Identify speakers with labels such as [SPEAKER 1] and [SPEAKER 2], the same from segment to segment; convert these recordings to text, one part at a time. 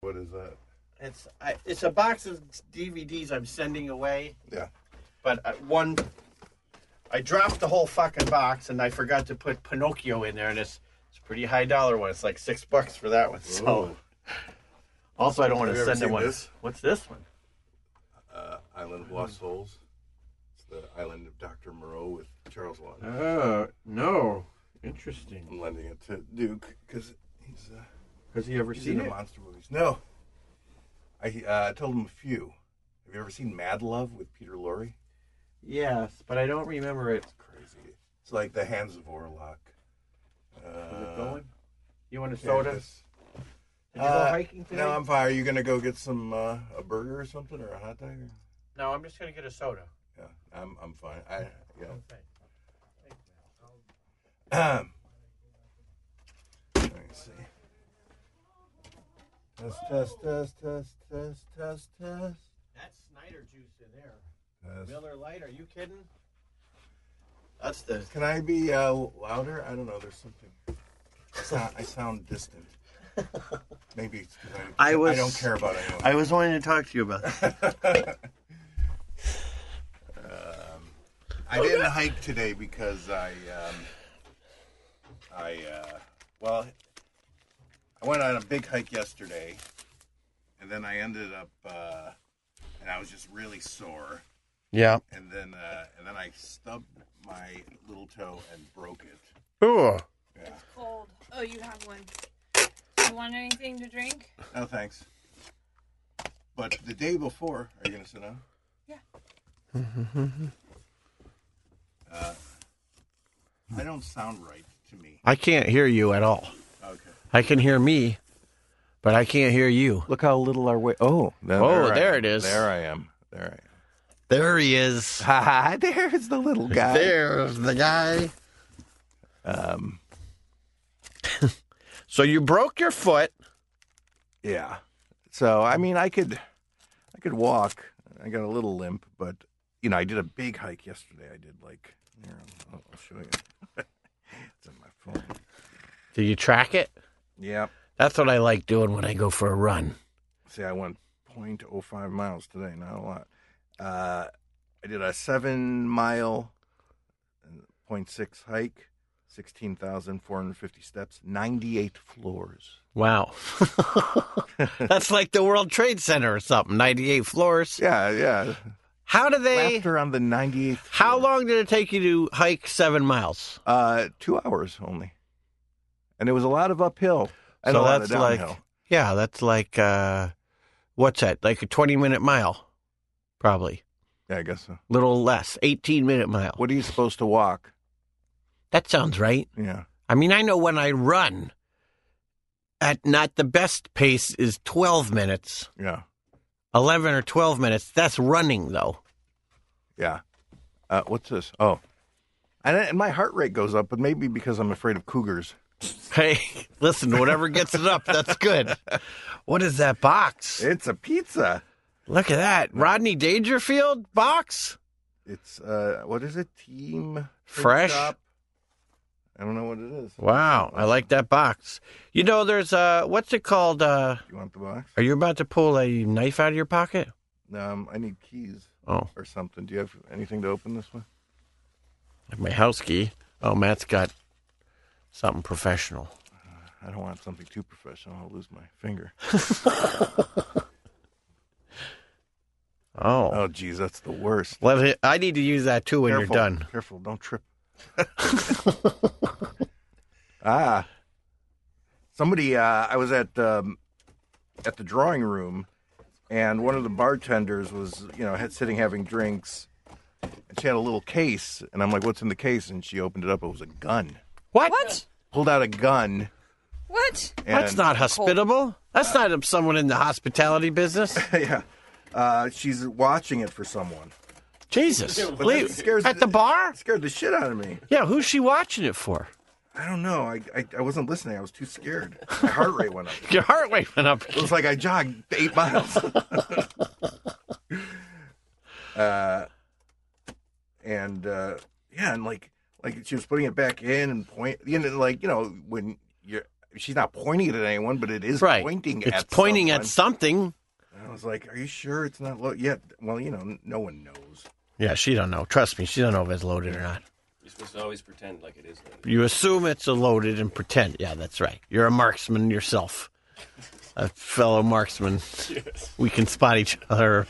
[SPEAKER 1] What is that?
[SPEAKER 2] It's I, it's a box of DVDs I'm sending away,
[SPEAKER 1] Yeah.
[SPEAKER 2] but I, one I dropped the whole fucking box and I forgot to put Pinocchio in there, and it's it's a pretty high dollar one. It's like six bucks for that one. So
[SPEAKER 1] Ooh.
[SPEAKER 2] also I don't want
[SPEAKER 1] Have
[SPEAKER 2] to
[SPEAKER 1] you ever
[SPEAKER 2] send them
[SPEAKER 1] seen
[SPEAKER 2] one.
[SPEAKER 1] this?
[SPEAKER 2] What's this one?
[SPEAKER 1] Uh, Island of Lost Souls. It's the Island of Dr. Moreau with Charles Lawton. Uh,
[SPEAKER 3] Oh, no. Interesting.
[SPEAKER 1] I'm lending it to Duke because he's, uh,
[SPEAKER 3] Has he ever
[SPEAKER 1] he's
[SPEAKER 3] seen
[SPEAKER 1] into
[SPEAKER 3] it?
[SPEAKER 1] monster movies. No. I uh, told him a few. Have you ever seen Mad Love with Peter Lorre?
[SPEAKER 3] Yes, but I don't remember it.
[SPEAKER 1] Crazy. It's like the Hands of Orlok. Uh,
[SPEAKER 3] Is it going? You want a
[SPEAKER 1] yeah,
[SPEAKER 3] soda?
[SPEAKER 1] this-
[SPEAKER 3] Did you
[SPEAKER 1] Uh,
[SPEAKER 3] go hiking today?
[SPEAKER 1] No, I'm fine. Are you gonna go get some uh, a burger or something or a hot dog? Or...
[SPEAKER 2] No, I'm just gonna get a soda.
[SPEAKER 1] Yeah, I'm I'm fine. I yeah.
[SPEAKER 2] Okay.
[SPEAKER 1] Um, let me see. Test test test test test test test.
[SPEAKER 2] That's Snyder juice in there.
[SPEAKER 1] test.
[SPEAKER 2] Miller Light, are you kidding? That's the
[SPEAKER 1] Can I be uh, louder? I don't know. There's something. I sound, I sound distant. Maybe it's 'cause I,
[SPEAKER 2] I was-
[SPEAKER 1] I don't care about anyone.
[SPEAKER 2] I was wanting to talk to you
[SPEAKER 1] Um,
[SPEAKER 2] about that.
[SPEAKER 1] I didn't hike today because I, um, I, uh, well, I went on a big hike yesterday, and then I ended up, uh, and I was just really sore,
[SPEAKER 2] Yeah.
[SPEAKER 1] and then, uh, and then I stubbed my little toe and broke it.
[SPEAKER 2] Ooh.
[SPEAKER 1] Yeah.
[SPEAKER 4] Cold. Oh, you have one. You want anything to drink?
[SPEAKER 1] No Oh, thanks. But the day before, are you gonna sit down?
[SPEAKER 4] Yeah.
[SPEAKER 1] uh, I don't sound right to me.
[SPEAKER 2] I can't hear you at all.
[SPEAKER 1] Okay.
[SPEAKER 2] I can hear me, but I can't hear you.
[SPEAKER 3] Look how little our way. Oh,
[SPEAKER 2] Oh, there I there am. it is.
[SPEAKER 1] There
[SPEAKER 2] There
[SPEAKER 1] I am. There I am.
[SPEAKER 2] There he is.
[SPEAKER 3] ha, there's the little guy.
[SPEAKER 2] There's the guy.
[SPEAKER 1] Um,
[SPEAKER 2] So you broke your foot.
[SPEAKER 1] yeah. So I mean, I could, I could walk. I got a little limp, but you know, I did a big hike yesterday. I did like, here, I'll, I'll show you. it's in my phone.
[SPEAKER 2] Did you track it?
[SPEAKER 1] Yeah.
[SPEAKER 2] That's what I like doing when I go for a run.
[SPEAKER 1] See, I went 0.05 miles today, not a lot. Uh, I did a seven mile, uh, 0.6 hike, 16,450 steps, 98 floors.
[SPEAKER 2] Wow. That's like the World Trade Center or something, 98 floors.
[SPEAKER 1] Yeah, yeah.
[SPEAKER 2] How do they,
[SPEAKER 1] Laughter on the 98th.
[SPEAKER 2] how
[SPEAKER 1] floor.
[SPEAKER 2] long did it take you to hike seven miles?
[SPEAKER 1] Uh, two hours only. And it was a lot of uphill and
[SPEAKER 2] So
[SPEAKER 1] a lot
[SPEAKER 2] that's
[SPEAKER 1] of
[SPEAKER 2] like-
[SPEAKER 1] downhill.
[SPEAKER 2] Yeah, that's like, uh, what's that? Like a 20 minute mile, probably.
[SPEAKER 1] yeah, I guess so.
[SPEAKER 2] Little less, 18 minute mile.
[SPEAKER 1] What are you supposed to walk?
[SPEAKER 2] That sounds right.
[SPEAKER 1] Yeah.
[SPEAKER 2] I mean, I know when I run at not the best pace is 12 minutes,
[SPEAKER 1] Yeah.
[SPEAKER 2] 11 or 12 minutes. That's running, though.
[SPEAKER 1] Yeah. Uh, what's this? Oh. And, and my heart rate goes up, but maybe because I'm afraid of cougars.
[SPEAKER 2] Hey, listen, whatever gets it up, that's good. What is that box?
[SPEAKER 1] It's a pizza.
[SPEAKER 2] Look at that. Rodney Dangerfield box?
[SPEAKER 1] It's uh, what is it? Team Fruit
[SPEAKER 2] Fresh?
[SPEAKER 1] Shop? I don't know what it is.
[SPEAKER 2] Wow, I like that box. You know, there's uh what's it called? Uh,
[SPEAKER 1] You want the box?
[SPEAKER 2] are you about to pull a knife out of your pocket?
[SPEAKER 1] Um, I need keys
[SPEAKER 2] Oh,
[SPEAKER 1] or something. Do you have anything to open this with?
[SPEAKER 2] my house key. Oh, Matt's got something professional.
[SPEAKER 1] I don't want something too professional. I'll lose my finger.
[SPEAKER 2] Oh,
[SPEAKER 1] Oh, geez, that's the worst.
[SPEAKER 2] Let it, I need to use that too when
[SPEAKER 1] Careful,
[SPEAKER 2] you're done.
[SPEAKER 1] Careful, don't trip. ah, somebody. Uh, I was at um, at the drawing room, and one of the bartenders was, you know, had, sitting having drinks, and she had a little case, and I'm like, "What's in the case?" And she opened it up. It was a gun.
[SPEAKER 2] What?
[SPEAKER 4] What?
[SPEAKER 1] Pulled out a gun.
[SPEAKER 4] What?
[SPEAKER 1] And,
[SPEAKER 2] That's not hospitable. That's not someone in the hospitality business.
[SPEAKER 1] yeah. Uh, she's watching it for someone.
[SPEAKER 2] Jesus.
[SPEAKER 1] that
[SPEAKER 2] Leave-
[SPEAKER 1] scares
[SPEAKER 2] at
[SPEAKER 1] the-
[SPEAKER 2] the bar?
[SPEAKER 1] Scared the shit out of me.
[SPEAKER 2] Yeah, who's she watching it for?
[SPEAKER 1] I don't know. I, I, I wasn't listening. I was too scared. My heart rate went up.
[SPEAKER 2] Your heart rate went up.
[SPEAKER 1] It was like I jogged eight miles. uh, and uh, yeah, and like like she was putting it back in and point, you know, like you know when you're she's not pointing it at anyone, but it is
[SPEAKER 2] right.
[SPEAKER 1] pointing
[SPEAKER 2] it's
[SPEAKER 1] at
[SPEAKER 2] pointing
[SPEAKER 1] someone.
[SPEAKER 2] at something.
[SPEAKER 1] And I was like, "Are you sure it's not loaded yet?" Well, you know, n- no one knows.
[SPEAKER 2] Yeah, she don't know. Trust me, she don't know if it's loaded or not.
[SPEAKER 5] You're supposed to always pretend like it is.
[SPEAKER 2] You assume it's a loaded and pretend. Yeah, that's right. You're a marksman yourself, a fellow marksman. We can spot each other.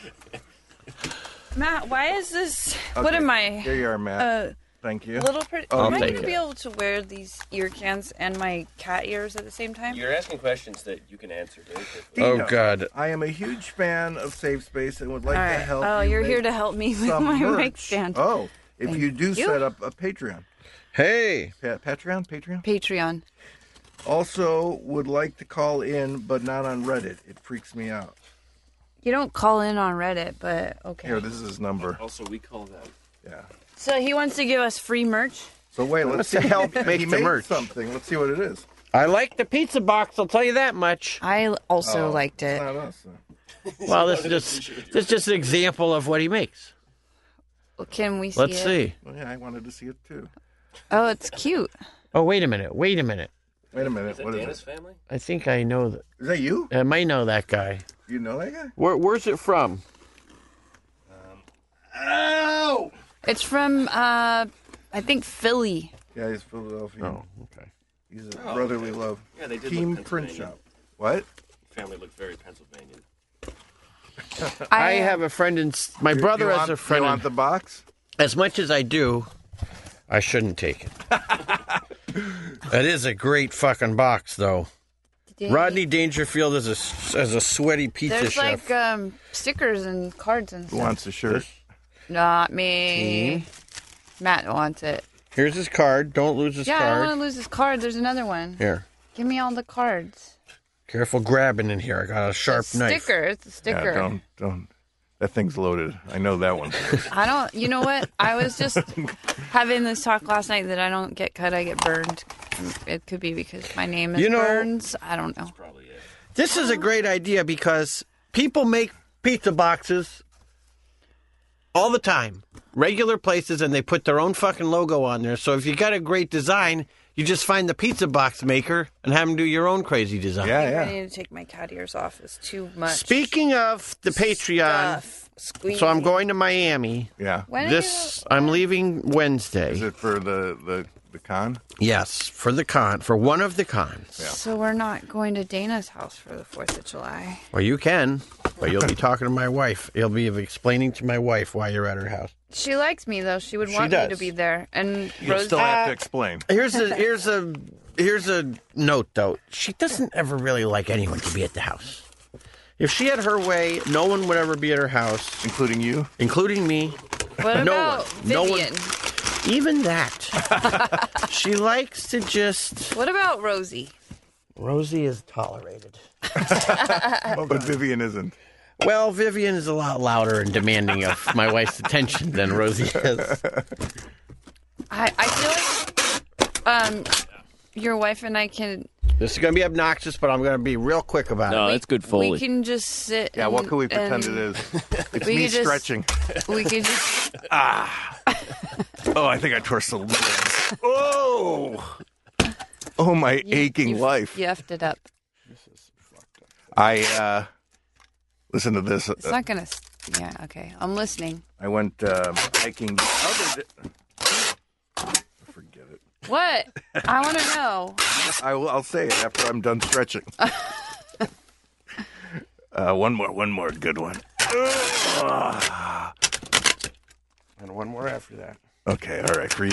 [SPEAKER 4] Matt, why is this? What am I?
[SPEAKER 1] Here you are, Matt.
[SPEAKER 4] A
[SPEAKER 1] Thank you.
[SPEAKER 4] little pretty.
[SPEAKER 2] I'll
[SPEAKER 4] am I
[SPEAKER 2] take
[SPEAKER 4] gonna
[SPEAKER 2] it.
[SPEAKER 4] be able to wear these ear cans and my cat ears at the same time?
[SPEAKER 5] You're asking questions that you can answer very quickly.
[SPEAKER 1] Dino,
[SPEAKER 2] Oh, God.
[SPEAKER 1] I am a huge fan of Safe Space and would like
[SPEAKER 4] All
[SPEAKER 1] to
[SPEAKER 4] right.
[SPEAKER 1] help.
[SPEAKER 4] oh,
[SPEAKER 1] you
[SPEAKER 4] you're
[SPEAKER 1] make
[SPEAKER 4] here to help me with
[SPEAKER 1] some
[SPEAKER 4] my
[SPEAKER 1] merch.
[SPEAKER 4] mic stand.
[SPEAKER 1] Oh, if you do
[SPEAKER 4] you.
[SPEAKER 1] set up a Patreon,
[SPEAKER 2] Hey.
[SPEAKER 1] pa- Patreon, Patreon.
[SPEAKER 4] Patreon.
[SPEAKER 1] Also, would like to call in, but not on Reddit. It freaks me out.
[SPEAKER 4] You don't call in on Reddit, but okay.
[SPEAKER 1] Here, this is his number.
[SPEAKER 5] Also, we call them.
[SPEAKER 1] Yeah.
[SPEAKER 4] So he wants to give us free merch.
[SPEAKER 1] So wait, let's see.
[SPEAKER 2] help
[SPEAKER 1] he
[SPEAKER 2] make the
[SPEAKER 1] made
[SPEAKER 2] merch.
[SPEAKER 1] Something. Let's see what it is.
[SPEAKER 2] I like the pizza box. I'll tell you that much.
[SPEAKER 4] I also
[SPEAKER 1] Oh,
[SPEAKER 4] liked
[SPEAKER 1] It's
[SPEAKER 4] it.
[SPEAKER 1] not us. though.
[SPEAKER 2] Well, this is just this is just an example of what he makes.
[SPEAKER 4] Can we see
[SPEAKER 2] Let's
[SPEAKER 4] it?
[SPEAKER 2] see.
[SPEAKER 1] Well, yeah, I wanted to see it too.
[SPEAKER 4] Oh, it's cute.
[SPEAKER 2] Oh, wait a minute. Wait a minute.
[SPEAKER 1] Wait a
[SPEAKER 5] Is
[SPEAKER 1] minute.
[SPEAKER 5] that
[SPEAKER 1] What is
[SPEAKER 5] Dana's
[SPEAKER 1] it?
[SPEAKER 5] family?
[SPEAKER 2] I think I know that.
[SPEAKER 1] Is that you?
[SPEAKER 2] I may know that guy.
[SPEAKER 1] You know that guy?
[SPEAKER 2] Where, where's it from?
[SPEAKER 6] Oh!
[SPEAKER 4] It's from uh, I think Philly.
[SPEAKER 1] Yeah, he's Philadelphia.
[SPEAKER 2] okay.
[SPEAKER 1] He's a brotherly love.
[SPEAKER 5] Yeah, they did look
[SPEAKER 1] Team print
[SPEAKER 5] Pennsylvania.
[SPEAKER 1] shop. What?
[SPEAKER 5] Family looked very Pennsylvania.
[SPEAKER 2] I have a friend in s- my
[SPEAKER 1] You-
[SPEAKER 2] brother
[SPEAKER 1] you
[SPEAKER 2] has
[SPEAKER 1] want,
[SPEAKER 2] a friend.
[SPEAKER 1] You
[SPEAKER 2] in-
[SPEAKER 1] want the box?
[SPEAKER 2] as much as I do, I shouldn't take it. that is a great fucking box, though.
[SPEAKER 4] Dang.
[SPEAKER 2] Rodney Dangerfield is a as a sweaty pizza
[SPEAKER 4] There's
[SPEAKER 2] chef.
[SPEAKER 4] like um, stickers and cards and
[SPEAKER 1] Who
[SPEAKER 4] stuff.
[SPEAKER 1] wants the shirt?
[SPEAKER 4] Not me. Matt wants it.
[SPEAKER 2] Here's his card. Don't lose his
[SPEAKER 4] Yeah, I don't
[SPEAKER 2] card.
[SPEAKER 4] want to lose this card. There's another one.
[SPEAKER 2] Here,
[SPEAKER 4] Give me all the cards.
[SPEAKER 2] careful grabbing in here. I got a sharp
[SPEAKER 4] It's
[SPEAKER 2] knife.
[SPEAKER 4] Sticker. It's a
[SPEAKER 1] Yeah,
[SPEAKER 4] sticker.
[SPEAKER 1] don't don't. That thing's loaded. I know that one.
[SPEAKER 4] I don't. You know what? I was just having this talk last night that I don't get cut. I get burned. It could be because my name is
[SPEAKER 2] You know-
[SPEAKER 4] Burns. I don't know.
[SPEAKER 5] Probably it.
[SPEAKER 2] This is a great idea because people make pizza boxes all the time, regular places, and they put their own fucking logo on there. So if you got a great design, you just find the pizza box maker and have them do your own crazy design.
[SPEAKER 1] Yeah,
[SPEAKER 4] I
[SPEAKER 1] yeah.
[SPEAKER 4] need to take my cat ears off. It's too much.
[SPEAKER 2] Speaking of the Patreon,
[SPEAKER 4] stuff. Squeeze.
[SPEAKER 2] so I'm going to Miami.
[SPEAKER 1] Yeah.
[SPEAKER 4] When are
[SPEAKER 2] This I'm leaving
[SPEAKER 1] Is
[SPEAKER 2] Wednesday.
[SPEAKER 1] it for the the the con?
[SPEAKER 2] Yes, for the con, for one of the cons.
[SPEAKER 4] you- So we're not going to Dana's house for the Fourth of July.
[SPEAKER 2] Well, you can, but you'll be talking to my wife. You'll be explaining to my wife why you're at her house.
[SPEAKER 4] She likes me though. She would
[SPEAKER 2] She
[SPEAKER 4] want me
[SPEAKER 2] does.
[SPEAKER 4] to be there. And
[SPEAKER 1] You
[SPEAKER 4] Rose,
[SPEAKER 1] still have to explain.
[SPEAKER 2] Here's a here's a here's a note though. She doesn't ever really like anyone to be at the house. If she had her way, no one would ever be at her house,
[SPEAKER 1] Including you?
[SPEAKER 2] including me.
[SPEAKER 4] Uh, what
[SPEAKER 2] no
[SPEAKER 4] about
[SPEAKER 2] one- no one-
[SPEAKER 4] Vivian?
[SPEAKER 2] Even that. she likes to just
[SPEAKER 4] What about Rosie?
[SPEAKER 2] Rosie is tolerated.
[SPEAKER 4] Uh,
[SPEAKER 1] But Vivian isn't.
[SPEAKER 2] Well, Vivian is a lot louder and demanding of my wife's attention than Rosie is.
[SPEAKER 4] I I feel like um your wife and I can
[SPEAKER 2] This is going to be obnoxious, but I'm going to be real quick about
[SPEAKER 5] No,
[SPEAKER 2] it.
[SPEAKER 5] Oh, that's good
[SPEAKER 4] we
[SPEAKER 5] Foley.
[SPEAKER 4] can just sit.
[SPEAKER 1] Yeah, what
[SPEAKER 4] and-
[SPEAKER 1] could we pretend
[SPEAKER 4] and
[SPEAKER 1] it is? It's
[SPEAKER 4] we
[SPEAKER 1] me
[SPEAKER 4] could just-
[SPEAKER 1] stretching.
[SPEAKER 4] We could just
[SPEAKER 1] Oh, I think I tore some limbs. Oh! Oh, my aching
[SPEAKER 4] you-
[SPEAKER 1] life.
[SPEAKER 4] You effed it up.
[SPEAKER 1] I, uh, listen to this.
[SPEAKER 4] It's not gonna. s- Yeah. Okay. I'm listening.
[SPEAKER 1] I went uh, hiking the other day. Forget it.
[SPEAKER 4] What? I want to know.
[SPEAKER 1] I will, I'll say it after I'm done stretching. uh, one more, one more good one.
[SPEAKER 3] And one more after that.
[SPEAKER 1] Okay, all right, for you.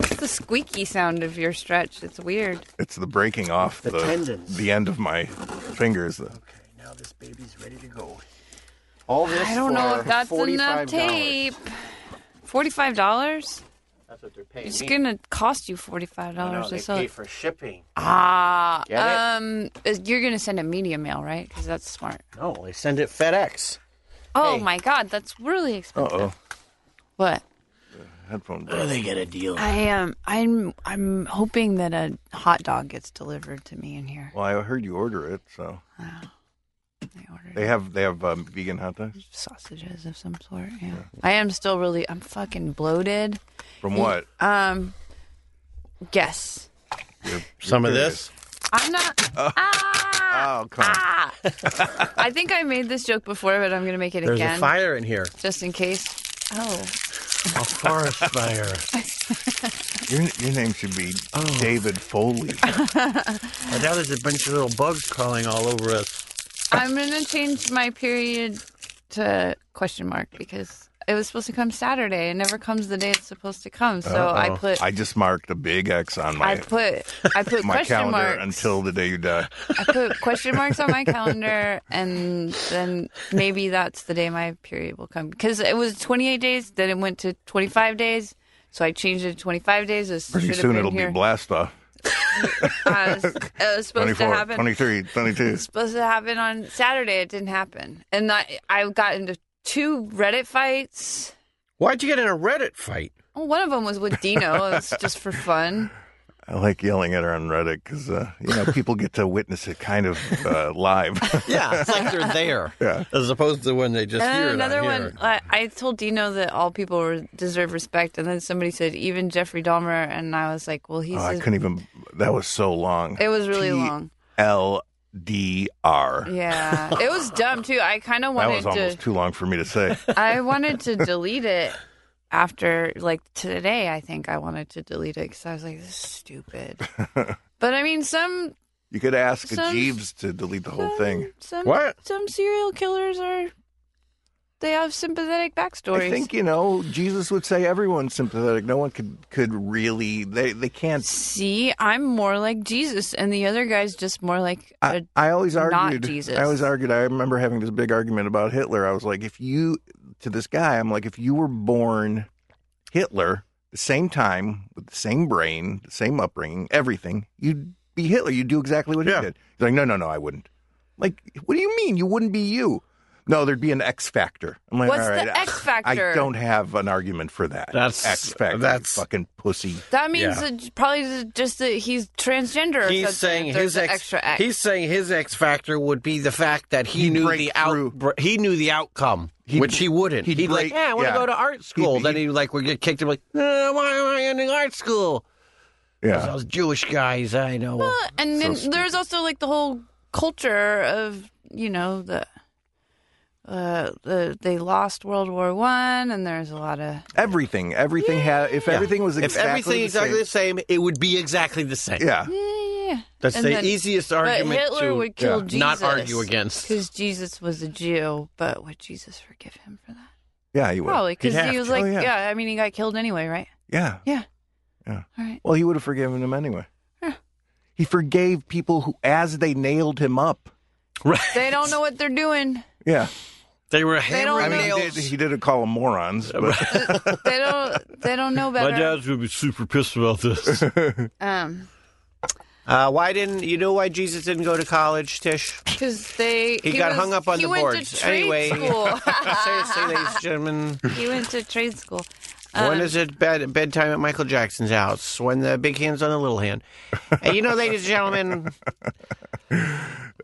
[SPEAKER 4] It's the squeaky sound of your stretch. It's weird.
[SPEAKER 1] It's the breaking off the,
[SPEAKER 2] tendons.
[SPEAKER 1] the end of my fingers. Uh,
[SPEAKER 2] Now this baby's ready to go. All this
[SPEAKER 4] I don't know if that's enough tape. Forty-five dollars.
[SPEAKER 2] That's what they're paying
[SPEAKER 4] It's gonna cost you forty-five dollars to sell. it.
[SPEAKER 2] for shipping.
[SPEAKER 4] Ah,
[SPEAKER 2] Get it?
[SPEAKER 4] um, is- you're gonna send a media mail, right? Because that's smart.
[SPEAKER 2] No, they send it FedEx.
[SPEAKER 4] Oh
[SPEAKER 2] Hey.
[SPEAKER 4] my God, that's really
[SPEAKER 1] Uh
[SPEAKER 4] expensive.
[SPEAKER 1] oh,
[SPEAKER 4] What?
[SPEAKER 1] headphone. broke.
[SPEAKER 2] They get a deal.
[SPEAKER 4] I am. I'm. I'm hoping that a hot dog gets delivered to me in here.
[SPEAKER 1] Well, I heard you order it, so
[SPEAKER 4] I Oh, ordered
[SPEAKER 1] they have they have um, vegan hot dogs
[SPEAKER 4] sausages of some sort. Yeah. I am still really. I'm fucking bloated.
[SPEAKER 1] from what?
[SPEAKER 4] Um. Guess.
[SPEAKER 2] Some of
[SPEAKER 1] curious.
[SPEAKER 2] this.
[SPEAKER 4] I'm not.
[SPEAKER 2] Oh.
[SPEAKER 4] ah,
[SPEAKER 1] Oh, come on.
[SPEAKER 4] ah. I think I made this joke before, but I'm going to make it
[SPEAKER 2] There's
[SPEAKER 4] again.
[SPEAKER 2] a fire in here.
[SPEAKER 4] Just in case. Oh.
[SPEAKER 2] A forest fire.
[SPEAKER 1] Your, your name should be
[SPEAKER 4] Oh.
[SPEAKER 1] David Foley.
[SPEAKER 2] I doubt there's a bunch of little bugs crawling all over us.
[SPEAKER 4] I'm going to change my period to question mark because it was supposed to come Saturday. It never comes the day it's supposed to come. So I put.
[SPEAKER 1] I just marked a big X on
[SPEAKER 4] I
[SPEAKER 1] my
[SPEAKER 4] put I put
[SPEAKER 1] my
[SPEAKER 4] question
[SPEAKER 1] calendar
[SPEAKER 4] marks
[SPEAKER 1] until the day you die.
[SPEAKER 4] I put question marks on my calendar, and then maybe that's the day my period will come because it was 28 days, then it went to 25 days, so I changed it to 25 days. This
[SPEAKER 1] Pretty
[SPEAKER 4] should have
[SPEAKER 1] soon
[SPEAKER 4] been
[SPEAKER 1] it'll
[SPEAKER 4] here.
[SPEAKER 1] be blast off.
[SPEAKER 4] I was, it was supposed to
[SPEAKER 1] 24,
[SPEAKER 4] happen.
[SPEAKER 1] 23, 22.
[SPEAKER 4] Supposed to happen on Saturday. It didn't happen, and I I got into two Reddit fights.
[SPEAKER 2] Why'd you get in a Reddit fight?
[SPEAKER 4] Well, one of them was with Dino. It was just for fun.
[SPEAKER 1] I like yelling at her on Reddit because uh, you know people get to witness it kind of uh, live.
[SPEAKER 2] Yeah, it's like they're there.
[SPEAKER 1] Yeah.
[SPEAKER 2] As opposed to when they just
[SPEAKER 4] and
[SPEAKER 2] hear
[SPEAKER 4] then another
[SPEAKER 2] it on
[SPEAKER 4] one,
[SPEAKER 2] here.
[SPEAKER 4] I, I told Dino that all people were, deserve respect, and then somebody said even Jeffrey Dahmer, and I was like, well, he's
[SPEAKER 1] Oh, I
[SPEAKER 4] a-
[SPEAKER 1] couldn't even. That was so long.
[SPEAKER 4] It was really long.
[SPEAKER 1] L D R.
[SPEAKER 4] Yeah, it was dumb too. I kind of
[SPEAKER 1] That was
[SPEAKER 4] wanted
[SPEAKER 1] almost
[SPEAKER 4] to.
[SPEAKER 1] too long for me to say.
[SPEAKER 4] I wanted to delete it after like today. I think I wanted to delete it because I was like, this is stupid. but I mean, some
[SPEAKER 1] You could ask
[SPEAKER 4] Some-
[SPEAKER 1] Jeeves to delete the whole
[SPEAKER 4] some,
[SPEAKER 1] thing.
[SPEAKER 4] Um, Some,
[SPEAKER 2] What?
[SPEAKER 4] Some serial killers are. They have sympathetic backstories.
[SPEAKER 1] I think you know Jesus would say everyone's sympathetic. No one could could really. They they can't.
[SPEAKER 4] See, I'm more like Jesus, and the other guy's just more like a
[SPEAKER 1] I, I always
[SPEAKER 4] not
[SPEAKER 1] argued.
[SPEAKER 4] Jesus.
[SPEAKER 1] I always argued. I remember having this big argument about Hitler. I was like, if you to this guy, I'm like, if you were born Hitler, the same time with the same brain, the same upbringing, everything, you'd be Hitler. You'd do exactly what
[SPEAKER 2] Yeah.
[SPEAKER 1] he did. He's like, no, no, no, I wouldn't. Like, what do you mean you wouldn't be you? No, there'd be an X factor. I'm like,
[SPEAKER 4] What's
[SPEAKER 1] all right,
[SPEAKER 4] the X
[SPEAKER 1] I
[SPEAKER 4] factor?
[SPEAKER 1] don't have an argument for that.
[SPEAKER 2] That's-
[SPEAKER 1] X factor.
[SPEAKER 2] that's-
[SPEAKER 1] That's fucking pussy.
[SPEAKER 4] that means
[SPEAKER 2] Yeah.
[SPEAKER 4] that probably just that he's transgender. or something,
[SPEAKER 2] He's
[SPEAKER 4] if
[SPEAKER 2] saying
[SPEAKER 4] there's
[SPEAKER 2] his
[SPEAKER 4] an
[SPEAKER 2] X,
[SPEAKER 4] extra X.
[SPEAKER 2] He's saying his X factor would be the fact that he
[SPEAKER 1] He'd
[SPEAKER 2] knew
[SPEAKER 1] break
[SPEAKER 2] the
[SPEAKER 1] through.
[SPEAKER 2] out he knew the outcome,
[SPEAKER 1] He'd-
[SPEAKER 2] which he wouldn't. He'd,
[SPEAKER 1] he'd
[SPEAKER 2] like,
[SPEAKER 1] break-
[SPEAKER 2] yeah, I want to
[SPEAKER 1] yeah.
[SPEAKER 2] go to art school.
[SPEAKER 1] He'd-
[SPEAKER 2] then
[SPEAKER 1] he'd-
[SPEAKER 2] he like would get kicked and be like, "Uh, why am I ending art school?
[SPEAKER 1] Yeah.
[SPEAKER 2] Those Jewish guys, I know.
[SPEAKER 4] Well, and then there's also like the whole culture of you know the uh the they lost World War One, and there's a lot of
[SPEAKER 1] Everything. Everything had. If everything was
[SPEAKER 2] if
[SPEAKER 1] exactly
[SPEAKER 2] everything
[SPEAKER 1] the
[SPEAKER 2] exactly the same, it would be exactly the same.
[SPEAKER 1] same, yeah.
[SPEAKER 4] yeah, yeah, yeah.
[SPEAKER 2] That's
[SPEAKER 4] And
[SPEAKER 2] the
[SPEAKER 4] then-
[SPEAKER 2] easiest
[SPEAKER 4] But
[SPEAKER 2] argument
[SPEAKER 4] Hitler
[SPEAKER 2] to
[SPEAKER 4] would kill
[SPEAKER 1] yeah,
[SPEAKER 4] Jesus.
[SPEAKER 2] not argue against.
[SPEAKER 4] because Jesus was a Jew, but would Jesus forgive him for that?
[SPEAKER 1] Yeah, he would.
[SPEAKER 4] Probably because
[SPEAKER 2] He'd have
[SPEAKER 4] he was
[SPEAKER 2] to.
[SPEAKER 4] like,
[SPEAKER 1] Oh,
[SPEAKER 4] yeah.
[SPEAKER 1] yeah.
[SPEAKER 4] I mean, he got killed anyway, right?
[SPEAKER 1] Yeah.
[SPEAKER 4] Yeah.
[SPEAKER 1] Yeah.
[SPEAKER 4] All right.
[SPEAKER 1] Well, he would have forgiven him anyway.
[SPEAKER 4] Yeah.
[SPEAKER 1] He forgave people who, as they nailed him up.
[SPEAKER 2] Right.
[SPEAKER 4] They don't know what they're doing.
[SPEAKER 1] Yeah.
[SPEAKER 2] They were
[SPEAKER 4] don't
[SPEAKER 1] I
[SPEAKER 2] hammering
[SPEAKER 1] mean,
[SPEAKER 4] know.
[SPEAKER 2] nails.
[SPEAKER 1] he, did, he didn't call them morons, but
[SPEAKER 4] They don't. They don't know better.
[SPEAKER 2] gonna be super pissed about this.
[SPEAKER 4] Um,
[SPEAKER 2] uh, why didn't you know why Jesus didn't go to college, Tish?
[SPEAKER 4] because they
[SPEAKER 2] He, got
[SPEAKER 4] was-
[SPEAKER 2] hung up on
[SPEAKER 4] he
[SPEAKER 2] the
[SPEAKER 4] went
[SPEAKER 2] boards.
[SPEAKER 4] To trade
[SPEAKER 2] anyway,
[SPEAKER 4] school.
[SPEAKER 2] seriously, ladies and gentlemen,
[SPEAKER 4] He went to trade school. Um,
[SPEAKER 2] when is it bed bedtime at Michael Jackson's house? When the big hand's on the little hand. And you know, ladies and gentlemen,
[SPEAKER 1] Uh,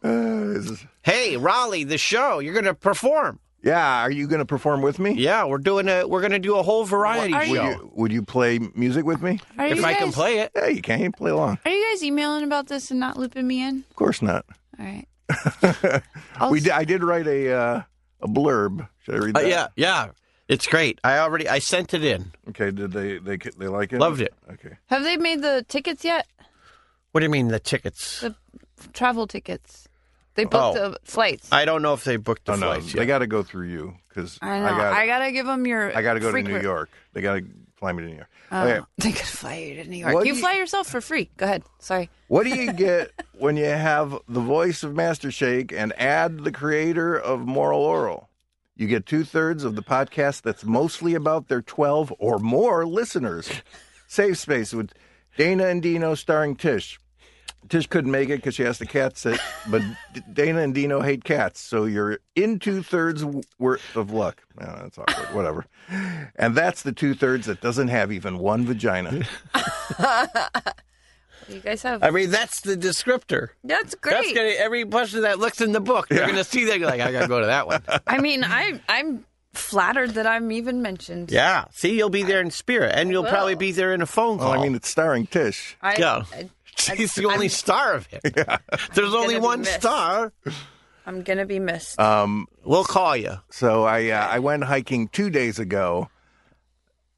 [SPEAKER 1] this is-
[SPEAKER 2] hey, Raleigh, the show you're going to perform.
[SPEAKER 1] yeah. Are you going to perform with me?
[SPEAKER 2] Yeah, we're doing a we're going to do a whole variety
[SPEAKER 4] Are
[SPEAKER 1] Would
[SPEAKER 2] show.
[SPEAKER 1] you, would you play music with me?
[SPEAKER 4] Are
[SPEAKER 2] if
[SPEAKER 4] you
[SPEAKER 2] I
[SPEAKER 4] guys,
[SPEAKER 2] can play it,
[SPEAKER 1] Yeah, you can. You can play along.
[SPEAKER 4] Are you guys emailing about this and not looping me in?
[SPEAKER 1] Of course not.
[SPEAKER 4] All right.
[SPEAKER 1] We did, I did write a uh, a blurb. Should I read
[SPEAKER 2] Uh,
[SPEAKER 1] that?
[SPEAKER 2] yeah, yeah, it's great. I already I sent it in.
[SPEAKER 1] Okay. Did they they they like it?
[SPEAKER 2] Loved it.
[SPEAKER 1] Okay.
[SPEAKER 4] Have they made the tickets yet?
[SPEAKER 2] What do you mean the tickets?
[SPEAKER 4] The travel tickets. They booked
[SPEAKER 2] Oh.
[SPEAKER 4] the flights.
[SPEAKER 2] I don't know if they booked the
[SPEAKER 1] Oh no,
[SPEAKER 2] flights.
[SPEAKER 1] they
[SPEAKER 2] yet.
[SPEAKER 1] got to go through you because
[SPEAKER 4] I know. I
[SPEAKER 1] got
[SPEAKER 4] gotta, give them your.
[SPEAKER 1] I got to go
[SPEAKER 4] frequent-
[SPEAKER 1] to New York. They got to fly me to New York.
[SPEAKER 4] Oh,
[SPEAKER 1] Okay.
[SPEAKER 4] They could fly you to New York.
[SPEAKER 1] What
[SPEAKER 4] you
[SPEAKER 1] do you-
[SPEAKER 4] fly yourself for free. Go ahead. Sorry.
[SPEAKER 1] What do you get when you have the voice of Master Shake and add the creator of Moral Oral? You get two thirds of the podcast that's mostly about their 12 or more listeners. Safe Space with Dana and Dino starring Tish. Tish couldn't make it because she has to cat sit, but D- Dana and Dino hate cats, so you're in two thirds worth of luck. No, that's awkward. Whatever. And that's the two thirds that doesn't have even one vagina.
[SPEAKER 4] You guys have.
[SPEAKER 2] I mean, that's the descriptor.
[SPEAKER 4] that's great.
[SPEAKER 2] That's gonna every person that looks in the book, they're gonna see that. Like, I gotta go to that one.
[SPEAKER 4] I mean, I I'm flattered that I'm even mentioned.
[SPEAKER 2] yeah. See, you'll be there in spirit, and you'll probably be there in a phone
[SPEAKER 1] Well,
[SPEAKER 2] call.
[SPEAKER 1] I mean, it's starring Tish.
[SPEAKER 4] I,
[SPEAKER 2] Yeah.
[SPEAKER 4] I-
[SPEAKER 2] She's the only star of it. There's only
[SPEAKER 4] be
[SPEAKER 2] one
[SPEAKER 4] missed.
[SPEAKER 2] star.
[SPEAKER 4] I'm gonna be missed.
[SPEAKER 1] Uh,
[SPEAKER 2] We'll call you.
[SPEAKER 1] So I uh, I went hiking two days ago.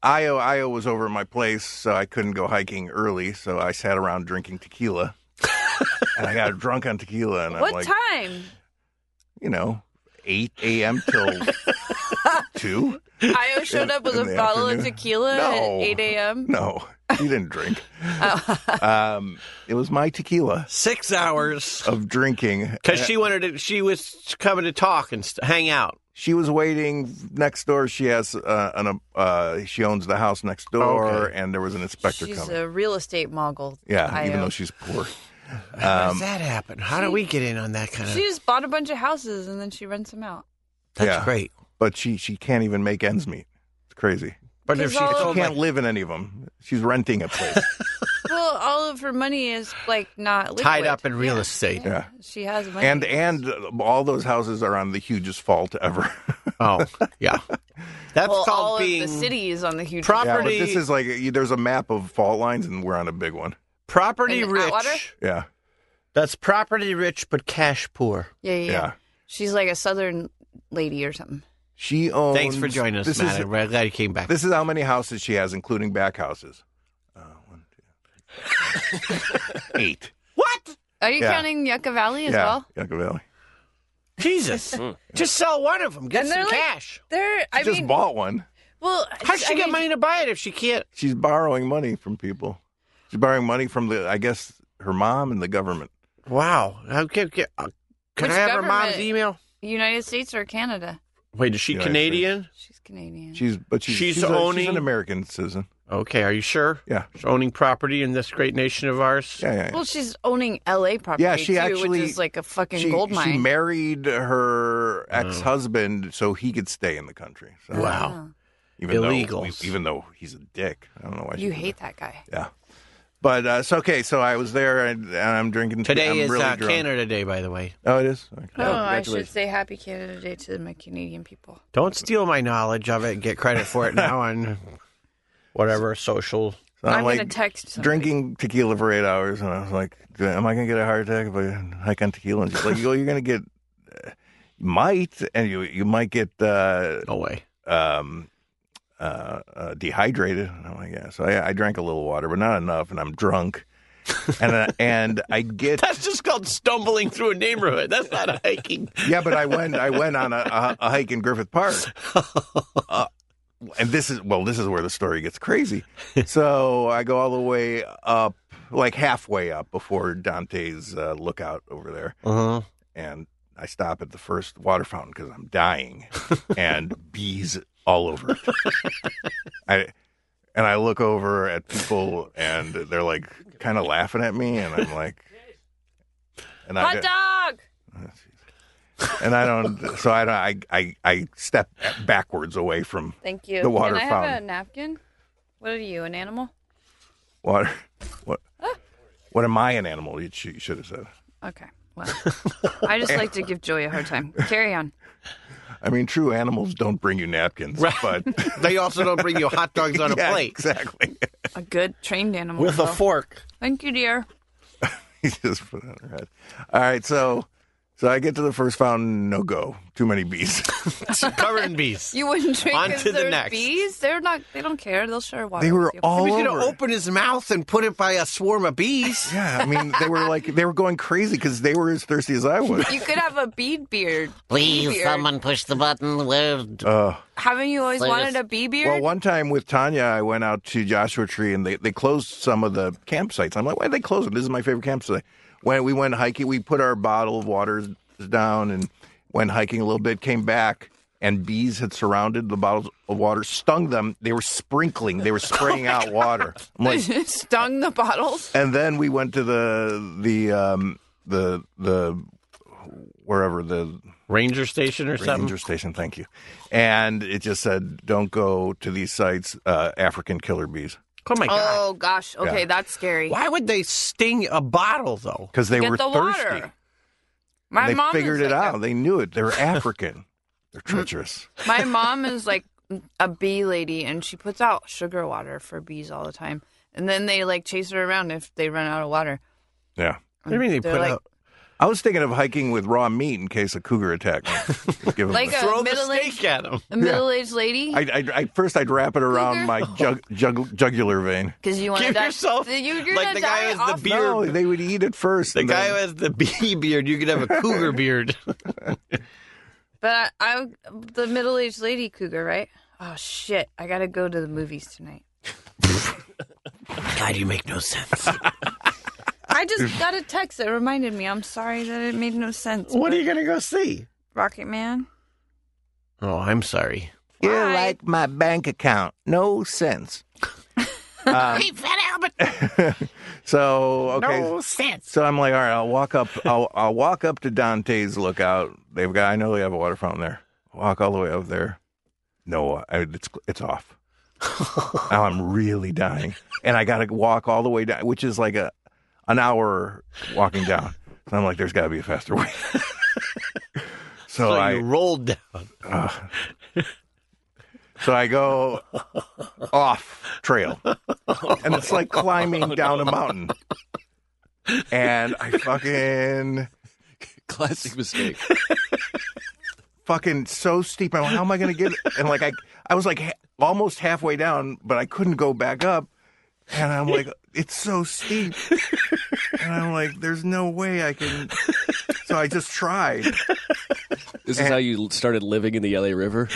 [SPEAKER 1] Io Io was over at my place, so I couldn't go hiking early. So I sat around drinking tequila, and I got drunk on tequila. And I'm
[SPEAKER 4] what
[SPEAKER 1] like,
[SPEAKER 4] time?
[SPEAKER 1] you know, eight a.m. till two.
[SPEAKER 4] Io showed up with
[SPEAKER 1] in
[SPEAKER 4] a
[SPEAKER 1] the
[SPEAKER 4] bottle of
[SPEAKER 1] afternoon.
[SPEAKER 4] tequila
[SPEAKER 1] No.
[SPEAKER 4] at 8 a.m.
[SPEAKER 1] No, he didn't drink.
[SPEAKER 4] Oh.
[SPEAKER 1] um, it was my tequila
[SPEAKER 2] Six hours.
[SPEAKER 1] of drinking.
[SPEAKER 2] Because she wanted to, she was coming to talk and st- hang out.
[SPEAKER 1] She was waiting next door. She has uh, an uh, she owns the house next door,
[SPEAKER 3] Okay.
[SPEAKER 1] and there was an inspector
[SPEAKER 4] She's
[SPEAKER 1] coming.
[SPEAKER 4] a real estate mogul.
[SPEAKER 1] yeah,
[SPEAKER 4] Io.
[SPEAKER 1] even though she's poor. Um,
[SPEAKER 2] How does that happen? How do we get in on that kind of?
[SPEAKER 4] she just bought a bunch of houses and then she rents them out.
[SPEAKER 2] That's
[SPEAKER 1] Yeah.
[SPEAKER 2] great.
[SPEAKER 1] but she she can't even make ends meet. It's crazy.
[SPEAKER 2] But if
[SPEAKER 4] Because
[SPEAKER 2] she
[SPEAKER 4] all
[SPEAKER 1] She
[SPEAKER 2] sold
[SPEAKER 1] can't
[SPEAKER 2] like,
[SPEAKER 1] live in any of them. She's renting a place.
[SPEAKER 4] Well, all of her money is like not liquid.
[SPEAKER 2] tied up in real estate.
[SPEAKER 1] yeah.
[SPEAKER 4] She has money.
[SPEAKER 1] And and all those houses are on the hugest fault ever.
[SPEAKER 2] Oh, yeah. That's
[SPEAKER 4] well,
[SPEAKER 2] called
[SPEAKER 4] all
[SPEAKER 2] being
[SPEAKER 4] of the city is on the huge.
[SPEAKER 2] Prop-
[SPEAKER 1] yeah, but
[SPEAKER 2] Property-
[SPEAKER 1] this is like there's a map of fault lines, and we're on a big one.
[SPEAKER 2] property
[SPEAKER 4] In
[SPEAKER 2] rich.
[SPEAKER 4] Atwater?
[SPEAKER 1] Yeah,
[SPEAKER 2] That's property rich, but cash poor.
[SPEAKER 4] yeah, yeah,
[SPEAKER 1] yeah.
[SPEAKER 4] yeah. She's like a southern lady or something.
[SPEAKER 1] She owns.
[SPEAKER 2] Thanks for joining us,
[SPEAKER 1] this
[SPEAKER 2] Matt.
[SPEAKER 1] Is,
[SPEAKER 2] I'm glad you came back.
[SPEAKER 1] this is how many houses she has, including back houses. Uh, one, two, three, eight.
[SPEAKER 2] what?
[SPEAKER 4] Are you
[SPEAKER 1] Yeah.
[SPEAKER 4] counting Yucca Valley as
[SPEAKER 1] yeah,
[SPEAKER 4] well?
[SPEAKER 1] Yucca Valley.
[SPEAKER 2] Jesus. Just sell one of them. Get
[SPEAKER 4] And
[SPEAKER 2] some
[SPEAKER 4] they're like-
[SPEAKER 2] cash.
[SPEAKER 4] There, I
[SPEAKER 1] She just
[SPEAKER 4] mean,
[SPEAKER 1] bought one.
[SPEAKER 4] well,
[SPEAKER 2] How'd she
[SPEAKER 4] I
[SPEAKER 2] get
[SPEAKER 4] mean,
[SPEAKER 2] money to buy it if she can't?
[SPEAKER 1] She's borrowing money from people. She's borrowing money from the, I guess, her mom and the government.
[SPEAKER 2] Wow. Okay, okay. Uh, Can
[SPEAKER 4] Which
[SPEAKER 2] I have her mom's
[SPEAKER 4] government?
[SPEAKER 2] email?
[SPEAKER 4] United States or Canada?
[SPEAKER 2] Wait, is she
[SPEAKER 1] United
[SPEAKER 2] Canadian?
[SPEAKER 4] She's Canadian.
[SPEAKER 1] She's but she's
[SPEAKER 2] She's
[SPEAKER 1] she's, a- she's
[SPEAKER 2] owning-
[SPEAKER 1] an American citizen.
[SPEAKER 2] Okay, are you sure?
[SPEAKER 1] Yeah,
[SPEAKER 2] She's owning property in this great nation of ours?
[SPEAKER 1] yeah, yeah. yeah.
[SPEAKER 4] well, she's owning L.A. property
[SPEAKER 1] Yeah, she
[SPEAKER 4] too,
[SPEAKER 1] actually-
[SPEAKER 4] which is like a fucking
[SPEAKER 1] she,
[SPEAKER 4] gold mine.
[SPEAKER 1] she married her ex-husband so he could stay in the country. So,
[SPEAKER 2] Wow.
[SPEAKER 1] even though
[SPEAKER 2] Illegals.
[SPEAKER 1] even though he's a dick, I don't know why she
[SPEAKER 4] you
[SPEAKER 1] did
[SPEAKER 4] hate that guy.
[SPEAKER 1] that. Yeah, but uh, so okay, so I was there and, and I'm drinking
[SPEAKER 2] Today
[SPEAKER 1] I'm
[SPEAKER 2] is
[SPEAKER 1] really
[SPEAKER 2] uh,
[SPEAKER 1] drunk.
[SPEAKER 2] Canada Day, by the way.
[SPEAKER 1] Oh, it is. Okay.
[SPEAKER 4] No, I should
[SPEAKER 1] congratulations.
[SPEAKER 4] say Happy Canada Day to my Canadian people.
[SPEAKER 2] Don't steal my knowledge of it and get credit for it now on whatever social.
[SPEAKER 1] So I'm,
[SPEAKER 4] I'm
[SPEAKER 1] like
[SPEAKER 4] gonna text somebody.
[SPEAKER 1] drinking tequila for eight hours, and I was like, "Am I gonna get a heart attack if I hike on tequila?" And she's like, "Well, you're gonna get." uh, You might, and you you might get uh,
[SPEAKER 2] No way.
[SPEAKER 1] um, uh, uh, dehydrated. And I'm like, yeah. So I, I drank a little water, but not enough, and I'm drunk. and I, and I get
[SPEAKER 2] That's just called stumbling through a neighborhood. That's not hiking.
[SPEAKER 1] yeah, but I went I went on a, a, a hike in Griffith Park. Uh, and this is well, this is where the story gets crazy. So I go all the way up, like halfway up, before Dante's uh, lookout over there.
[SPEAKER 2] Uh-huh.
[SPEAKER 1] and I stop at the first water fountain because I'm dying, and bees all over it. I and I look over at people, and they're like kind of laughing at me, and I'm like, and I
[SPEAKER 4] Hot
[SPEAKER 1] don't-
[SPEAKER 4] dog.
[SPEAKER 1] and I don't, so I don't, I I I step backwards away from
[SPEAKER 4] Thank you.
[SPEAKER 1] The water
[SPEAKER 4] Can I have
[SPEAKER 1] fountain.
[SPEAKER 4] a napkin? What are you, an animal?
[SPEAKER 1] water. What? What am I, an animal? You sh- you should have said.
[SPEAKER 4] Okay. Well, I just like to give Joey a hard time. Carry on.
[SPEAKER 1] I mean, true animals don't bring you napkins,
[SPEAKER 2] Right.
[SPEAKER 1] but
[SPEAKER 2] They also don't bring you hot dogs on a
[SPEAKER 1] Yeah,
[SPEAKER 2] plate
[SPEAKER 1] exactly.
[SPEAKER 4] A good trained animal.
[SPEAKER 2] with a
[SPEAKER 4] though.
[SPEAKER 2] fork.
[SPEAKER 4] Thank you, dear.
[SPEAKER 1] He just put it on her head. All right, so so I get to the first fountain, no go. Too many bees.
[SPEAKER 2] covered in bees.
[SPEAKER 4] You wouldn't drink
[SPEAKER 2] On
[SPEAKER 4] if
[SPEAKER 2] to the
[SPEAKER 4] there's
[SPEAKER 2] next.
[SPEAKER 4] bees. They're not. They don't care. They'll share water.
[SPEAKER 1] they were
[SPEAKER 4] with you.
[SPEAKER 1] all
[SPEAKER 2] He was
[SPEAKER 1] over.
[SPEAKER 2] going to open his mouth and put it by a swarm of bees.
[SPEAKER 1] Yeah, I mean they were like they were going crazy because they were as thirsty as I was.
[SPEAKER 4] You could have a bead beard.
[SPEAKER 7] Please,
[SPEAKER 4] Bee beard.
[SPEAKER 7] someone push the button. We're
[SPEAKER 1] Uh,
[SPEAKER 4] Haven't you always
[SPEAKER 7] Please.
[SPEAKER 4] wanted a bee beard?
[SPEAKER 1] well, one time with Tanya, I went out to Joshua Tree and they, they closed some of the campsites. I'm like, why did they close it? This is my favorite campsite. When we went hiking, we put our bottle of waters down and went hiking a little bit. Came back and bees had surrounded the bottles of water, stung them. They were sprinkling. They were spraying out water. I'm like,
[SPEAKER 4] Stung the bottles.
[SPEAKER 1] and then we went to the the um the the wherever the
[SPEAKER 2] Ranger station or something.
[SPEAKER 1] ranger station thank you and it just said don't go to these sites uh african killer bees
[SPEAKER 2] Oh my god!
[SPEAKER 4] Oh gosh. Okay,
[SPEAKER 1] Yeah.
[SPEAKER 4] that's scary.
[SPEAKER 2] Oh, Why would they sting a bottle though?
[SPEAKER 1] because they
[SPEAKER 4] Get
[SPEAKER 1] were
[SPEAKER 4] the
[SPEAKER 1] thirsty
[SPEAKER 4] water. My
[SPEAKER 1] they
[SPEAKER 4] mom
[SPEAKER 1] figured it
[SPEAKER 4] is like
[SPEAKER 1] out they knew it they were african they're
[SPEAKER 4] Mm.
[SPEAKER 1] treacherous
[SPEAKER 4] a- my mom is like a bee lady, and she puts out sugar water for bees all the time, and then they like chase her around if they run out of water.
[SPEAKER 1] Yeah.
[SPEAKER 2] What do you mean they
[SPEAKER 4] They're
[SPEAKER 2] put
[SPEAKER 4] like-
[SPEAKER 2] out?
[SPEAKER 1] I was thinking of hiking with raw meat in case a cougar attacked me. Give 'em
[SPEAKER 4] Like
[SPEAKER 1] a-
[SPEAKER 4] a
[SPEAKER 2] Throw the
[SPEAKER 4] middle-aged-
[SPEAKER 2] steak at them.
[SPEAKER 4] A middle-aged lady,
[SPEAKER 1] I, I, I, first, I'd wrap it around
[SPEAKER 4] Cougar?
[SPEAKER 1] my jug, jug, jugular vein.
[SPEAKER 4] because you want to
[SPEAKER 2] Give
[SPEAKER 4] die.
[SPEAKER 2] yourself-
[SPEAKER 4] you, you're
[SPEAKER 2] like
[SPEAKER 4] gonna
[SPEAKER 2] the guy
[SPEAKER 4] die
[SPEAKER 2] with the
[SPEAKER 4] off-
[SPEAKER 2] beard.
[SPEAKER 1] No, they would eat it first.
[SPEAKER 2] The
[SPEAKER 1] and
[SPEAKER 2] guy
[SPEAKER 1] then-
[SPEAKER 2] who has the bee beard, you could have a cougar beard.
[SPEAKER 4] But I, I, the middle-aged lady cougar, right? Oh shit! I gotta go to the movies tonight.
[SPEAKER 2] God, you make no sense.
[SPEAKER 4] I just got a text that reminded me. I'm sorry that it made no sense.
[SPEAKER 2] what are you gonna go see?
[SPEAKER 4] Rocket Man?
[SPEAKER 2] Oh, I'm sorry.
[SPEAKER 1] You're
[SPEAKER 4] Why?
[SPEAKER 1] like my bank account. No sense. Um,
[SPEAKER 7] Hey, Fat Albert.
[SPEAKER 1] so okay.
[SPEAKER 7] No sense.
[SPEAKER 1] So I'm like, all right, I'll walk up. I'll, I'll walk up to Dante's lookout. They've got. I know they have a water fountain there. Walk all the way up there. No, I, it's it's off. now I'm really dying, and I got to walk all the way down, which is like a an hour walking down. And I'm like, there's got to be a faster way. so
[SPEAKER 2] So
[SPEAKER 1] I
[SPEAKER 2] you rolled down.
[SPEAKER 1] So I go off trail. And it's like climbing down a mountain. And I fucking
[SPEAKER 8] Classic mistake.
[SPEAKER 1] fucking so steep. I'm like, how am I gonna get it? And like I I was like ha- almost halfway down, but I couldn't go back up. And I'm like, it's so steep. And I'm like, there's no way I can so I just tried
[SPEAKER 8] This
[SPEAKER 2] Eh.
[SPEAKER 8] is how you started living in the LA River.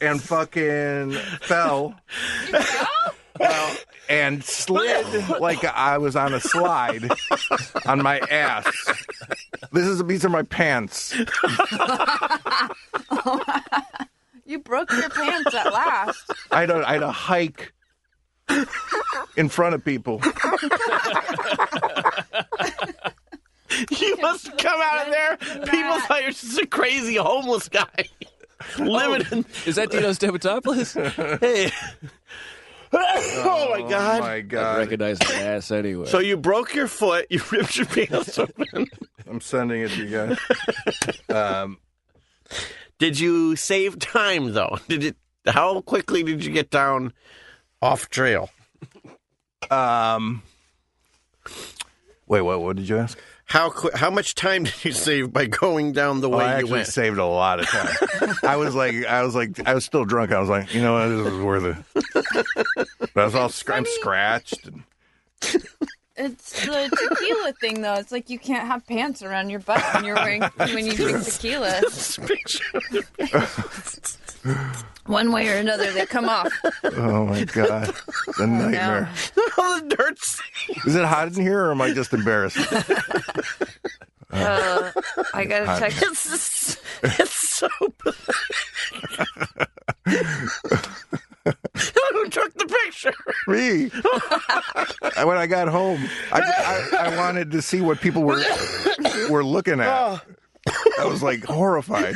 [SPEAKER 1] and fucking fell. Well, and slid like I was on a slide on my ass. This is these are my pants.
[SPEAKER 4] You broke your pants at last.
[SPEAKER 1] I had a, I had a hike in front of people.
[SPEAKER 2] You must have come out of there. People thought you were just a crazy homeless guy living in.
[SPEAKER 8] Is that Dino Stamatopoulos?
[SPEAKER 2] Hey. oh my
[SPEAKER 1] Oh
[SPEAKER 2] god.
[SPEAKER 1] my
[SPEAKER 8] I
[SPEAKER 1] god!
[SPEAKER 8] recognize my ass anyway.
[SPEAKER 2] So you broke your foot, you ripped your pants open.
[SPEAKER 1] I'm sending it to you guys. Um,
[SPEAKER 2] Did you save time though? Did it how quickly did you get down off trail?
[SPEAKER 1] um, wait, what? What did you ask?
[SPEAKER 2] How qui- how much time did you save by going down the way
[SPEAKER 1] I
[SPEAKER 2] you
[SPEAKER 1] actually
[SPEAKER 2] went?
[SPEAKER 1] saved a lot of time. I was like, I was like, I was still drunk. I was like, you know what, this is worth it. But I was all sc- I'm scratched. And,
[SPEAKER 4] It's the tequila thing, though. It's like you can't have pants around your butt when you're wearing when you drink tequila. One way or another, they come off.
[SPEAKER 1] oh my god, the nightmare.
[SPEAKER 2] All Oh, the dirt sand.
[SPEAKER 1] Is it hot in here, or am I just embarrassed?
[SPEAKER 4] Uh, I got a text.
[SPEAKER 2] It's just- it's so pathetic. Who took the picture?
[SPEAKER 1] Me. And when I got home, I, I, I wanted to see what people were were looking at.
[SPEAKER 2] Oh.
[SPEAKER 1] I was like horrified.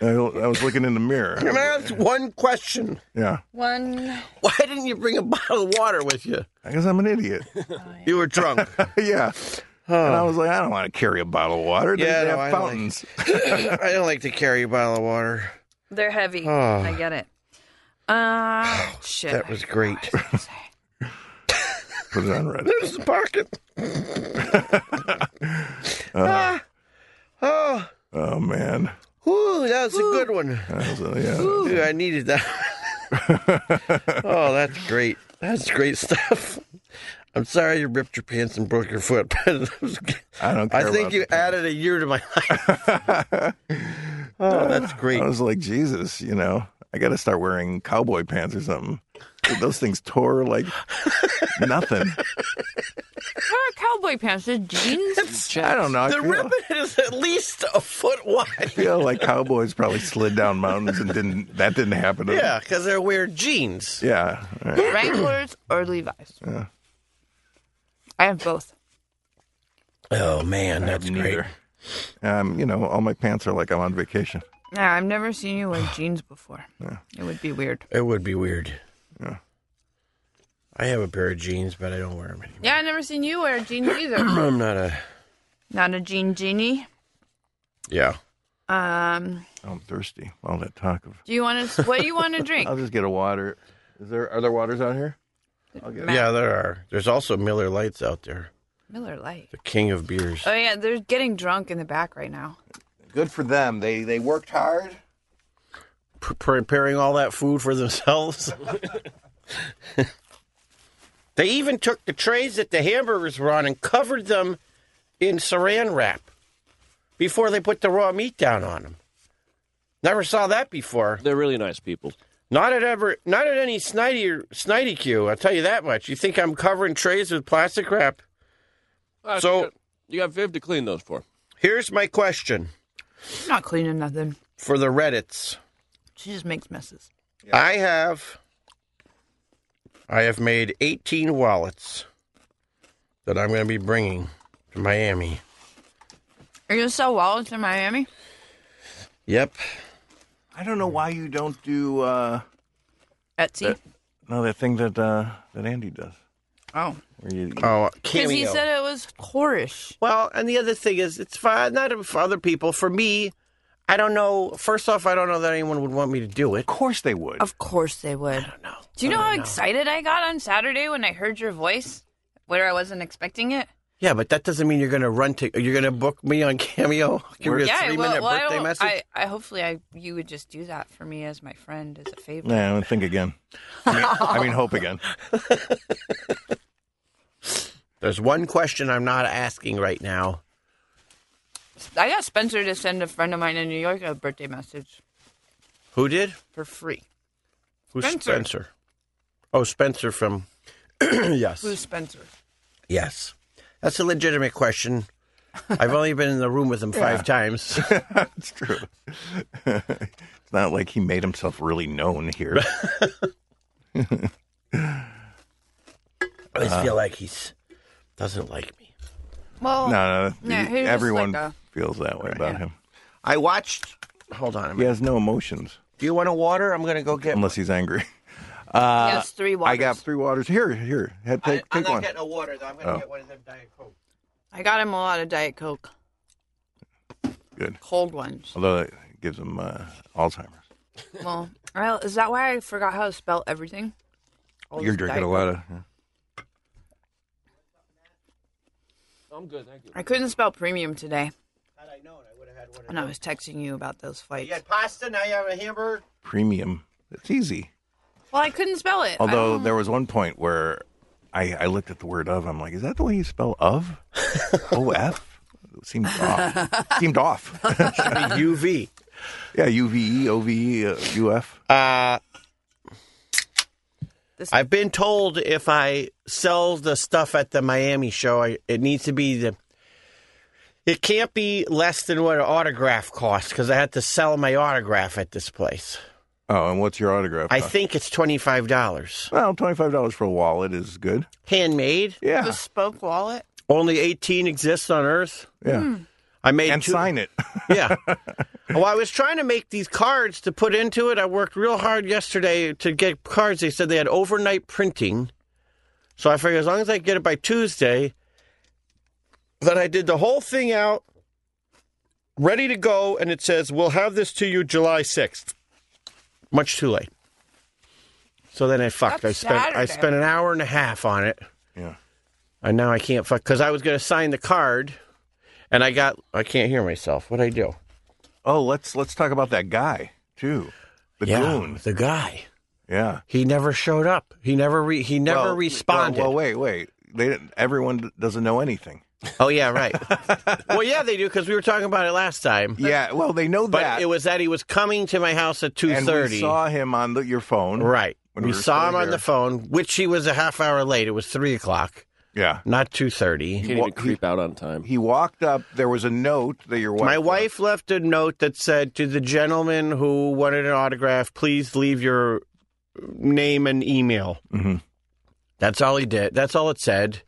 [SPEAKER 1] I, I was looking in the
[SPEAKER 2] Can I
[SPEAKER 1] mirror.
[SPEAKER 2] ask one question?
[SPEAKER 1] Yeah,
[SPEAKER 4] One.
[SPEAKER 2] Why didn't you bring a bottle of water with you?
[SPEAKER 1] I guess I'm an idiot.
[SPEAKER 2] You were drunk.
[SPEAKER 1] yeah. And I was like, I don't want to carry a bottle of water. They,
[SPEAKER 2] Oh. Yeah,
[SPEAKER 1] they
[SPEAKER 2] no, I
[SPEAKER 1] have
[SPEAKER 2] don't like-
[SPEAKER 1] fountains.
[SPEAKER 2] I don't like to carry a bottle of water.
[SPEAKER 4] They're heavy.
[SPEAKER 2] Oh.
[SPEAKER 4] I get it. Uh, shit.
[SPEAKER 2] That was great.
[SPEAKER 1] Put it on Reddit.
[SPEAKER 2] There's the pocket. Ah. oh,
[SPEAKER 1] Oh man.
[SPEAKER 2] whew, that was a good one.
[SPEAKER 1] That was a- yeah.
[SPEAKER 2] Ooh, I needed that. oh, that's great. That's great stuff. I'm sorry you ripped your pants and broke your foot, but it was good.
[SPEAKER 1] I don't care
[SPEAKER 2] I think
[SPEAKER 1] about
[SPEAKER 2] you
[SPEAKER 1] the pants.
[SPEAKER 2] added a year to my life. oh, that's great.
[SPEAKER 1] I was like, Jesus, you know, I got to start wearing cowboy pants or something. Dude, those things tore like nothing.
[SPEAKER 4] What are cowboy pants? Just jeans?
[SPEAKER 1] I don't know. I
[SPEAKER 2] The
[SPEAKER 1] feel,
[SPEAKER 2] ribbon is at least a foot wide.
[SPEAKER 1] feel like cowboys probably slid down mountains and didn't. That didn't happen. To
[SPEAKER 2] Yeah, because they're wearing jeans.
[SPEAKER 1] Them. Yeah. all right.
[SPEAKER 4] Wranglers or Levi's? I have both.
[SPEAKER 2] Oh man, that's great.
[SPEAKER 1] Neither. Um, you know, all my pants are like I'm on vacation.
[SPEAKER 4] Yeah, I've never seen you wear jeans before. It would be weird.
[SPEAKER 2] It would be weird.
[SPEAKER 1] Yeah.
[SPEAKER 2] I have a pair of jeans, but I don't wear them anymore.
[SPEAKER 4] Yeah, I've never seen you wear jeans either.
[SPEAKER 2] I'm not a
[SPEAKER 4] Not a jean genie.
[SPEAKER 2] yeah.
[SPEAKER 4] Um,
[SPEAKER 1] I'm thirsty. All that talk of.
[SPEAKER 4] do you want to? What do you want to drink?
[SPEAKER 1] I'll just get a water. Is there are there waters out here? I'll get it.
[SPEAKER 2] Yeah, there are. There's also Miller Lights out there,
[SPEAKER 4] Miller Lite.
[SPEAKER 2] the king of beers.
[SPEAKER 4] Oh yeah, they're getting drunk in the back right now.
[SPEAKER 1] Good for them. They they worked hard.
[SPEAKER 2] P- preparing all that food for themselves. they even took the trays that the hamburgers were on and covered them in saran wrap before they put the raw meat down on them. Never saw that before.
[SPEAKER 8] They're really nice people.
[SPEAKER 2] Not at ever, not at any snidey snidey Q. I'll tell you that much. You think I'm covering trays with plastic wrap? So-
[SPEAKER 8] you got Viv to clean those for.
[SPEAKER 2] Here's my question
[SPEAKER 4] I'm not cleaning nothing.
[SPEAKER 2] for the Reddits.
[SPEAKER 4] She just makes messes.
[SPEAKER 2] I have I have made 18 wallets that I'm going to be bringing to Miami.
[SPEAKER 4] Are you gonna sell wallets in Miami?
[SPEAKER 2] Yep.
[SPEAKER 1] I don't know why you don't do uh
[SPEAKER 4] Etsy.
[SPEAKER 1] no that thing that uh that Andy does.
[SPEAKER 4] oh,
[SPEAKER 1] Where you,
[SPEAKER 2] Oh,
[SPEAKER 4] because
[SPEAKER 2] cameo.
[SPEAKER 4] he said it was whorish.
[SPEAKER 2] well, and the other thing is it's fine not for other people, for me, I don't know. First off, I don't know that anyone would want me to do it.
[SPEAKER 1] of course they would.
[SPEAKER 4] Of course they would.
[SPEAKER 2] No.
[SPEAKER 4] Do you know how excited I got on Saturday when I heard your voice? Whether I wasn't expecting it.
[SPEAKER 2] Yeah, but that doesn't mean you're going to run to you're going to book me on Cameo. Give me a
[SPEAKER 4] yeah,
[SPEAKER 2] 3
[SPEAKER 4] well,
[SPEAKER 2] minute
[SPEAKER 4] well, I
[SPEAKER 2] birthday
[SPEAKER 4] don't-
[SPEAKER 2] message.
[SPEAKER 4] I, I hopefully I you would just do that for me as my friend as a favor.
[SPEAKER 1] Nah, I would think again. I mean, I mean hope again.
[SPEAKER 2] There's one question I'm not asking right now.
[SPEAKER 4] I got Spencer to send a friend of mine in New York a birthday message
[SPEAKER 2] Who did?
[SPEAKER 4] for free.
[SPEAKER 2] Who's
[SPEAKER 4] Spencer.
[SPEAKER 2] Spencer? Oh, Spencer from Yes.
[SPEAKER 4] Who's Spencer?
[SPEAKER 2] Yes. That's a legitimate question. I've only been in the room with him five times.
[SPEAKER 1] That's true. it's not like he made himself really known here.
[SPEAKER 2] I just feel like he's doesn't like me.
[SPEAKER 4] Well,
[SPEAKER 1] No, no,
[SPEAKER 4] Yeah,
[SPEAKER 1] he-
[SPEAKER 4] he was just
[SPEAKER 1] everyone
[SPEAKER 4] like a-
[SPEAKER 1] feels that way about him.
[SPEAKER 2] I watched hold on a minute.
[SPEAKER 1] He has no emotions
[SPEAKER 2] Do you want a water? I'm gonna go get
[SPEAKER 1] unless he's angry.
[SPEAKER 4] he has three waters.
[SPEAKER 1] I got three waters here. Here, Had- take,
[SPEAKER 2] I'm
[SPEAKER 1] take
[SPEAKER 2] not
[SPEAKER 1] one.
[SPEAKER 2] getting a water though. I'm gonna
[SPEAKER 1] Oh.
[SPEAKER 2] get one of them Diet Coke.
[SPEAKER 4] I got him a lot of Diet Coke,
[SPEAKER 1] Good.
[SPEAKER 4] cold ones.
[SPEAKER 1] Although it gives him uh, Alzheimer's.
[SPEAKER 4] Well, well, is that why I forgot how to spell everything? All
[SPEAKER 1] You're
[SPEAKER 4] this
[SPEAKER 1] drinking
[SPEAKER 4] Diet
[SPEAKER 1] a lot of.
[SPEAKER 8] I'm good, thank you.
[SPEAKER 4] Coke. I couldn't spell premium today,
[SPEAKER 2] Had I known I would have had one of
[SPEAKER 4] and I was texting you about those flights.
[SPEAKER 2] You had pasta, now you have a hamburger.
[SPEAKER 1] premium. It's easy.
[SPEAKER 4] Well, I couldn't spell it. I
[SPEAKER 1] Although
[SPEAKER 4] don't-
[SPEAKER 1] there was one point where I, I looked at the word of. I'm like, is that the way you spell of? O F. It Seemed off. Seemed off.
[SPEAKER 2] UV.
[SPEAKER 1] yeah, U V E O V E uh, U F.
[SPEAKER 2] Uh
[SPEAKER 4] This-
[SPEAKER 2] I've been told if I sell the stuff at the Miami show, I, it needs to be the. It can't be less than what an autograph costs because I had to sell my autograph at this place.
[SPEAKER 1] Oh, and what's your autograph?
[SPEAKER 2] I
[SPEAKER 1] cost?
[SPEAKER 2] think it's twenty five dollars,
[SPEAKER 1] well, twenty five dollars for a wallet is good.
[SPEAKER 2] handmade.
[SPEAKER 1] Yeah,
[SPEAKER 4] bespoke wallet.
[SPEAKER 2] Only eighteen exists on Earth.
[SPEAKER 1] yeah,
[SPEAKER 4] hmm.
[SPEAKER 2] I made
[SPEAKER 1] and
[SPEAKER 2] two-
[SPEAKER 1] sign it.
[SPEAKER 2] Yeah. well, I was trying to make these cards to put into it. I worked real hard yesterday to get cards. They said they had overnight printing. So I figured as long as I get it by Tuesday, then I did the whole thing out, ready to go, and it says, We'll have this to you July 6th. Much too late. So then I fucked.
[SPEAKER 4] That's
[SPEAKER 2] I spent I
[SPEAKER 4] Saturday.
[SPEAKER 2] spent an hour and a half on it.
[SPEAKER 1] Yeah.
[SPEAKER 2] And now I can't fuck because I was going to sign the card, and I got I can't hear myself. What would I do?
[SPEAKER 1] Oh, let's let's talk about that guy too, the goon.
[SPEAKER 2] the guy.
[SPEAKER 1] Yeah,
[SPEAKER 2] He never showed up. He never re- he never
[SPEAKER 1] Well,
[SPEAKER 2] responded.
[SPEAKER 1] Well, well, wait, wait. They didn't, everyone d- doesn't know anything.
[SPEAKER 2] oh yeah, right. well, yeah, they do because we were talking about it last time.
[SPEAKER 1] yeah, well, they know
[SPEAKER 2] But
[SPEAKER 1] that.
[SPEAKER 2] it was that he was coming to my house at two
[SPEAKER 1] and we
[SPEAKER 2] thirty.
[SPEAKER 1] saw him on the, your phone.
[SPEAKER 2] Right.
[SPEAKER 1] when
[SPEAKER 2] we
[SPEAKER 1] we were
[SPEAKER 2] saw
[SPEAKER 1] still
[SPEAKER 2] him on
[SPEAKER 1] there.
[SPEAKER 2] the phone, which he was a half hour late. It was three o'clock,
[SPEAKER 1] Yeah.
[SPEAKER 2] not two thirty.
[SPEAKER 8] Can't
[SPEAKER 1] Well,
[SPEAKER 8] even creep out on time.
[SPEAKER 1] He walked up. There was a note that your wife.
[SPEAKER 2] My
[SPEAKER 1] left.
[SPEAKER 2] wife left a note that said to the gentleman who wanted an autograph, please leave your name and email.
[SPEAKER 1] Mhm.
[SPEAKER 2] That's all he did. That's all it said.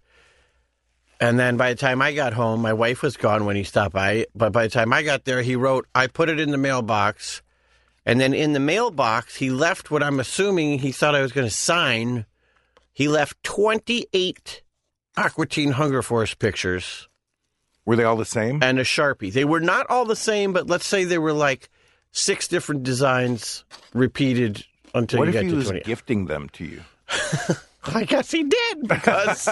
[SPEAKER 2] And then by the time I got home, my wife was gone when he stopped by. But by the time I got there, he wrote, I put it in the mailbox. And then in the mailbox, he left what I'm assuming he thought I was going to sign. He left 28 Aquatine Hunger Force pictures
[SPEAKER 1] Were they all the same?
[SPEAKER 2] and a sharpie. They were not all the same, but let's say they were like six different designs repeated until
[SPEAKER 1] what
[SPEAKER 2] you
[SPEAKER 1] if
[SPEAKER 2] get
[SPEAKER 1] he
[SPEAKER 2] to
[SPEAKER 1] was
[SPEAKER 2] twenty.
[SPEAKER 1] gifting them to you?
[SPEAKER 2] I guess he did because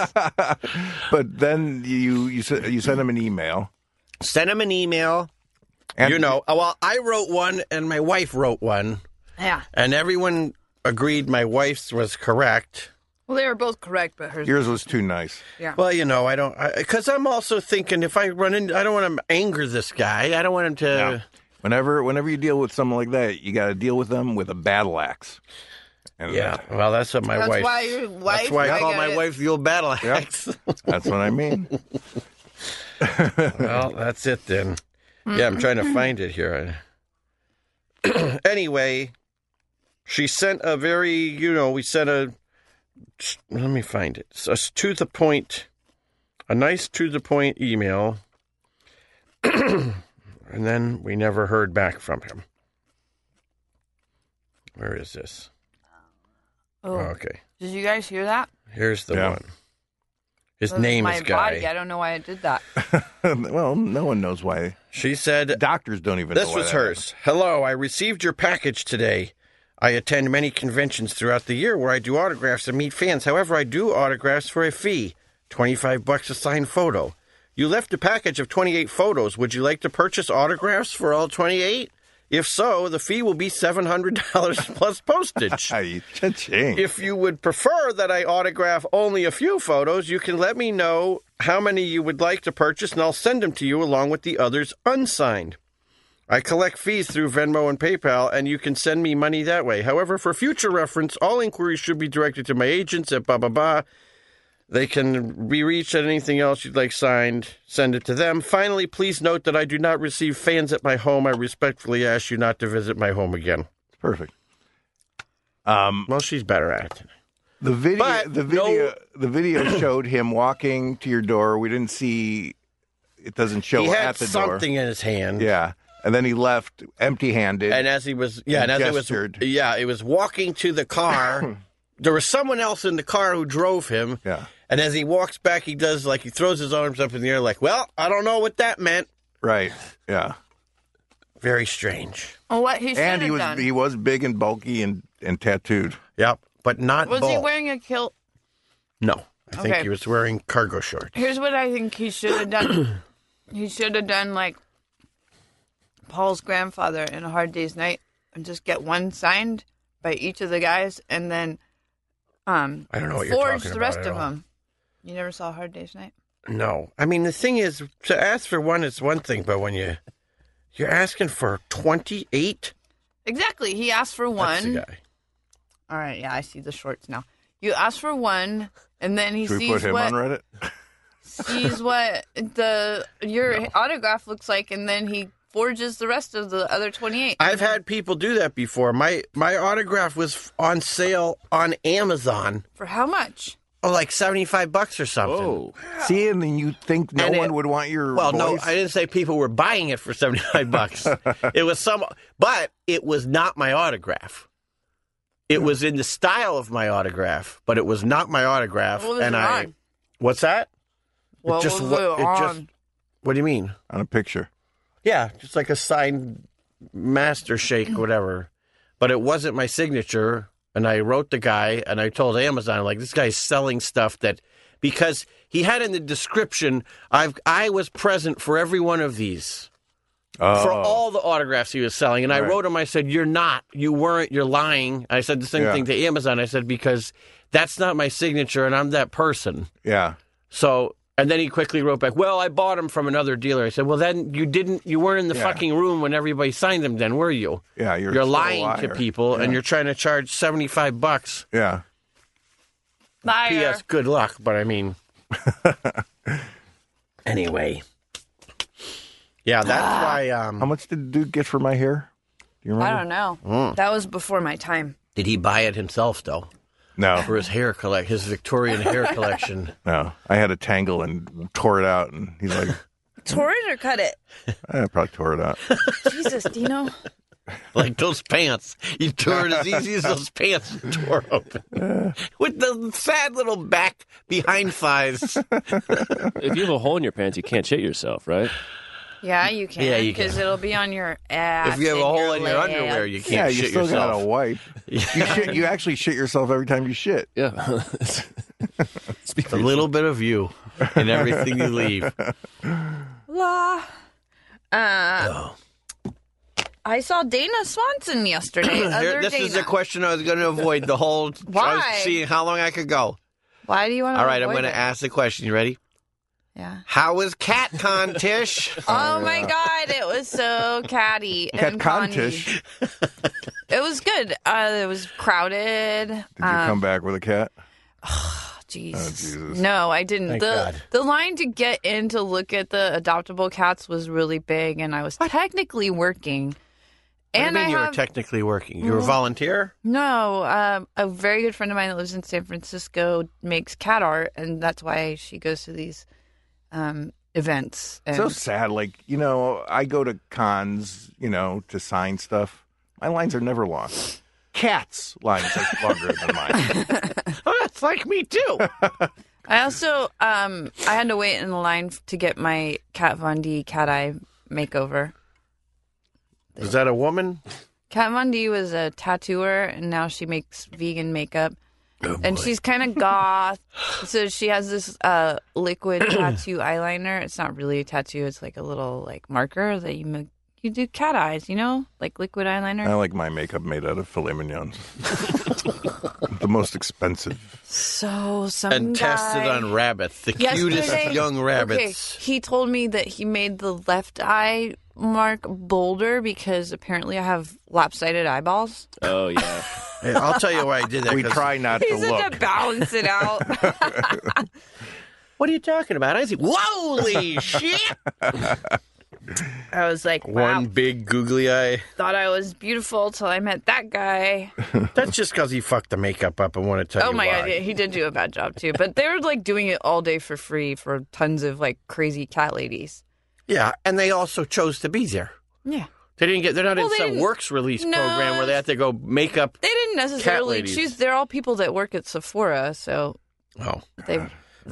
[SPEAKER 1] But then you you se- you send them an email.
[SPEAKER 2] sent him an email.
[SPEAKER 1] And
[SPEAKER 2] you know, oh, well, I wrote one and my wife wrote one,
[SPEAKER 4] Yeah.
[SPEAKER 2] and everyone agreed my wife's was correct.
[SPEAKER 4] Well, they were both correct, but hers.
[SPEAKER 1] yours was too nice.
[SPEAKER 2] Well, you know, I don't, because I'm also thinking if I run in, I don't want to anger this guy. I don't want him to.
[SPEAKER 1] Whenever whenever you deal with someone like that, you got to deal with them with a battle axe. And
[SPEAKER 2] Yeah, well, that's what my
[SPEAKER 9] That's
[SPEAKER 2] wife.
[SPEAKER 9] why your wife.
[SPEAKER 2] that's why I call
[SPEAKER 9] got
[SPEAKER 2] my
[SPEAKER 9] it.
[SPEAKER 2] wife the old battle axe.
[SPEAKER 1] that's what I mean.
[SPEAKER 2] well, that's it then. Yeah, I'm trying to
[SPEAKER 4] Mm-hmm.
[SPEAKER 2] find it here. anyway, she sent a very, you know, we sent a. Let me find it. So it's to the point, a nice to the point email, and then we never heard back from him. Where is this?
[SPEAKER 4] Oh,
[SPEAKER 2] Okay,
[SPEAKER 4] did you guys hear that?
[SPEAKER 2] here's the
[SPEAKER 1] Yeah.
[SPEAKER 2] one. His
[SPEAKER 4] That was
[SPEAKER 2] name
[SPEAKER 4] my
[SPEAKER 2] is Guy.
[SPEAKER 4] body. I don't know why I did that.
[SPEAKER 1] well, no one knows why.
[SPEAKER 2] She said,
[SPEAKER 1] Doctors don't even. know
[SPEAKER 2] This
[SPEAKER 1] why
[SPEAKER 2] was
[SPEAKER 1] that
[SPEAKER 2] hers. Hello, I received your package today. I attend many conventions throughout the year where I do autographs and meet fans. However, I do autographs for a fee, 25 bucks a signed photo. You left a package of 28 photos. Would you like to purchase autographs for all 28? If so, the fee will be $700 plus postage.
[SPEAKER 1] happened. Hey, cha-ching.
[SPEAKER 2] If you would prefer that I autograph only a few photos, you can let me know how many you would like to purchase and I'll send them to you along with the others unsigned. I collect fees through Venmo and PayPal, and you can send me money that way. However, for future reference, all inquiries should be directed to my agents at blah blah blah. They can be reached at anything else you'd like signed. Send it to them. Finally, please note that I do not receive fans at my home. I respectfully ask you not to visit my home again.
[SPEAKER 1] Perfect. Um,
[SPEAKER 2] Well, she's better at it.
[SPEAKER 1] the video,
[SPEAKER 2] But
[SPEAKER 1] the video, the video showed him walking to your door. We didn't see. It doesn't show
[SPEAKER 2] He had
[SPEAKER 1] at the
[SPEAKER 2] something in his hand.
[SPEAKER 1] door. Yeah, and then he left empty-handed.
[SPEAKER 2] And as he was, yeah,
[SPEAKER 1] And
[SPEAKER 2] and, as
[SPEAKER 1] gestured.
[SPEAKER 2] it was, yeah, he was walking to the car. there was someone else in the car who drove him.
[SPEAKER 1] Yeah.
[SPEAKER 2] And as he walks back, he does like he throws his arms up in the air, like, "Well, I don't know what that meant."
[SPEAKER 1] right. Yeah.
[SPEAKER 2] Very strange.
[SPEAKER 9] Oh, what he should
[SPEAKER 1] And he
[SPEAKER 9] have
[SPEAKER 1] was
[SPEAKER 9] done.
[SPEAKER 1] he was big and bulky and and tattooed.
[SPEAKER 2] Yep. But not
[SPEAKER 9] was he
[SPEAKER 2] bald.
[SPEAKER 9] wearing a kilt?
[SPEAKER 2] No, I think
[SPEAKER 9] Okay.
[SPEAKER 2] he was wearing cargo shorts.
[SPEAKER 9] Here's what I think he should have done. he should have done like Paul's grandfather in A Hard Day's Night and just get one signed by each of the guys and then um
[SPEAKER 2] I don't know what you're
[SPEAKER 9] forge
[SPEAKER 2] talking
[SPEAKER 9] the
[SPEAKER 2] about
[SPEAKER 9] rest
[SPEAKER 2] at
[SPEAKER 9] of
[SPEAKER 2] all.
[SPEAKER 9] them. You never saw A Hard Day's Night?
[SPEAKER 2] No, I mean the thing is, to ask for one is one thing, but when you you're asking for twenty eight,
[SPEAKER 9] Exactly. He asked for
[SPEAKER 2] that's the
[SPEAKER 9] one.
[SPEAKER 2] guy.
[SPEAKER 9] All right, yeah, I see the shorts now. You ask for one and then he
[SPEAKER 1] Should we
[SPEAKER 9] sees
[SPEAKER 1] put him
[SPEAKER 9] what
[SPEAKER 1] on Reddit?
[SPEAKER 9] sees what the your autograph looks like and then he forges the rest of the other 28.
[SPEAKER 2] I've had people do that before. My my autograph was f- on sale on Amazon,
[SPEAKER 9] for how much?
[SPEAKER 2] oh, like seventy five bucks or something.
[SPEAKER 8] Oh,
[SPEAKER 1] See, and then you think no
[SPEAKER 2] And it-
[SPEAKER 1] one would want your
[SPEAKER 2] Well, no,
[SPEAKER 1] voice?
[SPEAKER 2] I didn't say people were buying it for seventy five bucks. it was some, but it was not my autograph. It was in the style of my autograph, but it was not my autograph.
[SPEAKER 9] What was
[SPEAKER 2] and
[SPEAKER 9] it
[SPEAKER 2] I,
[SPEAKER 9] on?
[SPEAKER 2] what's that?
[SPEAKER 9] What
[SPEAKER 2] just
[SPEAKER 9] was
[SPEAKER 2] lo-
[SPEAKER 9] it
[SPEAKER 2] it just-
[SPEAKER 9] on?
[SPEAKER 2] What do you mean?
[SPEAKER 1] on a picture.
[SPEAKER 2] Yeah, just like a signed master shake, whatever. But it wasn't my signature. And I wrote the guy and I told Amazon, like, this guy's selling stuff that because he had in the description, I've I was present for every one of these.
[SPEAKER 1] Oh,
[SPEAKER 2] For all the autographs he was selling. And I
[SPEAKER 1] Right.
[SPEAKER 2] wrote him, I said, You're not, you weren't, you're lying. I said the same
[SPEAKER 1] Yeah.
[SPEAKER 2] thing to Amazon. I said, because that's not my signature and I'm that person.
[SPEAKER 1] yeah.
[SPEAKER 2] So, and then he quickly wrote back, "Well, I bought them from another dealer." I said, "Well, then you didn't. You weren't in the
[SPEAKER 1] Yeah.
[SPEAKER 2] fucking room when everybody signed them. Then were you?
[SPEAKER 1] Yeah, you're,
[SPEAKER 2] You're
[SPEAKER 1] still a
[SPEAKER 2] lying to
[SPEAKER 1] liar.
[SPEAKER 2] people, and you're trying to charge seventy five bucks.
[SPEAKER 1] Yeah,
[SPEAKER 9] Liar.
[SPEAKER 2] P.S. Good luck, but I mean, anyway, yeah,
[SPEAKER 1] Ah.
[SPEAKER 2] that's why.
[SPEAKER 1] how
[SPEAKER 2] Um,
[SPEAKER 1] much did the dude get for my hair? Do you
[SPEAKER 4] I
[SPEAKER 1] remember?
[SPEAKER 4] don't know.
[SPEAKER 9] That was before my time.
[SPEAKER 2] did he buy it himself though for
[SPEAKER 1] No,
[SPEAKER 2] his hair collect his Victorian hair collection?
[SPEAKER 1] no. I had a tangle and tore it out, and he's like,
[SPEAKER 9] Tore it or cut it?
[SPEAKER 1] I probably tore it out.
[SPEAKER 9] Jesus, Dino.
[SPEAKER 2] like those pants. You tore it as easy as those pants tore open. With the sad little back behind thighs.
[SPEAKER 8] If you have a hole in your pants, you can't shit yourself, right?
[SPEAKER 4] Yeah, you can.
[SPEAKER 2] Yeah, you
[SPEAKER 4] Because
[SPEAKER 2] can.
[SPEAKER 4] it'll be on your ass.
[SPEAKER 2] if you have a
[SPEAKER 4] and
[SPEAKER 2] hole in your
[SPEAKER 4] leg.
[SPEAKER 2] underwear, you can't
[SPEAKER 1] yeah, you
[SPEAKER 2] shit
[SPEAKER 1] still
[SPEAKER 2] yourself.
[SPEAKER 1] got to wipe. You shit, you actually shit yourself every time you shit.
[SPEAKER 10] Yeah. Speak
[SPEAKER 2] It's a little bit of you in everything you leave.
[SPEAKER 4] La. Uh, I saw Dana Swanson yesterday.
[SPEAKER 2] Oh. Here-
[SPEAKER 4] other
[SPEAKER 2] this is
[SPEAKER 4] Dana.
[SPEAKER 2] the question I was going to avoid the whole. I
[SPEAKER 4] Why? Oh,
[SPEAKER 2] was seeing how long I could go.
[SPEAKER 4] Why do you want to?
[SPEAKER 2] All right, I'm going to ask the question. You ready?
[SPEAKER 4] Yeah.
[SPEAKER 2] How was CatCon, Tish?
[SPEAKER 4] Oh my God! It was so catty
[SPEAKER 1] Cat
[SPEAKER 4] and contish.
[SPEAKER 1] Contish.
[SPEAKER 4] It was good. Uh, it was crowded.
[SPEAKER 1] Did you
[SPEAKER 2] uh,
[SPEAKER 1] come back with a cat?
[SPEAKER 4] Jeez.
[SPEAKER 1] Jesus.
[SPEAKER 4] No, I didn't.
[SPEAKER 2] Oh, Thank
[SPEAKER 4] the
[SPEAKER 2] God.
[SPEAKER 4] the line to get in to look at the adoptable cats was really big, and I was technically
[SPEAKER 2] What
[SPEAKER 4] working. and
[SPEAKER 2] do you mean you
[SPEAKER 4] I have Mm-hmm.
[SPEAKER 2] were technically working? You were a volunteer?
[SPEAKER 4] no. Um, a very good friend of mine that lives in San Francisco makes cat art, and that's why she goes to these um, events. And
[SPEAKER 1] So sad. Like you know, I go to cons, you know, to sign stuff. My lines are never long. Cats' lines are longer than mine.
[SPEAKER 2] Oh, that's like me too.
[SPEAKER 4] I also um, I had to wait in the line f- to get my Kat Von D cat eye makeover.
[SPEAKER 2] Is that a woman?
[SPEAKER 4] Kat Von D was a tattooer, and now she makes vegan makeup.
[SPEAKER 2] Oh,
[SPEAKER 4] and she's kind of goth, so she has this uh, liquid tattoo eyeliner. It's not really a tattoo; it's like a little like marker that you make. You do cat eyes, you know, like liquid eyeliner.
[SPEAKER 1] I
[SPEAKER 2] Oh.
[SPEAKER 1] like my makeup made out of filet mignons, the most expensive.
[SPEAKER 4] So some
[SPEAKER 2] And tested
[SPEAKER 4] guy-
[SPEAKER 2] on rabbits, the cutest
[SPEAKER 4] Yesterday-
[SPEAKER 2] young rabbits.
[SPEAKER 4] Okay, he told me that he made the left eye mark bolder because apparently I have lopsided eyeballs.
[SPEAKER 8] Oh yeah.
[SPEAKER 2] Hey, I'll tell you why I did that.
[SPEAKER 1] We
[SPEAKER 2] 'cause-
[SPEAKER 1] try not to
[SPEAKER 4] He said to
[SPEAKER 1] look.
[SPEAKER 4] balance it out.
[SPEAKER 2] What are you talking about? I see. Holy shit!
[SPEAKER 4] I was like, wow,
[SPEAKER 2] One big googly eye.
[SPEAKER 4] thought I was beautiful till I met that guy.
[SPEAKER 2] That's just because he fucked the makeup up. I want to tell
[SPEAKER 4] Oh
[SPEAKER 2] you
[SPEAKER 4] my
[SPEAKER 2] why.
[SPEAKER 4] god, yeah, he did do a bad job too. But they were like doing it all day for free for tons of like crazy cat ladies.
[SPEAKER 2] Yeah, and they also chose to be there.
[SPEAKER 4] Yeah.
[SPEAKER 2] They didn't get. They're not
[SPEAKER 4] Well,
[SPEAKER 2] in
[SPEAKER 4] they
[SPEAKER 2] some
[SPEAKER 4] didn't-
[SPEAKER 2] works release
[SPEAKER 4] No,
[SPEAKER 2] program where they have to go make up.
[SPEAKER 4] They didn't necessarily
[SPEAKER 2] ladies.
[SPEAKER 4] choose they're all people that work at Sephora, so
[SPEAKER 2] Oh,
[SPEAKER 4] they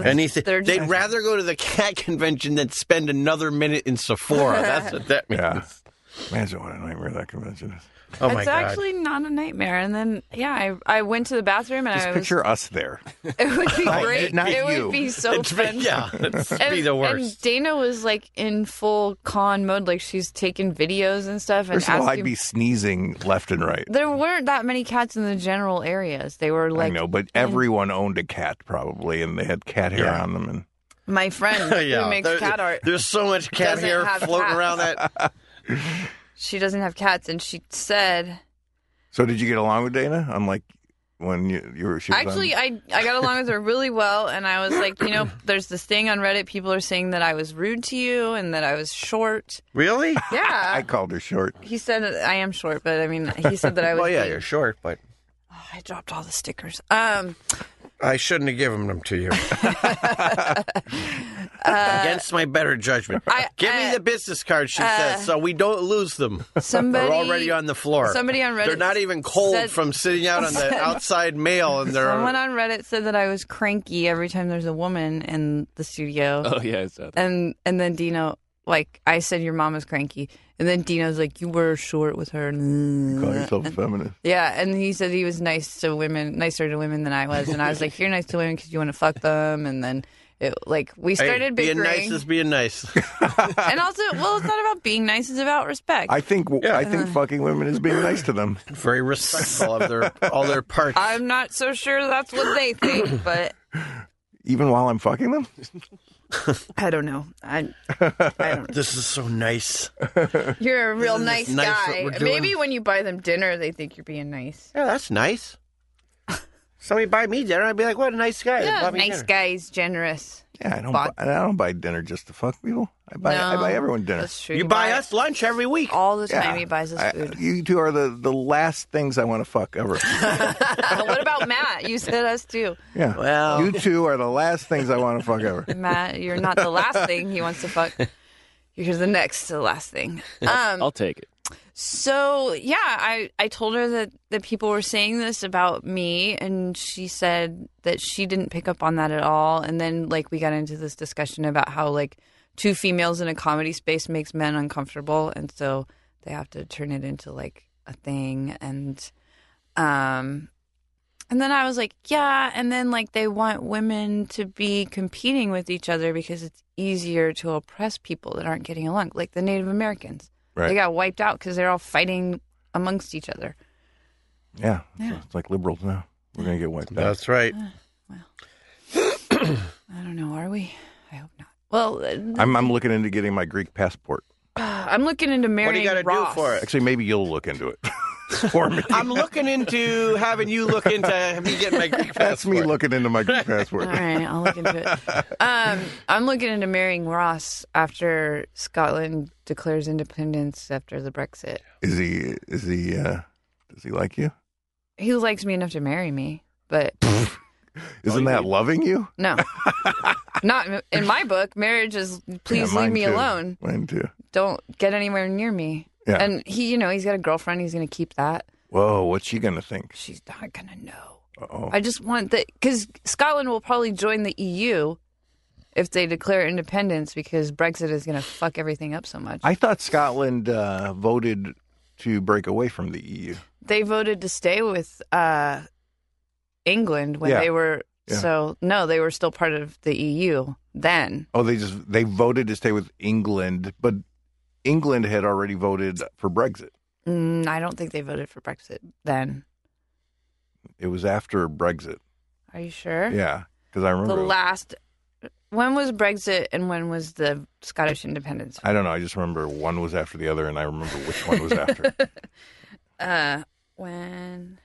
[SPEAKER 2] anything.
[SPEAKER 4] they're
[SPEAKER 2] They'd
[SPEAKER 4] just-
[SPEAKER 2] rather go to the cat convention than spend another minute in Sephora. That's what that means.
[SPEAKER 1] Yeah. Imagine what a nightmare that convention is.
[SPEAKER 2] Oh my
[SPEAKER 4] it's
[SPEAKER 2] god.
[SPEAKER 4] actually not a nightmare. And then yeah, I, I went to the bathroom and
[SPEAKER 1] Just
[SPEAKER 4] I was
[SPEAKER 1] picture us there.
[SPEAKER 4] it would be
[SPEAKER 1] Like,
[SPEAKER 4] great.
[SPEAKER 1] not
[SPEAKER 4] it
[SPEAKER 1] you.
[SPEAKER 4] would be so
[SPEAKER 2] It's been-
[SPEAKER 4] fun.
[SPEAKER 2] yeah, it'd be the
[SPEAKER 4] And
[SPEAKER 2] worst.
[SPEAKER 4] Dana was like in full con mode, like she's taking videos and stuff and
[SPEAKER 1] First of all, I'd
[SPEAKER 4] asking-
[SPEAKER 1] be sneezing left and right.
[SPEAKER 4] there weren't that many cats in the general areas. They were like
[SPEAKER 1] I know, but everyone owned a cat probably, and they had cat hair
[SPEAKER 2] Yeah.
[SPEAKER 1] on them. And
[SPEAKER 4] my friend who makes
[SPEAKER 2] there-
[SPEAKER 4] cat art.
[SPEAKER 2] There's so much cat
[SPEAKER 4] doesn't
[SPEAKER 2] hair
[SPEAKER 4] have
[SPEAKER 2] floating
[SPEAKER 4] cats.
[SPEAKER 2] around that.
[SPEAKER 4] she doesn't have cats and she said
[SPEAKER 1] so, did you get along with Dana? Unlike when you, you were she was on-
[SPEAKER 4] actually I, I got along with her really well and i was like you know there's this thing on reddit people are saying that i was rude to you and that i was short
[SPEAKER 2] Really?
[SPEAKER 1] I
[SPEAKER 4] yeah
[SPEAKER 1] called her short.
[SPEAKER 4] he said that i am short but i mean he said that i was
[SPEAKER 2] Well, yeah,
[SPEAKER 4] being-
[SPEAKER 2] you're short, but
[SPEAKER 4] Oh, i dropped all the stickers um
[SPEAKER 2] I shouldn't have given them to you. Against my better judgment.
[SPEAKER 4] Uh, I-
[SPEAKER 2] Give me
[SPEAKER 4] uh,
[SPEAKER 2] the business card, she says, so we don't lose them.
[SPEAKER 4] somebody
[SPEAKER 2] they're already on the floor.
[SPEAKER 4] somebody on Reddit
[SPEAKER 2] They're not even cold
[SPEAKER 4] said-
[SPEAKER 2] from sitting out on the outside mail, and they're
[SPEAKER 4] someone on reddit said that i was cranky every time there's a woman in the studio
[SPEAKER 8] Oh yeah. It's out there.
[SPEAKER 4] and and then Dino like I said your mom was cranky and then Dino's like you were short with her
[SPEAKER 1] Call yourself a feminist.
[SPEAKER 4] yeah and he said he was nice to women nicer to women than I was and I was like you're nice to women because you want to fuck them and then it like we
[SPEAKER 2] Hey,
[SPEAKER 4] started
[SPEAKER 2] being
[SPEAKER 4] bickering
[SPEAKER 2] nice is being nice.
[SPEAKER 4] and also well it's not about being nice it's about respect
[SPEAKER 1] I think
[SPEAKER 2] Yeah.
[SPEAKER 1] I think fucking women is being nice to them.
[SPEAKER 2] Very respectful of their all their parts.
[SPEAKER 4] I'm not so sure that's what they think but
[SPEAKER 1] even while I'm fucking them?
[SPEAKER 4] I don't know I
[SPEAKER 2] this is so nice.
[SPEAKER 4] you're a real
[SPEAKER 2] Isn't this
[SPEAKER 4] nice,
[SPEAKER 2] nice what
[SPEAKER 4] guy
[SPEAKER 2] we're doing?
[SPEAKER 4] maybe when you buy them dinner they think you're being nice
[SPEAKER 2] Yeah, that's nice. Somebody buy me dinner, I'd be like, what a nice guy.
[SPEAKER 4] yeah,
[SPEAKER 2] Buy me
[SPEAKER 4] nice
[SPEAKER 2] dinner.
[SPEAKER 4] guys generous
[SPEAKER 1] Yeah, I don't. Buy,
[SPEAKER 4] Fuck.
[SPEAKER 1] I don't buy dinner just to fuck people. I buy. I
[SPEAKER 4] No,
[SPEAKER 1] buy everyone dinner.
[SPEAKER 4] that's true
[SPEAKER 2] You buy us lunch every week.
[SPEAKER 4] all the
[SPEAKER 1] Yeah.
[SPEAKER 4] time he buys
[SPEAKER 1] I-
[SPEAKER 4] us food.
[SPEAKER 1] you two are the the last things I want to fuck ever.
[SPEAKER 4] what about Matt? You said us too.
[SPEAKER 1] Yeah.
[SPEAKER 2] Well-
[SPEAKER 1] you two are the last things I want to fuck ever.
[SPEAKER 4] Matt, you're not the last thing he wants to fuck. You're the next to the last thing. Um,
[SPEAKER 8] I'll take it.
[SPEAKER 4] so yeah, I, I told her that, that people were saying this about me and she said that she didn't pick up on that at all. And then like we got into this discussion about how like two females in a comedy space makes men uncomfortable, and so they have to turn it into like a thing. And um, and then I was like, yeah. And then like they want women to be competing with each other because it's easier to oppress people that aren't getting along, like the Native Americans.
[SPEAKER 1] Right.
[SPEAKER 4] They got wiped out because they're all fighting amongst each other.
[SPEAKER 1] Yeah. So it's like liberals now. We're gonna get wiped out.
[SPEAKER 2] That's right.
[SPEAKER 4] I don't know. Are we? I hope not. Well, uh,
[SPEAKER 1] I'm I'm looking into getting my Greek passport.
[SPEAKER 4] I'm looking into
[SPEAKER 2] What do
[SPEAKER 4] marrying
[SPEAKER 2] you got to do
[SPEAKER 4] Ross.
[SPEAKER 2] for it?
[SPEAKER 1] Actually, maybe you'll look into it for me.
[SPEAKER 2] I'm looking into having you look into me getting my Greek
[SPEAKER 1] That's me
[SPEAKER 2] passport.
[SPEAKER 1] looking into my Greek passport.
[SPEAKER 4] All right, I'll look into it. Um, I'm looking into marrying Ross after Scotland declares independence after the Brexit.
[SPEAKER 1] Is he? Is he? uh Does he like you?
[SPEAKER 4] He likes me enough to marry me, but Oh,
[SPEAKER 1] Isn't that loving you?
[SPEAKER 4] no, not in my book. Marriage is please
[SPEAKER 1] Yeah,
[SPEAKER 4] leave
[SPEAKER 1] mine
[SPEAKER 4] me
[SPEAKER 1] too.
[SPEAKER 4] alone.
[SPEAKER 1] Mine too.
[SPEAKER 4] Don't get anywhere near me.
[SPEAKER 1] Yeah.
[SPEAKER 4] And he, you know, he's got a girlfriend. He's going to keep that.
[SPEAKER 1] Whoa, what's she gonna think?
[SPEAKER 4] She's not going to know.
[SPEAKER 1] Oh,
[SPEAKER 4] I just want that because Scotland will probably join the EU if they declare independence because Brexit is going to fuck everything up so much.
[SPEAKER 1] I thought Scotland uh, voted to break away from the E EU.
[SPEAKER 4] they voted to stay with uh, England when
[SPEAKER 1] Yeah.
[SPEAKER 4] they were.
[SPEAKER 1] Yeah.
[SPEAKER 4] So no, they were still part of the EU then.
[SPEAKER 1] Oh, they just they voted to stay with England, but England had already voted for Brexit.
[SPEAKER 4] Mm, I don't think they voted for Brexit then.
[SPEAKER 1] It was after Brexit.
[SPEAKER 4] Are you sure?
[SPEAKER 1] Yeah, because I remember.
[SPEAKER 4] The
[SPEAKER 1] it was-
[SPEAKER 4] last. When was Brexit and when was the Scottish independence?
[SPEAKER 1] I don't know. I just remember one was after the other, and I remember which one was after.
[SPEAKER 4] Uh, when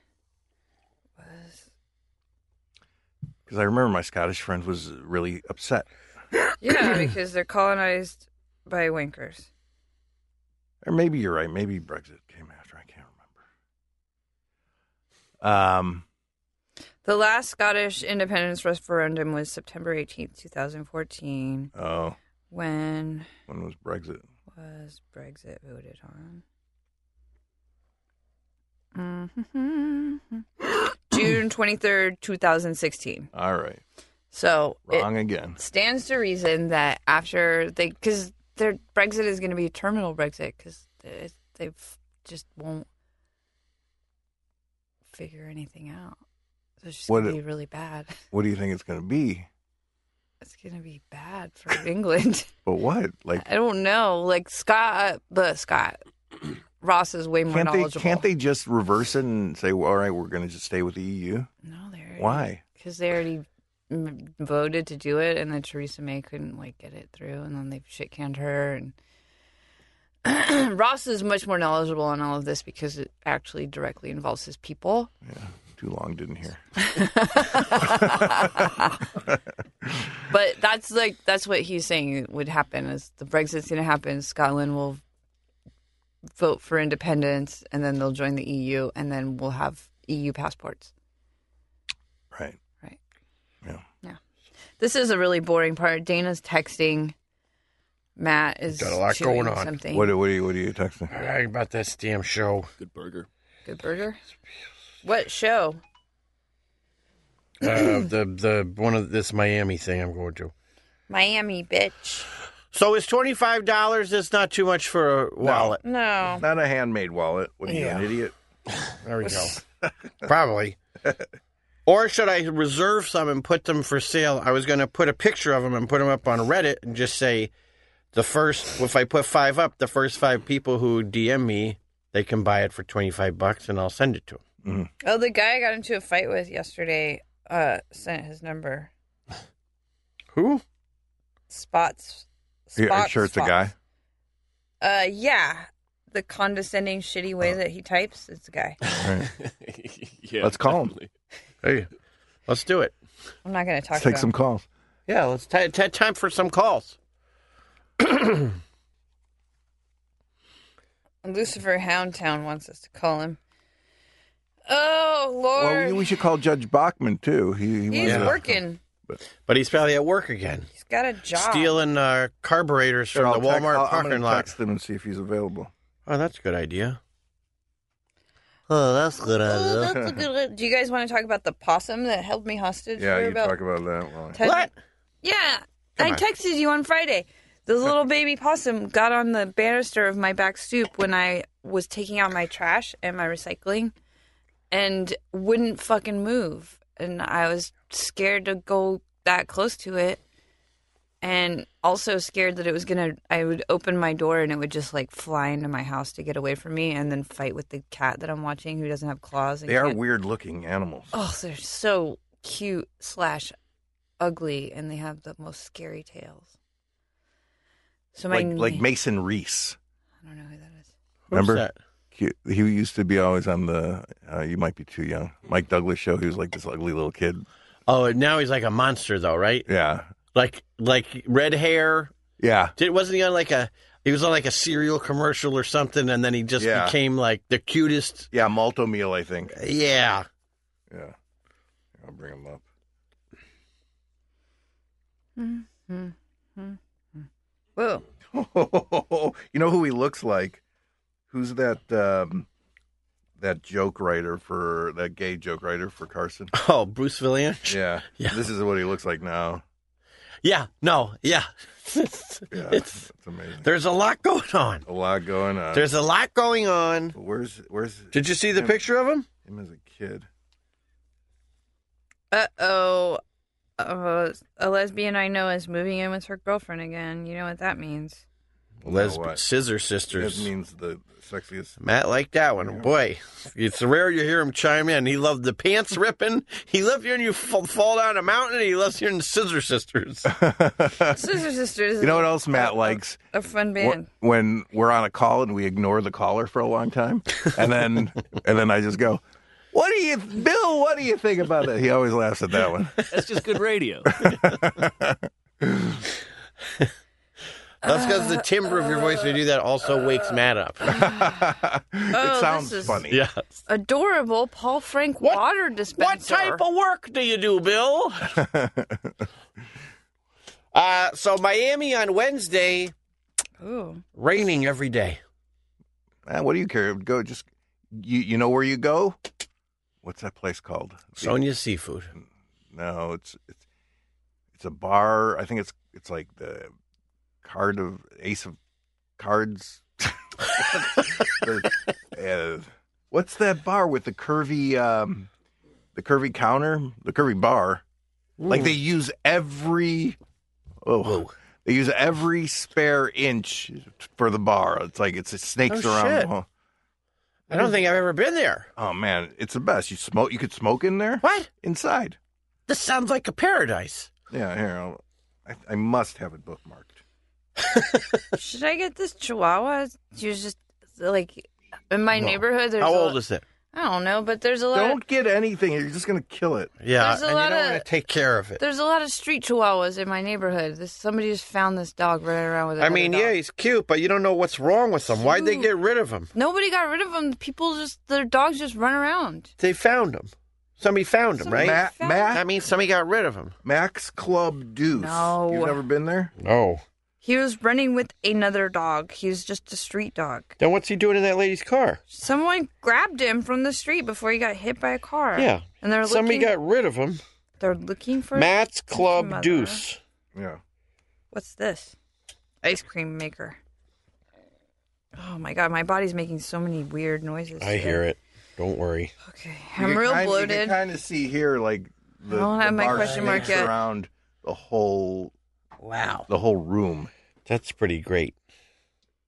[SPEAKER 4] was
[SPEAKER 1] Because I remember my Scottish friend was really upset.
[SPEAKER 4] Yeah, because they're colonized by wankers.
[SPEAKER 1] Or maybe you're right. Maybe Brexit came after. I can't remember. Um.
[SPEAKER 4] The last Scottish independence referendum was September 18th, 2014,
[SPEAKER 1] Oh,
[SPEAKER 4] when
[SPEAKER 1] when was Brexit?
[SPEAKER 4] was Brexit voted on? Mhm. June 23rd, 2016.
[SPEAKER 1] All right.
[SPEAKER 4] So it
[SPEAKER 1] Wrong again.
[SPEAKER 4] stands to reason that after they, because their Brexit is going to be a terminal Brexit, because they, they f- just won't figure anything out. So it's just going
[SPEAKER 1] What-
[SPEAKER 4] to be really bad.
[SPEAKER 1] What do you think it's going to be?
[SPEAKER 4] It's going to be bad for England.
[SPEAKER 1] But what? Like,
[SPEAKER 4] I don't know. Like Scott, uh, but Scott Ross is way more
[SPEAKER 1] can't they
[SPEAKER 4] knowledgeable.
[SPEAKER 1] can't they just reverse it and say, well, all right, we're going to just stay with the EU?
[SPEAKER 4] No, they already,
[SPEAKER 1] Why?
[SPEAKER 4] Because they already m- voted to do it, and then Theresa May couldn't like get it through, and then they shit canned her. And Ross is much more knowledgeable on all of this because it actually directly involves his people.
[SPEAKER 1] Too long, didn't hear.
[SPEAKER 4] But that's like that's what he's saying would happen is the Brexit's going to happen. Scotland will vote for independence, and then they'll join the EU, and then we'll have EU passports.
[SPEAKER 1] Right.
[SPEAKER 4] Right.
[SPEAKER 1] Yeah.
[SPEAKER 4] Yeah. This is a really boring part. Dana's texting. Matt is
[SPEAKER 3] Got a lot
[SPEAKER 4] chewing
[SPEAKER 3] going on.
[SPEAKER 4] Something.
[SPEAKER 1] What, what, are you, what are you texting?
[SPEAKER 3] All right, about this damn show.
[SPEAKER 5] Good burger.
[SPEAKER 4] Good burger. What show?
[SPEAKER 3] Uh, the the one of this Miami thing I'm going to.
[SPEAKER 4] Miami, bitch.
[SPEAKER 2] So is twenty five dollars? That's not too much for a wallet.
[SPEAKER 4] No.
[SPEAKER 1] Not a handmade wallet. What are you, an idiot?
[SPEAKER 3] There we go. Probably.
[SPEAKER 2] Or should I reserve some and put them for sale? I was going to put a picture of them and put them up on Reddit and just say, the first if I put five up, the first five people who DM me, they can buy it for twenty five bucks, and I'll send it to them.
[SPEAKER 4] Oh, the guy I got into a fight with yesterday uh, sent his number.
[SPEAKER 3] Who?
[SPEAKER 1] Are
[SPEAKER 4] Spots.
[SPEAKER 1] you- are you
[SPEAKER 4] Spots,
[SPEAKER 1] sure it's a
[SPEAKER 4] spots.
[SPEAKER 1] guy?
[SPEAKER 4] Uh, yeah. The condescending, shitty way that he types, it's a guy.
[SPEAKER 5] yeah,
[SPEAKER 1] Let's call 'em.
[SPEAKER 5] definitely.
[SPEAKER 3] Hey,
[SPEAKER 2] Let's do it.
[SPEAKER 4] I'm not going to talk
[SPEAKER 1] Let's take
[SPEAKER 4] about
[SPEAKER 1] some calls.
[SPEAKER 2] Yeah, let's t- t- time for some calls.
[SPEAKER 4] Lucifer Houndtown wants us to call him. Oh,
[SPEAKER 1] Well,
[SPEAKER 4] Lord.
[SPEAKER 1] we- we should call Judge Bachman, too. He, he
[SPEAKER 4] He's
[SPEAKER 1] was, uh,
[SPEAKER 4] working.
[SPEAKER 2] But he's probably at work again,
[SPEAKER 4] He's got a job.
[SPEAKER 2] stealing uh, carburetors
[SPEAKER 1] Sure,
[SPEAKER 2] from the
[SPEAKER 1] I'll text- I'll-
[SPEAKER 2] Walmart
[SPEAKER 1] I'm gonna
[SPEAKER 2] parking lot.
[SPEAKER 1] text him and see if he's available.
[SPEAKER 2] Oh, that's a good idea.
[SPEAKER 7] Oh, that's a good idea.
[SPEAKER 4] Oh, that's a good- Do you guys want to talk about the possum that held me hostage
[SPEAKER 1] Yeah,
[SPEAKER 4] for
[SPEAKER 1] you
[SPEAKER 4] about
[SPEAKER 1] talk about that. Well,
[SPEAKER 4] 10 Yeah. I texted you on Friday. The little baby possum got on the banister of my back stoop when I was taking out my trash and my recycling and wouldn't fucking move. And I was scared to go that close to it and also scared that it was gonna I would open my door and it would just like fly into my house to get away from me and then fight with the cat that I'm watching who doesn't have claws and
[SPEAKER 1] They are
[SPEAKER 4] can't-
[SPEAKER 1] weird looking animals.
[SPEAKER 4] Oh, they're so cute slash ugly, and they have the most scary tails. So my
[SPEAKER 1] like, like Mason Reese.
[SPEAKER 2] Who's
[SPEAKER 1] I don't know who that
[SPEAKER 2] that?
[SPEAKER 1] is. Remember? He he used to be always on the uh, You Might Be Too Young. Mike Douglas show. He was like this ugly little kid.
[SPEAKER 2] Oh, and now he's like a monster, though, right?
[SPEAKER 1] Yeah.
[SPEAKER 2] Like, like red hair.
[SPEAKER 1] Yeah.
[SPEAKER 2] Did, wasn't he on like a? He was on like a cereal commercial or something, and then he just
[SPEAKER 1] Yeah.
[SPEAKER 2] became like the cutest.
[SPEAKER 1] Yeah, Malto Meal, I think.
[SPEAKER 2] Yeah.
[SPEAKER 1] Yeah. I'll bring him up.
[SPEAKER 4] Mm-hmm. Whoa. Mm-hmm.
[SPEAKER 1] you know who he looks like? Who's that um, that joke writer for that gay joke writer for Carson?
[SPEAKER 2] Oh, Bruce Villanche.
[SPEAKER 1] Yeah.
[SPEAKER 2] Yeah.
[SPEAKER 1] This is what he looks like now.
[SPEAKER 2] Yeah. No. Yeah. It's-
[SPEAKER 1] Yeah.
[SPEAKER 2] it's-
[SPEAKER 1] It's amazing.
[SPEAKER 2] there's a lot going on.
[SPEAKER 1] A lot going on.
[SPEAKER 2] There's a lot going on.
[SPEAKER 1] But where's where's
[SPEAKER 2] Did you see the
[SPEAKER 1] him-
[SPEAKER 2] picture of him?
[SPEAKER 1] Him as a kid.
[SPEAKER 4] Uh oh. Uh, a lesbian I know is moving in with her girlfriend again. You know what that means.
[SPEAKER 1] Now
[SPEAKER 2] Lesbian
[SPEAKER 1] what?
[SPEAKER 2] scissor
[SPEAKER 1] That
[SPEAKER 2] sisters.
[SPEAKER 1] means the sexiest.
[SPEAKER 2] Matt liked that one. Boy, it's rare you hear him chime in. He loved the pants ripping. He loved hearing you fall, fall down a mountain. And he loves hearing the Scissor Sisters.
[SPEAKER 4] Sister Sisters is
[SPEAKER 1] You know what else Matt likes?
[SPEAKER 4] a fun
[SPEAKER 1] Wh-
[SPEAKER 4] band.
[SPEAKER 1] When we're on a call and we ignore the caller for a long time, and then and then I just go, "What do you, Bill? What do you think about that?" He always laughs at that one.
[SPEAKER 8] That's just good radio.
[SPEAKER 2] That's because the timbre of your voice when you do that also wakes Matt up.
[SPEAKER 1] it sounds
[SPEAKER 4] this is-
[SPEAKER 1] funny.
[SPEAKER 2] Oh, Yeah.
[SPEAKER 4] Adorable Paul Frank
[SPEAKER 2] What-
[SPEAKER 4] water dispenser.
[SPEAKER 2] What type of work do you do, Bill? uh, so Miami on Wednesday,
[SPEAKER 4] Ooh.
[SPEAKER 2] raining every day.
[SPEAKER 1] Eh, what do you care? Go just you. You know where you go. What's that place called? The-
[SPEAKER 2] Sonia's seafood.
[SPEAKER 1] No, it's it's it's a bar. I think it's it's like the card of ace of cards. The- uh, what's that bar with the curvy um the curvy counter, the curvy bar? Like they use every oh
[SPEAKER 2] Whoa.
[SPEAKER 1] they use every spare inch for the bar. It's like it's it snakes
[SPEAKER 2] Oh,
[SPEAKER 1] around. the
[SPEAKER 2] shit.
[SPEAKER 1] whole-
[SPEAKER 2] I don't think I've ever been there.
[SPEAKER 1] Oh man, it's the best. You smoke. You could smoke in there
[SPEAKER 2] What?
[SPEAKER 1] inside.
[SPEAKER 2] This sounds like a paradise.
[SPEAKER 1] Yeah, here. I'll, I, I must have it bookmarked.
[SPEAKER 4] Should I get this Chihuahua? You're just like in my neighborhood. There's
[SPEAKER 2] How
[SPEAKER 4] a,
[SPEAKER 2] old is it?
[SPEAKER 4] I don't know, but there's a lot. of-
[SPEAKER 1] Don't get anything. You're just gonna kill it.
[SPEAKER 2] Yeah,
[SPEAKER 4] There's a
[SPEAKER 2] and you
[SPEAKER 4] lot
[SPEAKER 2] don't
[SPEAKER 4] of-
[SPEAKER 2] want to take care of it.
[SPEAKER 4] There's a lot of street chihuahuas in my neighborhood. This somebody just found this dog running around with.
[SPEAKER 2] I
[SPEAKER 4] another
[SPEAKER 2] mean,
[SPEAKER 4] dog.
[SPEAKER 2] yeah, he's cute, but you don't know what's wrong with him. Why'd they
[SPEAKER 4] Cute.
[SPEAKER 2] get rid of him?
[SPEAKER 4] Nobody got rid of them. People just their dogs just run around.
[SPEAKER 2] They found him. Somebody found him,
[SPEAKER 4] Somebody-
[SPEAKER 2] right?
[SPEAKER 1] Ma-
[SPEAKER 4] Fat-
[SPEAKER 1] Ma-
[SPEAKER 2] That means somebody got rid of him.
[SPEAKER 1] Max Club Deuce.
[SPEAKER 4] No.
[SPEAKER 1] You've never been there?
[SPEAKER 2] Oh.
[SPEAKER 4] He was running with another dog. He was just a street dog.
[SPEAKER 2] Then what's he doing in that lady's car?
[SPEAKER 4] Someone grabbed him from the street before he got hit by a car.
[SPEAKER 2] Yeah.
[SPEAKER 4] and they're
[SPEAKER 2] Somebody
[SPEAKER 4] looking.
[SPEAKER 2] got rid of him.
[SPEAKER 4] they're looking for
[SPEAKER 2] Matt's
[SPEAKER 4] his
[SPEAKER 2] Club
[SPEAKER 4] mother.
[SPEAKER 2] Deuce.
[SPEAKER 1] Yeah.
[SPEAKER 4] What's this? Ice cream maker. Oh my god, my body's making so many weird noises.
[SPEAKER 3] I hear it. Don't worry.
[SPEAKER 4] Okay, I'm real
[SPEAKER 1] You
[SPEAKER 4] bloated.
[SPEAKER 1] can kind of see here, like the,
[SPEAKER 4] I don't
[SPEAKER 1] the
[SPEAKER 4] have my
[SPEAKER 1] bar
[SPEAKER 4] question mark
[SPEAKER 1] snakes
[SPEAKER 4] yet.
[SPEAKER 1] around the whole
[SPEAKER 2] Wow.
[SPEAKER 1] the whole room,
[SPEAKER 3] That's pretty great.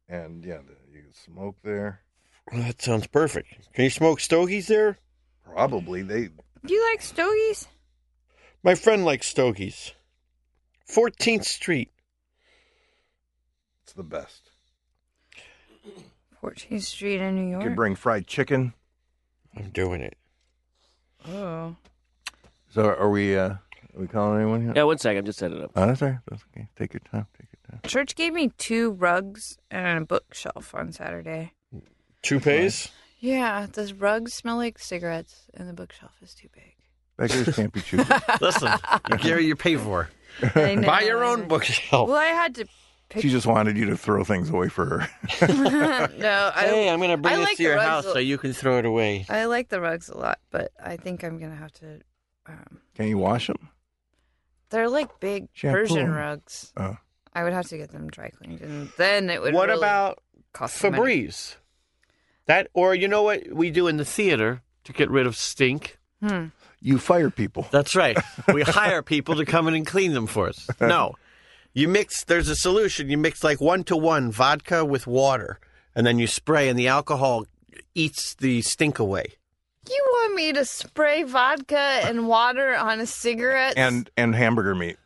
[SPEAKER 1] and yeah, the, you can smoke there.
[SPEAKER 3] Well, that sounds perfect. Can you smoke stogies there?
[SPEAKER 1] Probably they.
[SPEAKER 4] Do you like stogies?
[SPEAKER 3] My friend likes stogies. 14th Street.
[SPEAKER 1] It's the best.
[SPEAKER 4] 14th Street in New
[SPEAKER 1] You
[SPEAKER 4] York.
[SPEAKER 1] can bring fried chicken.
[SPEAKER 3] I'm doing it.
[SPEAKER 4] oh,
[SPEAKER 1] So are we? uh Are we calling anyone? Yet?
[SPEAKER 8] yeah, one second. I'm just setting it up.
[SPEAKER 1] Oh, that's all right. That's okay. Take your time. Take your time.
[SPEAKER 4] church gave me two rugs and a bookshelf on Saturday.
[SPEAKER 3] Toupees?
[SPEAKER 4] Yeah, the rugs smell like cigarettes, and the bookshelf is too big.
[SPEAKER 1] Beggars can't be choosers.
[SPEAKER 2] Listen, Gary, you pay for. it.
[SPEAKER 4] I know.
[SPEAKER 2] Buy your own bookshelf.
[SPEAKER 4] Well, I had to.
[SPEAKER 1] she just wanted you to throw things away for her.
[SPEAKER 4] no, I.
[SPEAKER 3] Hey, I'm going to bring
[SPEAKER 4] I
[SPEAKER 3] this
[SPEAKER 4] like
[SPEAKER 3] to
[SPEAKER 4] the
[SPEAKER 3] your
[SPEAKER 4] rugs
[SPEAKER 3] house
[SPEAKER 4] a-
[SPEAKER 3] so you can throw it away.
[SPEAKER 4] I like the rugs a lot, but I think I'm gonna have to. Um,
[SPEAKER 1] Can you wash them?
[SPEAKER 4] they're like big
[SPEAKER 1] Shampoo.
[SPEAKER 3] Uh.
[SPEAKER 4] Persian rugs.
[SPEAKER 1] Oh.
[SPEAKER 4] I would have to get them dry cleaned, and then it would.
[SPEAKER 2] what
[SPEAKER 4] really
[SPEAKER 2] about
[SPEAKER 4] cost money.
[SPEAKER 2] Febreze? That or you know what we do in the theater to get rid of stink?
[SPEAKER 4] Hmm.
[SPEAKER 1] You fire people.
[SPEAKER 2] That's right. We hire people to come in and clean them for us. No. You mix there's a solution, you mix like one to one vodka with water, and then you spray and the alcohol eats the stink away.
[SPEAKER 4] You want me to spray vodka and water on a cigarette
[SPEAKER 1] and and hamburger meat.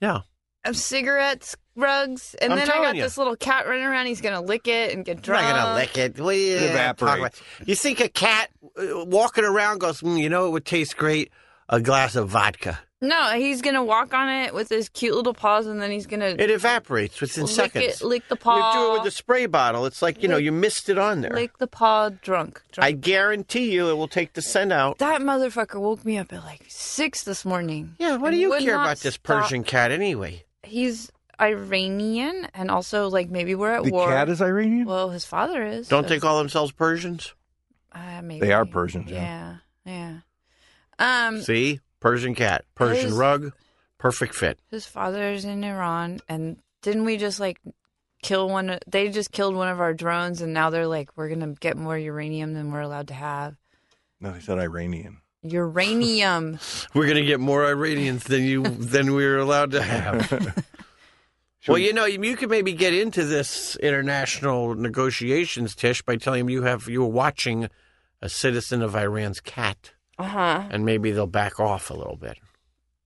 [SPEAKER 2] Yeah.
[SPEAKER 4] of cigarettes, rugs, and
[SPEAKER 2] I'm
[SPEAKER 4] then I
[SPEAKER 2] telling
[SPEAKER 4] got
[SPEAKER 2] you.
[SPEAKER 4] this little cat running around. He's gonna lick it and get
[SPEAKER 2] You're
[SPEAKER 4] drunk.
[SPEAKER 2] not gonna lick it. What are you
[SPEAKER 1] It
[SPEAKER 2] talking about? You think a cat uh, walking around goes, mm, you know, it would taste great a glass of vodka.
[SPEAKER 4] No, he's gonna walk on it with his cute little paws, and then he's gonna
[SPEAKER 2] It evaporates within
[SPEAKER 4] lick
[SPEAKER 2] seconds.
[SPEAKER 4] it, lick the
[SPEAKER 2] you
[SPEAKER 4] paw,
[SPEAKER 2] do it with a spray bottle. It's like you know,
[SPEAKER 4] Lick-
[SPEAKER 2] you missed it on there.
[SPEAKER 4] lick the paw, drunk. drunk.
[SPEAKER 2] I guarantee you, it will take the scent out.
[SPEAKER 4] That motherfucker woke me up at like six this morning.
[SPEAKER 2] Yeah, what do
[SPEAKER 4] and
[SPEAKER 2] you
[SPEAKER 4] would
[SPEAKER 2] care
[SPEAKER 4] not
[SPEAKER 2] about this
[SPEAKER 4] stop.
[SPEAKER 2] Persian cat anyway?
[SPEAKER 4] He's Iranian, and also like maybe we're at
[SPEAKER 1] The
[SPEAKER 4] war.
[SPEAKER 1] cat is Iranian.
[SPEAKER 4] well, his father is.
[SPEAKER 2] Don't
[SPEAKER 4] so-
[SPEAKER 2] they call themselves Persians?
[SPEAKER 4] Uh, maybe.
[SPEAKER 1] They are Persians,
[SPEAKER 4] Yeah,
[SPEAKER 1] yeah.
[SPEAKER 4] yeah. Um,
[SPEAKER 2] See, Persian cat, Persian
[SPEAKER 4] Those-
[SPEAKER 2] rug, perfect fit.
[SPEAKER 4] his father's in Iran, and didn't we just like kill one? They just killed one of our drones, and now they're like, we're gonna get more uranium than we're allowed to have.
[SPEAKER 1] No, they said Iranian.
[SPEAKER 4] Uranium.
[SPEAKER 2] We're gonna get more Iranians than you than we were allowed to have. well, you know, you could maybe get into this international negotiations, Tish, by telling them you have you were watching a citizen of Iran's cat,
[SPEAKER 4] uh huh.
[SPEAKER 2] and maybe they'll back off a little bit.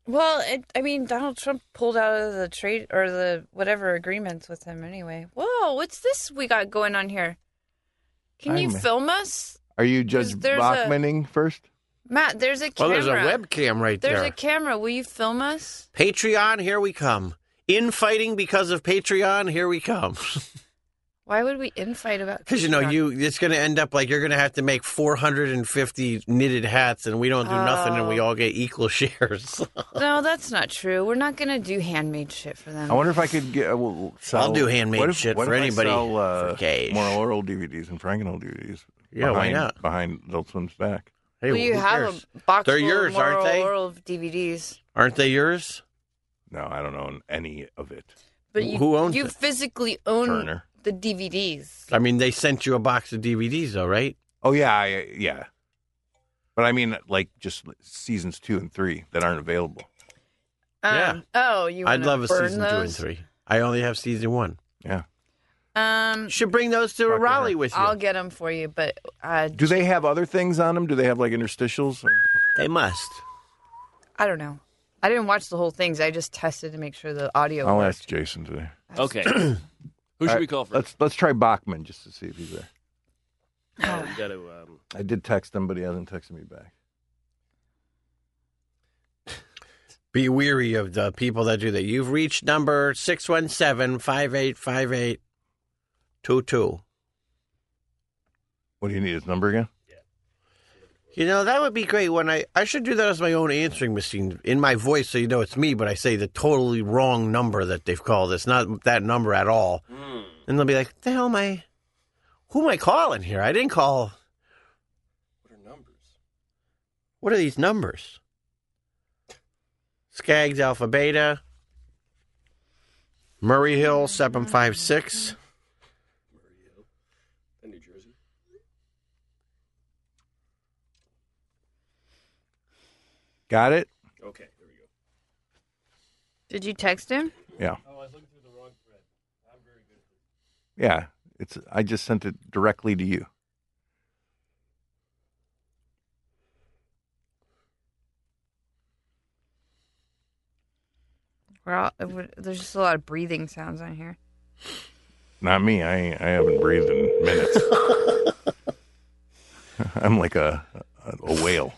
[SPEAKER 4] Well, it, I mean, Donald Trump pulled out of the trade or the whatever agreements with him anyway. Whoa, what's this we got going on here? Can you
[SPEAKER 1] I'm-
[SPEAKER 4] film us,
[SPEAKER 1] Are you Judge
[SPEAKER 4] There's a-
[SPEAKER 1] Bachmaning first?
[SPEAKER 4] Matt? There's a
[SPEAKER 2] Well,
[SPEAKER 4] camera.
[SPEAKER 2] there's a webcam right
[SPEAKER 4] There's
[SPEAKER 2] there.
[SPEAKER 4] a camera. Will you film us?
[SPEAKER 2] Patreon, here we come. Infighting because of Patreon, here we come.
[SPEAKER 4] Why would we infight about?
[SPEAKER 2] Because you know,
[SPEAKER 4] Patreon?
[SPEAKER 2] you it's going to end up like you're going to have to make 450 knitted hats, and we don't do nothing, and we
[SPEAKER 4] Oh.
[SPEAKER 2] all get equal shares.
[SPEAKER 4] No, that's not true. We're not gonna do handmade shit for them.
[SPEAKER 1] I wonder if I could get. uh, well, well, sell,
[SPEAKER 2] I'll do handmade
[SPEAKER 1] what if-
[SPEAKER 2] shit
[SPEAKER 1] what
[SPEAKER 2] for
[SPEAKER 1] if I
[SPEAKER 2] anybody
[SPEAKER 1] Sell, uh,
[SPEAKER 2] for cash.
[SPEAKER 1] Moral Oral DVDs and Frankenal DVDs.
[SPEAKER 2] Yeah, why
[SPEAKER 1] behind,
[SPEAKER 2] not?
[SPEAKER 1] Behind Adult Swim's back.
[SPEAKER 2] hey,
[SPEAKER 4] Well, you
[SPEAKER 2] who
[SPEAKER 4] have
[SPEAKER 2] cares?
[SPEAKER 4] a box
[SPEAKER 2] They're
[SPEAKER 4] full
[SPEAKER 2] yours,
[SPEAKER 4] of moral
[SPEAKER 2] aren't they?
[SPEAKER 4] oral DVDs,
[SPEAKER 2] Aren't they yours?
[SPEAKER 1] No, I don't own any of it.
[SPEAKER 4] but
[SPEAKER 2] Wh-
[SPEAKER 4] you,
[SPEAKER 2] who owns
[SPEAKER 4] you
[SPEAKER 2] it?
[SPEAKER 4] physically own
[SPEAKER 1] Turner.
[SPEAKER 4] the DVDs.
[SPEAKER 2] I mean, they sent you a box of DVDs, though, right?
[SPEAKER 1] Oh yeah, I, yeah. But I mean, like just seasons two and three that aren't available.
[SPEAKER 2] Yeah.
[SPEAKER 4] Oh, you.
[SPEAKER 2] I'd
[SPEAKER 4] wanna
[SPEAKER 2] love a
[SPEAKER 4] burn
[SPEAKER 2] season two and
[SPEAKER 4] those?
[SPEAKER 2] three. I only have season one.
[SPEAKER 1] Yeah.
[SPEAKER 4] Um,
[SPEAKER 2] You should bring those to
[SPEAKER 1] Fucking
[SPEAKER 2] Raleigh
[SPEAKER 1] hell.
[SPEAKER 2] with you.
[SPEAKER 4] I'll get them for you, but uh,
[SPEAKER 1] Do they have other things on them? Do they have like interstitials?
[SPEAKER 2] They must.
[SPEAKER 4] I don't know. I didn't watch the whole things. I just tested to make sure the audio.
[SPEAKER 1] I'll
[SPEAKER 4] worked.
[SPEAKER 1] ask Jason today.
[SPEAKER 8] Okay. Who should
[SPEAKER 1] All
[SPEAKER 8] we
[SPEAKER 1] right,
[SPEAKER 8] call first?
[SPEAKER 1] Let's let's try Bachman just to see if he's there.
[SPEAKER 8] Oh, we got to, um,
[SPEAKER 1] I did text him, but he hasn't texted me back.
[SPEAKER 2] Be weary of the people that do that. You've reached number 617 5858 22.
[SPEAKER 1] What do you need his number again?
[SPEAKER 2] You know, that would be great when I I should do that as my own answering machine in my voice so you know it's me, but I say the totally wrong number that they've called. It's not that number at all.
[SPEAKER 5] Hmm.
[SPEAKER 2] And they'll be like, the hell am I who am I calling here? I didn't call
[SPEAKER 5] What are numbers?
[SPEAKER 2] what are these numbers? Skaggs Alpha Beta. Murray Hill seven five six.
[SPEAKER 5] In New Jersey.
[SPEAKER 1] Got it?
[SPEAKER 5] Okay, there we go.
[SPEAKER 4] Did you text him?
[SPEAKER 1] Yeah. Oh, I was looking through the wrong thread. I'm very good. Yeah, it's. I just sent it directly to you.
[SPEAKER 4] We're all, uh, we're- there's just a lot of breathing sounds on here.
[SPEAKER 1] Not me. I ain't- I haven't breathed in minutes. I'm like a a, a whale.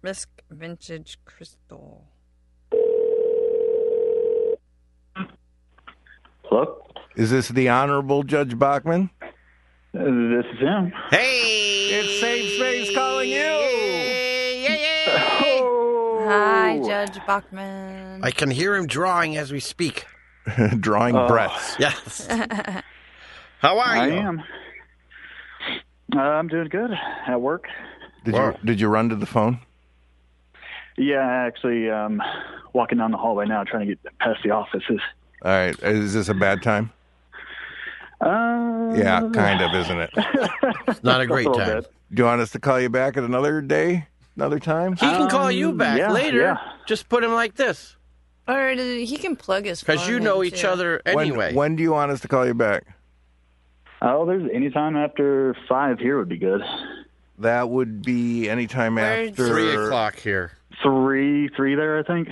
[SPEAKER 4] Risk Vintage Crystal.
[SPEAKER 11] Hello?
[SPEAKER 1] Is this the Honorable Judge Bachman?
[SPEAKER 11] Uh, This is him.
[SPEAKER 2] Hey
[SPEAKER 1] It's Safe Space calling you.
[SPEAKER 4] Hi, Judge Bachman.
[SPEAKER 2] I can hear him drawing as we speak.
[SPEAKER 1] Drawing
[SPEAKER 11] Oh.
[SPEAKER 1] breaths.
[SPEAKER 2] Yes. How are
[SPEAKER 11] I
[SPEAKER 2] you?
[SPEAKER 11] am. Uh, I'm doing good at work.
[SPEAKER 1] Did
[SPEAKER 2] Wow.
[SPEAKER 1] you did you run to the phone?
[SPEAKER 11] Yeah, I actually um, walking down the hallway now, trying to get past the offices.
[SPEAKER 1] All right. Is this a bad time?
[SPEAKER 11] Uh,
[SPEAKER 1] Yeah, kind of, isn't it?
[SPEAKER 2] It's not a great
[SPEAKER 1] little
[SPEAKER 2] time.
[SPEAKER 1] Do you want us to call you back at another day, another time?
[SPEAKER 2] He can call you
[SPEAKER 1] Um,
[SPEAKER 2] back later. Just put him like this
[SPEAKER 4] Or uh, he can plug his phone.
[SPEAKER 2] because you know
[SPEAKER 4] in,
[SPEAKER 2] each
[SPEAKER 4] Oh, too.
[SPEAKER 2] other
[SPEAKER 1] When-
[SPEAKER 2] anyway.
[SPEAKER 1] When, do you want us to call you back?
[SPEAKER 11] Oh, there's any time after five here would be good.
[SPEAKER 1] That would be any time
[SPEAKER 11] Where's-
[SPEAKER 1] after
[SPEAKER 11] Three o'clock
[SPEAKER 2] here.
[SPEAKER 11] Three, three there, I think.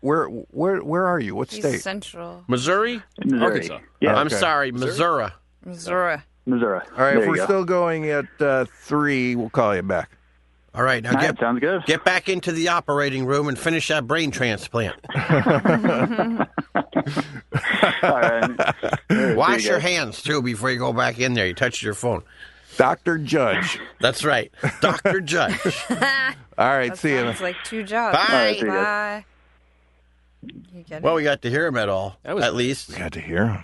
[SPEAKER 1] Where, where, where are you? What
[SPEAKER 4] He's
[SPEAKER 1] state?
[SPEAKER 4] central.
[SPEAKER 2] Missouri,
[SPEAKER 1] Missouri. Arkansas. Yeah.
[SPEAKER 2] I'm
[SPEAKER 1] Okay.
[SPEAKER 2] sorry, Missouri.
[SPEAKER 4] Missouri.
[SPEAKER 11] Missouri.
[SPEAKER 1] All right,
[SPEAKER 2] There
[SPEAKER 1] if
[SPEAKER 2] you
[SPEAKER 1] we're
[SPEAKER 2] go.
[SPEAKER 1] still going at uh, three, we'll call you back.
[SPEAKER 2] All right, now get
[SPEAKER 11] sounds good.
[SPEAKER 2] Get back into the operating room and finish that brain transplant. Wash
[SPEAKER 1] you
[SPEAKER 2] your
[SPEAKER 1] go.
[SPEAKER 2] hands too before you go back in there. You touched your phone.
[SPEAKER 1] Doctor Judge.
[SPEAKER 2] That's right, Doctor Judge.
[SPEAKER 1] All right,
[SPEAKER 4] That sounds like two jobs.
[SPEAKER 2] Bye. All right, see ya.
[SPEAKER 4] Bye. You get
[SPEAKER 2] Well, we got to hear him at all. at least we
[SPEAKER 1] got to hear him.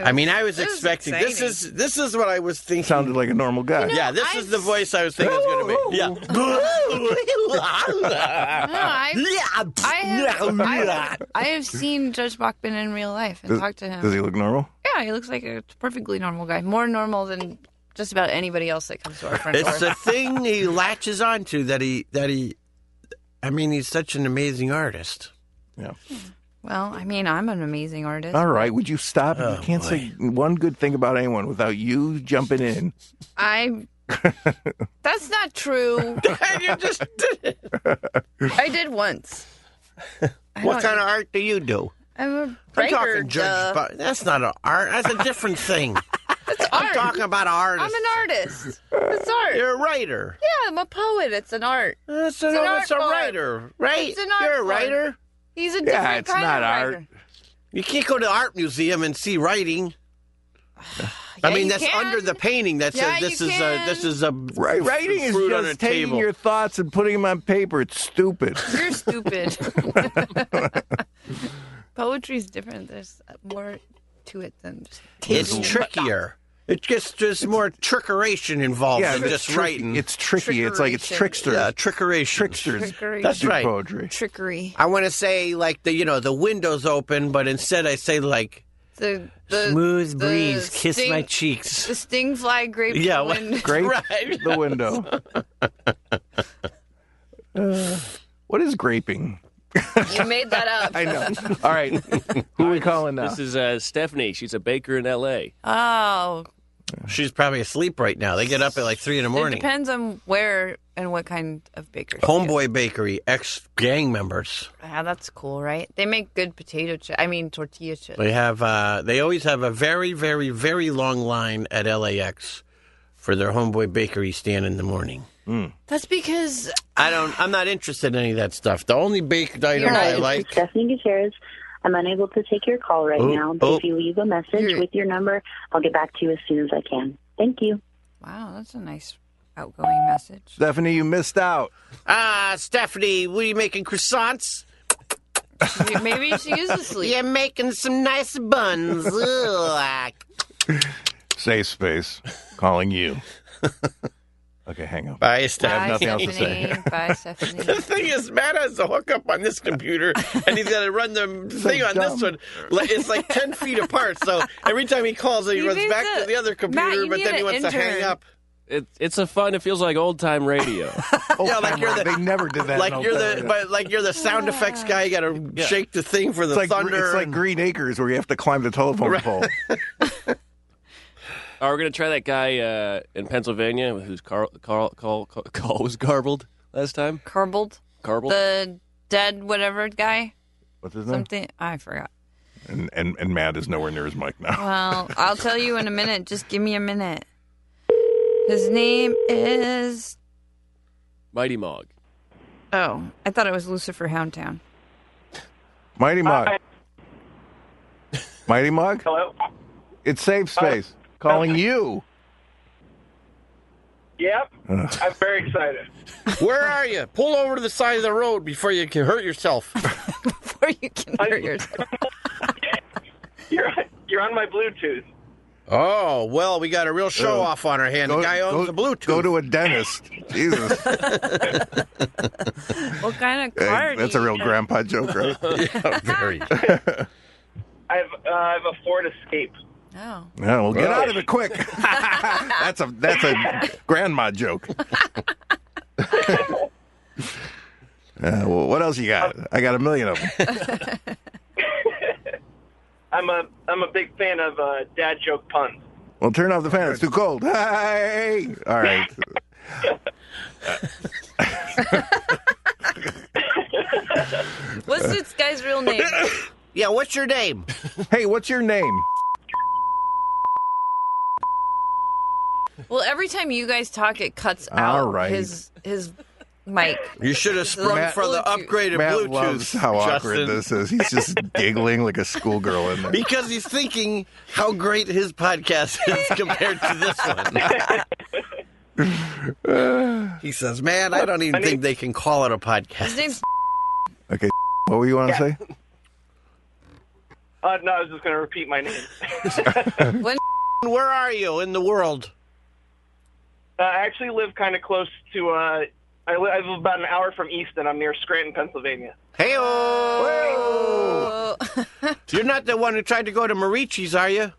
[SPEAKER 2] I mean, I was
[SPEAKER 4] This is
[SPEAKER 2] expecting this is this is what I was thinking.
[SPEAKER 1] Sounded like a normal guy.
[SPEAKER 2] yeah, this is the voice I was thinking was going to be. Yeah.
[SPEAKER 4] No, I, I, have, I, have, I have seen Judge Bachman in real life and
[SPEAKER 1] Does,
[SPEAKER 4] talked to him.
[SPEAKER 1] does he look normal?
[SPEAKER 4] Yeah, he looks like a perfectly normal guy. More normal than just about anybody else that comes to our front
[SPEAKER 2] it's
[SPEAKER 4] door.
[SPEAKER 2] the thing he latches onto that he that he. I mean, he's such an amazing artist.
[SPEAKER 1] Yeah.
[SPEAKER 4] well, I mean, I'm an amazing artist.
[SPEAKER 1] All right, would you stop?
[SPEAKER 2] Oh,
[SPEAKER 1] you can't say one good thing about anyone without you jumping in.
[SPEAKER 4] I. That's not true.
[SPEAKER 2] you just
[SPEAKER 4] did it. I did once. I
[SPEAKER 2] what
[SPEAKER 4] don't- uh,
[SPEAKER 2] kind of art do you do?
[SPEAKER 4] I'm a
[SPEAKER 2] I'm
[SPEAKER 4] writer.
[SPEAKER 2] talking Judge.
[SPEAKER 4] duh.
[SPEAKER 2] Bo- that's not an art. That's a different thing. I'm
[SPEAKER 4] art.
[SPEAKER 2] talking about an artist.
[SPEAKER 4] I'm an artist. It's art.
[SPEAKER 2] You're a writer.
[SPEAKER 4] Yeah, I'm a poet. It's an art.
[SPEAKER 2] It's,
[SPEAKER 4] an
[SPEAKER 2] no,
[SPEAKER 4] art
[SPEAKER 2] it's a
[SPEAKER 4] form.
[SPEAKER 2] writer, right?
[SPEAKER 4] It's an art
[SPEAKER 2] You're a
[SPEAKER 4] form.
[SPEAKER 2] writer?
[SPEAKER 4] He's
[SPEAKER 2] Yeah,
[SPEAKER 4] a different
[SPEAKER 2] it's
[SPEAKER 4] kind
[SPEAKER 2] not
[SPEAKER 4] of
[SPEAKER 2] art.
[SPEAKER 4] writer.
[SPEAKER 2] You can't go to the art museum and see writing. I
[SPEAKER 4] Yeah,
[SPEAKER 2] mean,
[SPEAKER 4] you
[SPEAKER 2] that's
[SPEAKER 4] can.
[SPEAKER 2] under the painting that
[SPEAKER 4] Yeah,
[SPEAKER 2] says this
[SPEAKER 4] you
[SPEAKER 2] is a this is a
[SPEAKER 1] Right, writing is
[SPEAKER 2] fruit
[SPEAKER 1] just
[SPEAKER 2] on a
[SPEAKER 1] taking
[SPEAKER 2] table.
[SPEAKER 1] your thoughts and putting them on paper. It's stupid.
[SPEAKER 4] You're stupid. Poetry's different. There's more to it than just.
[SPEAKER 2] It's trickier. It gets just more trickeration involved
[SPEAKER 1] Yeah,
[SPEAKER 2] than
[SPEAKER 1] it's
[SPEAKER 2] just
[SPEAKER 1] tricky-
[SPEAKER 2] writing.
[SPEAKER 1] it's tricky. It's like it's Trickeration. trickster.
[SPEAKER 2] Yeah, trickeration. Tricksters.
[SPEAKER 4] Trickery.
[SPEAKER 2] That's
[SPEAKER 4] Do
[SPEAKER 2] right.
[SPEAKER 1] poetry.
[SPEAKER 4] Trickery.
[SPEAKER 2] I want to say like the you know the windows open, but instead I say like
[SPEAKER 4] The, the
[SPEAKER 2] smooth
[SPEAKER 4] the
[SPEAKER 2] breeze kiss
[SPEAKER 4] sting-
[SPEAKER 2] my cheeks.
[SPEAKER 4] The sting fly grape.
[SPEAKER 2] Yeah,
[SPEAKER 4] the
[SPEAKER 2] what-
[SPEAKER 4] wind.
[SPEAKER 1] Grape
[SPEAKER 2] Right.
[SPEAKER 1] the window. Uh, what is graping?
[SPEAKER 4] You made that up.
[SPEAKER 1] I know. All right, who are we calling now?
[SPEAKER 8] This is uh, Stephanie. She's a baker in L.A.
[SPEAKER 4] Oh,
[SPEAKER 2] She's probably asleep right now. They get up at like three in the
[SPEAKER 4] it
[SPEAKER 2] morning.
[SPEAKER 4] depends on where and what kind of bakery.
[SPEAKER 2] Homeboy Bakery, ex gang members.
[SPEAKER 4] Ah, that's cool, right? They make good potato chips. I mean, tortilla chips.
[SPEAKER 2] They have uh, they always have a very, very, very long line at LAX for their homeboy bakery stand in the morning.
[SPEAKER 4] That's because
[SPEAKER 2] I don't I'm not interested in any of that stuff. The only baked item
[SPEAKER 12] Hi,
[SPEAKER 2] I
[SPEAKER 12] this
[SPEAKER 2] like
[SPEAKER 12] is Stephanie Gutierrez. I'm unable to take your call right
[SPEAKER 2] Oh,
[SPEAKER 12] now, but
[SPEAKER 2] oh.
[SPEAKER 12] if you leave a message with your number, I'll get back to you as soon as I can. Thank you.
[SPEAKER 4] wow, that's a nice outgoing message.
[SPEAKER 1] Stephanie, you missed out.
[SPEAKER 2] Ah, Stephanie, what are you making croissants?
[SPEAKER 4] Maybe she is asleep.
[SPEAKER 2] You're making some nice buns. Ugh.
[SPEAKER 1] Safe space. Calling you. Okay, hang on.
[SPEAKER 2] Bye,
[SPEAKER 1] I have nothing else to say.
[SPEAKER 4] Bye, Stephanie.
[SPEAKER 2] the thing is, Matt has a hookup on this computer, and he's got to run the thing on this one. Like, It's like ten feet apart. So every time he calls, he,
[SPEAKER 4] You
[SPEAKER 2] runs
[SPEAKER 4] need
[SPEAKER 2] back
[SPEAKER 4] to-
[SPEAKER 2] to the other
[SPEAKER 4] Matt,
[SPEAKER 2] computer,
[SPEAKER 4] you
[SPEAKER 2] but
[SPEAKER 4] need
[SPEAKER 2] then he
[SPEAKER 4] an
[SPEAKER 2] wants to hang
[SPEAKER 4] intern.
[SPEAKER 2] up.
[SPEAKER 8] It, it's a fun. It feels like old time radio.
[SPEAKER 2] yeah, like you're the
[SPEAKER 1] They never did that.
[SPEAKER 2] like
[SPEAKER 1] in
[SPEAKER 2] you're the
[SPEAKER 1] Oklahoma.
[SPEAKER 2] but like you're the sound effects guy. You got to
[SPEAKER 1] Yeah.
[SPEAKER 2] shake the thing for the
[SPEAKER 1] it's like
[SPEAKER 2] thunder.
[SPEAKER 1] it's like
[SPEAKER 2] and-
[SPEAKER 1] Green Acres where you have to climb the telephone
[SPEAKER 2] Right.
[SPEAKER 1] pole.
[SPEAKER 8] Are we gonna try that guy uh, in Pennsylvania whose car, car, call, call, call was garbled last time?
[SPEAKER 4] Carbled.
[SPEAKER 8] Garbled.
[SPEAKER 4] The dead whatever guy.
[SPEAKER 1] What's his name?
[SPEAKER 4] Something I forgot.
[SPEAKER 1] And, and and Matt is nowhere near his mic now.
[SPEAKER 4] Well, I'll tell you in a minute. Just give me a minute. His name is.
[SPEAKER 8] Mighty Mog.
[SPEAKER 4] Oh, I thought it was Lucifer Houndtown.
[SPEAKER 1] Mighty Mug. Mighty Mug? Hello. It's Safe Space. Calling you.
[SPEAKER 13] Yep. I'm very excited.
[SPEAKER 2] Where are you? Pull over to the side of the road before you can hurt yourself.
[SPEAKER 4] before you can hurt yourself.
[SPEAKER 13] You're, you're on my Bluetooth.
[SPEAKER 2] Oh, well, we got a real show
[SPEAKER 1] Ew.
[SPEAKER 2] off on our hand.
[SPEAKER 1] Go-
[SPEAKER 2] the guy owns
[SPEAKER 1] go-
[SPEAKER 2] a Bluetooth.
[SPEAKER 1] Go to a dentist. Jesus.
[SPEAKER 14] What kind of
[SPEAKER 1] Hey,
[SPEAKER 14] car?
[SPEAKER 1] that's
[SPEAKER 14] do
[SPEAKER 1] a
[SPEAKER 14] you
[SPEAKER 1] real
[SPEAKER 14] have?
[SPEAKER 1] grandpa joke, right?
[SPEAKER 14] Yeah, very.
[SPEAKER 13] I have uh, I have a Ford Escape.
[SPEAKER 4] Oh.
[SPEAKER 1] Yeah, well, get
[SPEAKER 13] Well.
[SPEAKER 1] out of it quick. that's a that's a grandma joke. Uh, well, what else you got? I got a million of them.
[SPEAKER 13] I'm a I'm a big fan of uh, dad joke puns.
[SPEAKER 1] Well, turn off the fan. It's too cold. Hey! All right.
[SPEAKER 14] What's this guy's real name?
[SPEAKER 2] Yeah, what's your name?
[SPEAKER 1] hey, what's your name?
[SPEAKER 4] Well, every time you guys talk, it cuts
[SPEAKER 1] All
[SPEAKER 4] out
[SPEAKER 1] right.
[SPEAKER 4] his his mic.
[SPEAKER 2] You should have sprung
[SPEAKER 4] Matt-
[SPEAKER 2] for the
[SPEAKER 4] Bluetooth.
[SPEAKER 2] upgraded
[SPEAKER 1] Matt
[SPEAKER 2] Bluetooth.
[SPEAKER 1] loves how awkward
[SPEAKER 2] Justin.
[SPEAKER 1] this is. He's just giggling like a schoolgirl in there.
[SPEAKER 2] Because he's thinking how great his podcast is compared to this one. he says, Man, I don't even think they can call it a podcast.
[SPEAKER 14] His name's.
[SPEAKER 1] Okay, what were you want to say?
[SPEAKER 13] Uh, no, I was just going to repeat my name.
[SPEAKER 4] When
[SPEAKER 2] where are you in the world?
[SPEAKER 13] Uh, I actually live kind of close to. Uh, I, li- I live about an hour from Easton. I'm near Scranton, Pennsylvania.
[SPEAKER 2] Hey, You're not the one who tried to go to Marici's, are you?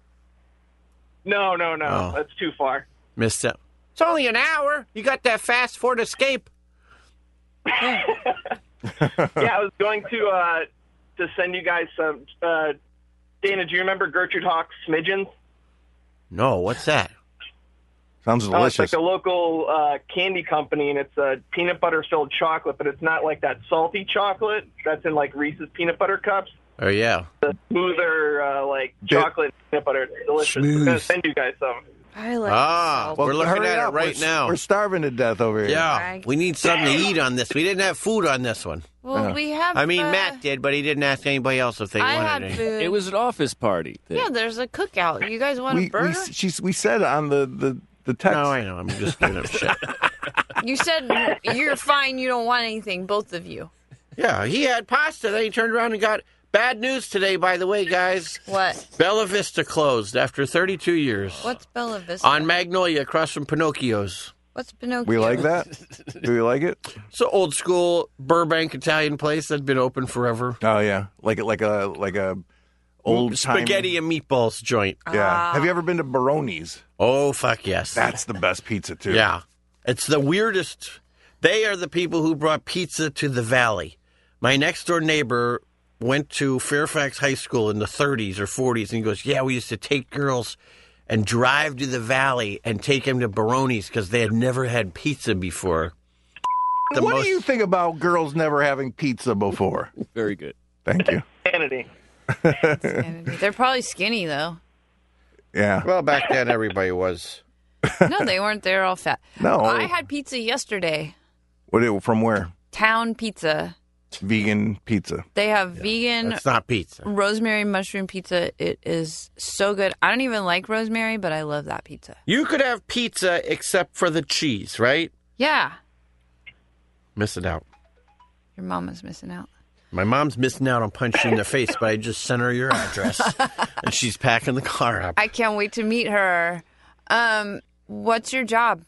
[SPEAKER 13] No, no, no,
[SPEAKER 2] Oh.
[SPEAKER 13] that's too far.
[SPEAKER 2] Missed it. It's only an hour. You got that fast Ford Escape.
[SPEAKER 13] yeah, I was going to uh, to send you guys some. Uh, Dana, do you remember Gertrude Hawk's Smidgens?
[SPEAKER 2] No, what's that?
[SPEAKER 1] Sounds
[SPEAKER 13] Oh, it's
[SPEAKER 1] delicious.
[SPEAKER 13] like a local uh, candy company, and it's a peanut butter filled chocolate, but it's not like that salty chocolate that's in like Reese's peanut butter cups.
[SPEAKER 2] Oh, yeah.
[SPEAKER 13] The smoother, uh, like
[SPEAKER 2] Bit-
[SPEAKER 13] chocolate peanut butter, It's delicious. I'm gonna send you guys some.
[SPEAKER 4] I
[SPEAKER 2] like Ah, salt. we're looking
[SPEAKER 1] hurry
[SPEAKER 2] at it
[SPEAKER 1] up.
[SPEAKER 2] right
[SPEAKER 1] We're-
[SPEAKER 2] now.
[SPEAKER 1] We're starving to death over here.
[SPEAKER 2] Yeah, we need something to eat on this. We didn't have food on this one.
[SPEAKER 4] Well, Yeah. we have,
[SPEAKER 2] I mean,
[SPEAKER 4] uh,
[SPEAKER 2] Matt did, but he didn't ask anybody else if they
[SPEAKER 4] I had
[SPEAKER 2] wanted any.
[SPEAKER 4] food. It was
[SPEAKER 8] an office party.
[SPEAKER 4] Yeah, there's a cookout. You guys want
[SPEAKER 1] We,
[SPEAKER 4] a
[SPEAKER 1] we,
[SPEAKER 4] burger?
[SPEAKER 1] she's, we said on the, the, the text. No, I
[SPEAKER 2] know. I'm just doing up shit.
[SPEAKER 4] You said you're fine. You don't want anything. Both of you.
[SPEAKER 2] Yeah, he had pasta. Then he turned around and got bad news today. By the way, guys,
[SPEAKER 4] What?
[SPEAKER 2] Bella Vista closed after 32 years
[SPEAKER 4] What's Bella Vista?
[SPEAKER 2] on Magnolia, across from Pinocchio's.
[SPEAKER 4] What's Pinocchio?
[SPEAKER 1] Do you like it?
[SPEAKER 2] It's an old school Burbank Italian place that's been open forever.
[SPEAKER 1] Oh yeah, like like a like a old
[SPEAKER 2] spaghetti and meatballs joint.
[SPEAKER 4] Ah.
[SPEAKER 1] Yeah. Have you ever been to Baroni's?
[SPEAKER 2] Oh fuck yes.
[SPEAKER 1] That's the best pizza too.
[SPEAKER 2] Yeah. It's the weirdest. They are the people who brought pizza to the valley. My next door neighbor went to Fairfax High School in the 30s or 40s, and he goes, Yeah, we used to take girls and drive to the valley and take them to Baroni's because they had never had pizza before. The
[SPEAKER 1] what
[SPEAKER 2] most-
[SPEAKER 1] do you think about girls never having pizza before?
[SPEAKER 8] Very good.
[SPEAKER 1] Thank you.
[SPEAKER 13] Sanity.
[SPEAKER 4] They're probably skinny though.
[SPEAKER 1] yeah.
[SPEAKER 2] Well, back then, everybody was.
[SPEAKER 4] No, they weren't. They're all fat.
[SPEAKER 1] No.
[SPEAKER 4] I had pizza yesterday.
[SPEAKER 1] What do- from where?
[SPEAKER 4] Town Pizza.
[SPEAKER 1] Vegan pizza.
[SPEAKER 4] They have vegan
[SPEAKER 2] It's not pizza.
[SPEAKER 4] rosemary mushroom pizza. It is so good. I don't even like rosemary, but I love that pizza.
[SPEAKER 2] You could have pizza except for the cheese, right?
[SPEAKER 4] Yeah,
[SPEAKER 2] Missing out.
[SPEAKER 4] your mama's missing out.
[SPEAKER 2] My mom's missing out on punching you in the face, but I just sent her your address, and she's packing the car up.
[SPEAKER 4] I can't wait to meet her. Um, what's your job?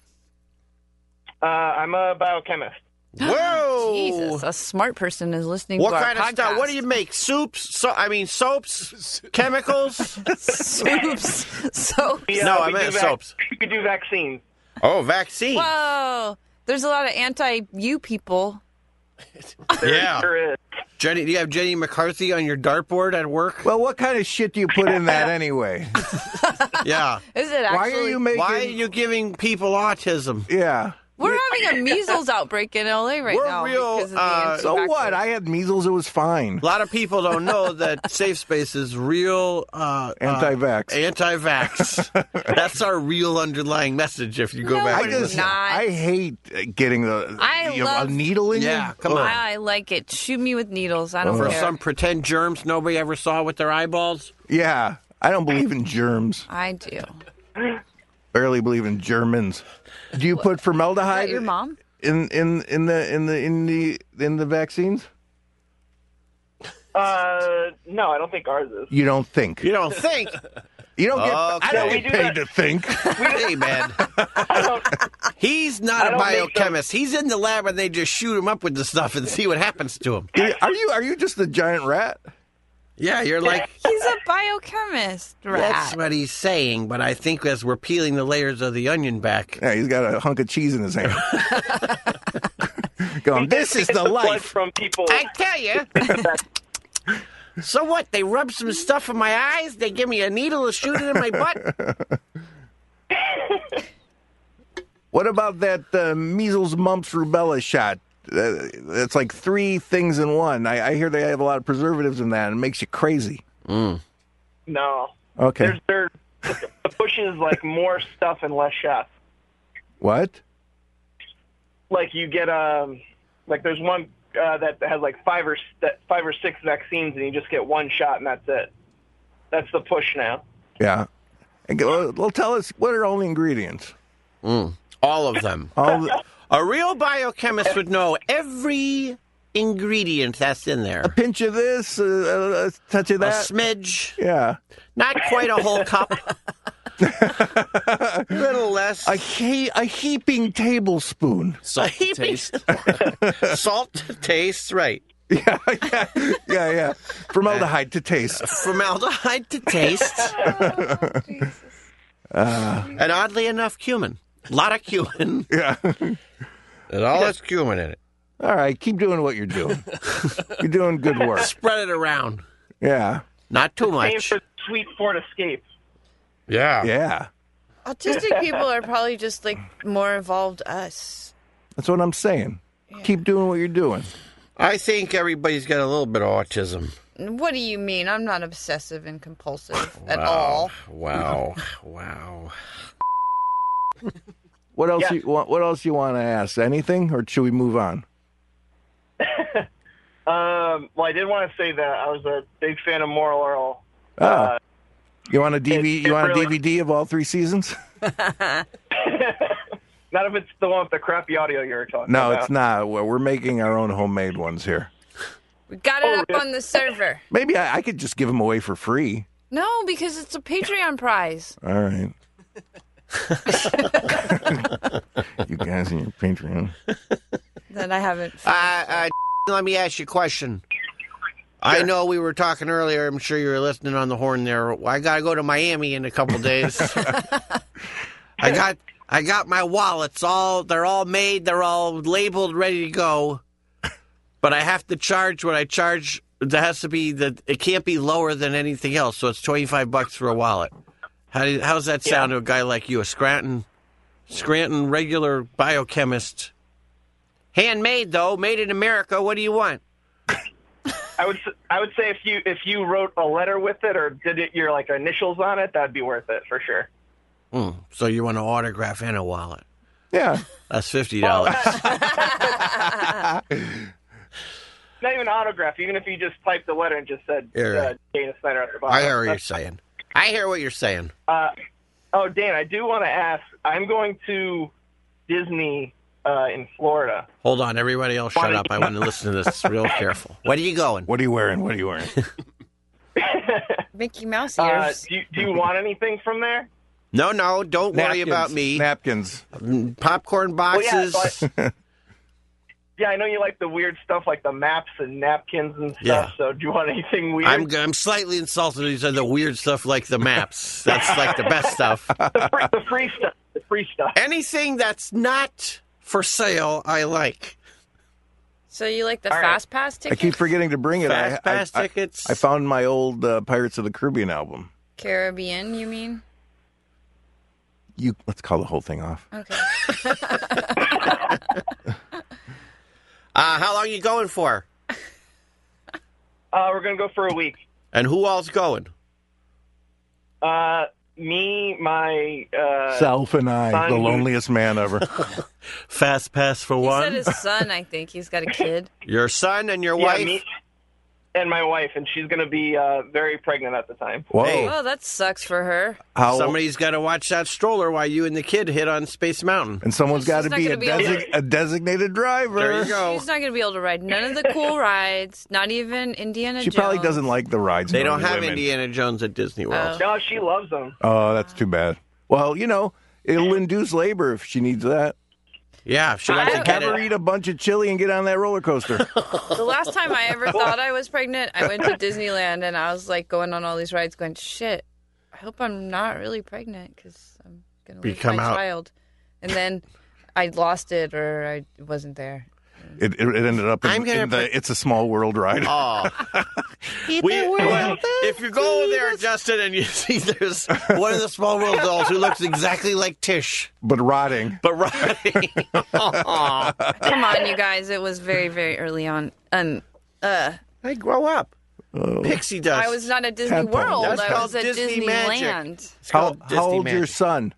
[SPEAKER 13] Uh, I'm a biochemist.
[SPEAKER 2] Whoa!
[SPEAKER 4] Jesus, a smart person is listening
[SPEAKER 2] What
[SPEAKER 4] to our
[SPEAKER 2] kind of stuff? What do you make? Soups? So I mean, soaps, chemicals.
[SPEAKER 4] Soups. Soaps.
[SPEAKER 13] We, uh,
[SPEAKER 2] No, I
[SPEAKER 13] we
[SPEAKER 2] meant
[SPEAKER 13] do vac-
[SPEAKER 2] soaps.
[SPEAKER 13] We do vaccines.
[SPEAKER 2] Oh, vaccine.
[SPEAKER 4] Whoa, there's a lot of anti-you people.
[SPEAKER 2] Yeah.
[SPEAKER 13] Sure is.
[SPEAKER 2] Jenny, do you have Jenny McCarthy on your dartboard at work?
[SPEAKER 1] Well, what kind of shit do you put in that anyway?
[SPEAKER 2] Yeah.
[SPEAKER 4] Is it actually?
[SPEAKER 1] Why are you making?
[SPEAKER 2] Why are you giving people autism?
[SPEAKER 1] Yeah.
[SPEAKER 4] We're having a measles outbreak in LA right
[SPEAKER 2] We're
[SPEAKER 4] now
[SPEAKER 2] real,
[SPEAKER 4] because of the
[SPEAKER 2] uh,
[SPEAKER 4] anti-vaxxers.
[SPEAKER 1] So what? I had measles. It was fine.
[SPEAKER 2] A lot of people don't know that Safe Space is real uh,
[SPEAKER 1] Anti-vax.
[SPEAKER 2] Uh, anti-vax. That's our real underlying message. If you go
[SPEAKER 4] No,
[SPEAKER 2] back,
[SPEAKER 1] I
[SPEAKER 2] and
[SPEAKER 1] just.
[SPEAKER 2] listen.
[SPEAKER 4] not.
[SPEAKER 1] I hate uh, getting the.
[SPEAKER 4] I
[SPEAKER 1] you-
[SPEAKER 4] love-
[SPEAKER 1] a needle in
[SPEAKER 2] Yeah,
[SPEAKER 1] you.
[SPEAKER 2] come on.
[SPEAKER 4] I, I like it. Shoot me with needles. I don't
[SPEAKER 2] for
[SPEAKER 4] care.
[SPEAKER 2] some pretend germs nobody ever saw with their eyeballs.
[SPEAKER 1] Yeah. I don't believe in germs.
[SPEAKER 4] I do. Is
[SPEAKER 1] barely believe in Germans. Do you put
[SPEAKER 4] that
[SPEAKER 1] formaldehyde
[SPEAKER 4] your mom?
[SPEAKER 1] in in in the in the in the in the vaccines?
[SPEAKER 13] Uh, no, I don't think ours is.
[SPEAKER 1] You don't think.
[SPEAKER 2] You don't think.
[SPEAKER 1] You don't get. I don't
[SPEAKER 2] Okay.
[SPEAKER 1] get paid to think.
[SPEAKER 2] hey man, he's
[SPEAKER 1] I
[SPEAKER 2] not a
[SPEAKER 1] don't make those-
[SPEAKER 2] biochemist. He's in the lab and they just shoot him up with the stuff and see what happens to him.
[SPEAKER 1] Are you are you just a giant rat?
[SPEAKER 2] Yeah, you're like
[SPEAKER 4] He's a biochemist,
[SPEAKER 2] that's
[SPEAKER 4] rat.
[SPEAKER 2] what he's saying. But I think as we're peeling the layers of the onion back,
[SPEAKER 1] yeah, he's got a hunk of cheese in his hand.
[SPEAKER 2] Um,
[SPEAKER 1] Going, this is the life.
[SPEAKER 13] from people.
[SPEAKER 2] I tell you. so what? They rub some stuff in my eyes. They give me a needle to shoot it in my butt.
[SPEAKER 1] What about that uh, measles, mumps, rubella shot? Uh, that's like three things in one. I, I hear they have a lot of preservatives in that, and it makes you crazy.
[SPEAKER 13] No.
[SPEAKER 1] Okay.
[SPEAKER 13] There's there the push is like more stuff and less shots.
[SPEAKER 1] What?
[SPEAKER 13] Like you get um like there's one uh, that has like five or s- that five or six vaccines and you just get one shot and that's it. That's the push now.
[SPEAKER 1] Yeah. And go, well, tell us what are all the ingredients?
[SPEAKER 2] All of them.
[SPEAKER 1] All the,
[SPEAKER 2] a real biochemist would know every ingredient that's in there. A
[SPEAKER 1] pinch of this, a, a touch of that.
[SPEAKER 2] a smidge,
[SPEAKER 1] Yeah.
[SPEAKER 2] not quite a whole cup. a little less.
[SPEAKER 1] A, he- a heaping tablespoon.
[SPEAKER 2] Salt taste. Salt taste, right?
[SPEAKER 1] Yeah, yeah. Formaldehyde to taste.
[SPEAKER 2] Formaldehyde to taste.
[SPEAKER 1] Uh,
[SPEAKER 2] And oddly enough, cumin. A lot of cumin.
[SPEAKER 1] Yeah.
[SPEAKER 2] And all that's cumin in it.
[SPEAKER 1] all right, keep doing what you're doing. you're doing good work.
[SPEAKER 2] Spread it around.
[SPEAKER 1] Yeah.
[SPEAKER 2] Not too
[SPEAKER 13] Same
[SPEAKER 2] much.
[SPEAKER 13] for sweet Fort Escape.
[SPEAKER 2] Yeah.
[SPEAKER 1] Yeah.
[SPEAKER 4] Autistic people are probably just like more evolved us.
[SPEAKER 1] That's what I'm saying. Keep doing what you're doing.
[SPEAKER 2] I think everybody's got a little bit of autism.
[SPEAKER 4] What do you mean? I'm not obsessive and compulsive at
[SPEAKER 2] Wow.
[SPEAKER 4] all.
[SPEAKER 2] Wow. wow.
[SPEAKER 1] What else? You, what, what else you want to ask? Anything, or should we move on?
[SPEAKER 13] Um, well, I did want to say that I was a big fan of Moral Earl.
[SPEAKER 1] Oh, you want a DVD?
[SPEAKER 13] it
[SPEAKER 1] You want a
[SPEAKER 13] really-
[SPEAKER 1] DVD of all three seasons?
[SPEAKER 13] Not if it's the one with the crappy audio you were talking
[SPEAKER 1] No,
[SPEAKER 13] about.
[SPEAKER 1] it's not. We're we're making our own homemade ones here.
[SPEAKER 4] We got
[SPEAKER 1] Oh,
[SPEAKER 4] it up on the server.
[SPEAKER 1] Maybe I, I could just give them away for free.
[SPEAKER 4] No, because it's a Patreon prize.
[SPEAKER 1] All right. you guys in your Patreon.
[SPEAKER 4] That I haven't.
[SPEAKER 2] Uh, uh, let me ask you a question. I know we were talking earlier. I'm sure you were listening on the horn there. I gotta go to Miami in a couple days. I got I got my wallets all. They're all made. They're all labeled, ready to go. But I have to charge what I charge. That has to be the. It can't be lower than anything else. So it's twenty five bucks for a wallet. How do, how's that sound to a guy like you, a Scranton, Scranton regular biochemist? Handmade though, made in America. What do you want?
[SPEAKER 13] I would s- I would say if you if you wrote a letter with it or did it your like initials on it, that'd be worth it for sure.
[SPEAKER 2] Mm, so you want an autograph and a wallet?
[SPEAKER 1] Yeah,
[SPEAKER 2] that's fifty dollars.
[SPEAKER 13] Not even an autograph. Even if you just typed the letter and just said
[SPEAKER 2] You're
[SPEAKER 13] uh,
[SPEAKER 2] right.
[SPEAKER 13] Dana Snyder at the bottom.
[SPEAKER 2] I hear what you're saying. I hear what you're saying.
[SPEAKER 13] Uh, oh, Dan, I do want to ask. I'm going to Disney uh, in Florida.
[SPEAKER 2] Hold on, everybody else, shut up. I want to listen to this real careful. What are you going?
[SPEAKER 1] What are you wearing? What are you wearing?
[SPEAKER 4] Mickey Mouse
[SPEAKER 13] Uh,
[SPEAKER 4] ears.
[SPEAKER 13] do you, do you want anything from there?
[SPEAKER 2] no, no, don't worry
[SPEAKER 1] Napkins.
[SPEAKER 2] about me.
[SPEAKER 1] Napkins,
[SPEAKER 2] Mm, Popcorn
[SPEAKER 13] Well, yeah,
[SPEAKER 2] boxes.
[SPEAKER 13] so Yeah, I know you like the weird stuff like the maps and napkins and stuff.
[SPEAKER 2] Yeah.
[SPEAKER 13] So do you want anything weird?
[SPEAKER 2] I'm I'm slightly insulted. These are the weird stuff, like the maps. That's like the best stuff.
[SPEAKER 13] the, free, the free stuff. The free stuff.
[SPEAKER 2] Anything that's not for sale, I like.
[SPEAKER 4] So you like the fast pass
[SPEAKER 1] I
[SPEAKER 4] ticket?
[SPEAKER 1] keep forgetting to bring it. I-
[SPEAKER 2] Fast pass
[SPEAKER 1] I, I,
[SPEAKER 2] tickets.
[SPEAKER 1] I found my old uh, Pirates of the Caribbean album.
[SPEAKER 4] Caribbean, you mean?
[SPEAKER 1] You let's call the whole thing off.
[SPEAKER 4] Okay.
[SPEAKER 2] Uh, how long you going for?
[SPEAKER 13] Uh, we're gonna go for a week.
[SPEAKER 2] And who all's going?
[SPEAKER 13] Uh, me, my uh,
[SPEAKER 1] Self and I, the
[SPEAKER 13] son-
[SPEAKER 1] loneliest man ever.
[SPEAKER 2] Fast pass for
[SPEAKER 4] He said his son. I think he's got a kid.
[SPEAKER 2] Your son and your
[SPEAKER 13] Yeah,
[SPEAKER 2] wife.
[SPEAKER 13] me, and my wife, and she's going to be uh, very pregnant at the time.
[SPEAKER 1] Oh.
[SPEAKER 4] Well, that sucks for her.
[SPEAKER 2] Somebody's got to watch that stroller while you and the kid hit on Space Mountain.
[SPEAKER 1] And someone's got
[SPEAKER 4] to not be a gonna be able to- desi-
[SPEAKER 1] a designated driver.
[SPEAKER 2] There you
[SPEAKER 1] Oh.
[SPEAKER 2] go.
[SPEAKER 4] She's not going to be able to ride none of the cool rides, not even Indiana
[SPEAKER 1] She
[SPEAKER 4] Jones.
[SPEAKER 1] probably doesn't like the rides.
[SPEAKER 2] They
[SPEAKER 1] for
[SPEAKER 2] don't
[SPEAKER 1] the
[SPEAKER 2] have
[SPEAKER 1] women.
[SPEAKER 2] Indiana Jones at Disney World.
[SPEAKER 13] No, she loves them.
[SPEAKER 1] Oh, that's too bad. Well, you know, it'll induce labor if she needs that.
[SPEAKER 4] Oh.
[SPEAKER 2] Yeah, she
[SPEAKER 4] wants to
[SPEAKER 1] have
[SPEAKER 4] get
[SPEAKER 1] her
[SPEAKER 4] it-
[SPEAKER 1] eat a bunch of chili and get on that roller coaster.
[SPEAKER 4] The last time I ever thought I was pregnant, I went to Disneyland and I was like going on all these rides, going, "Shit, I hope I'm not really pregnant because I'm gonna
[SPEAKER 1] You
[SPEAKER 4] lose
[SPEAKER 1] come
[SPEAKER 4] my
[SPEAKER 1] out.
[SPEAKER 4] child." And then I lost it or I wasn't there.
[SPEAKER 1] it, it, it ended up in,
[SPEAKER 4] I'm gonna
[SPEAKER 1] in the
[SPEAKER 4] put-
[SPEAKER 1] "It's a Small World" ride.
[SPEAKER 2] Oh,
[SPEAKER 4] We,
[SPEAKER 2] well, if you go there, Justin, and you see there's one of the small world dolls who looks exactly like Tish,
[SPEAKER 1] but rotting.
[SPEAKER 2] But rotting. Aw.
[SPEAKER 4] Come on, you guys, it was very, very early on. And uh,
[SPEAKER 2] I grow up. Pixie dust.
[SPEAKER 4] I was not at Disney
[SPEAKER 2] Tadpole.
[SPEAKER 4] World.
[SPEAKER 2] That's
[SPEAKER 4] I
[SPEAKER 2] called
[SPEAKER 4] was at
[SPEAKER 2] Disney magic.
[SPEAKER 4] Disneyland.
[SPEAKER 1] How,
[SPEAKER 13] called
[SPEAKER 1] how
[SPEAKER 13] Disney
[SPEAKER 1] old's your
[SPEAKER 13] Magic.
[SPEAKER 1] son?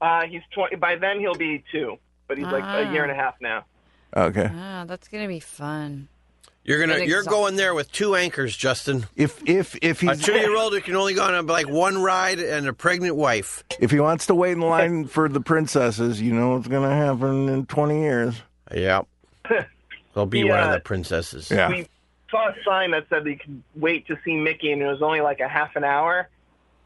[SPEAKER 13] Uh, he's twenty. By then, he'll be two, but he's like a
[SPEAKER 2] Ah.
[SPEAKER 13] year and a half now.
[SPEAKER 1] Okay.
[SPEAKER 4] Ah, that's gonna be fun.
[SPEAKER 2] You're gonna
[SPEAKER 4] An
[SPEAKER 2] you're
[SPEAKER 4] example.
[SPEAKER 2] going there with two anchors, Justin.
[SPEAKER 1] If if if
[SPEAKER 2] a
[SPEAKER 1] he's
[SPEAKER 2] two year old who can only go on like one ride and a pregnant wife.
[SPEAKER 1] If he wants to wait in line for the princesses, you know what's going to happen in 20 years.
[SPEAKER 2] Yep. They'll be
[SPEAKER 13] Yeah.
[SPEAKER 2] one
[SPEAKER 1] uh,
[SPEAKER 2] of the princesses.
[SPEAKER 1] Yeah.
[SPEAKER 13] We saw a sign that said that you could wait to see Mickey, and it was only like a half an hour.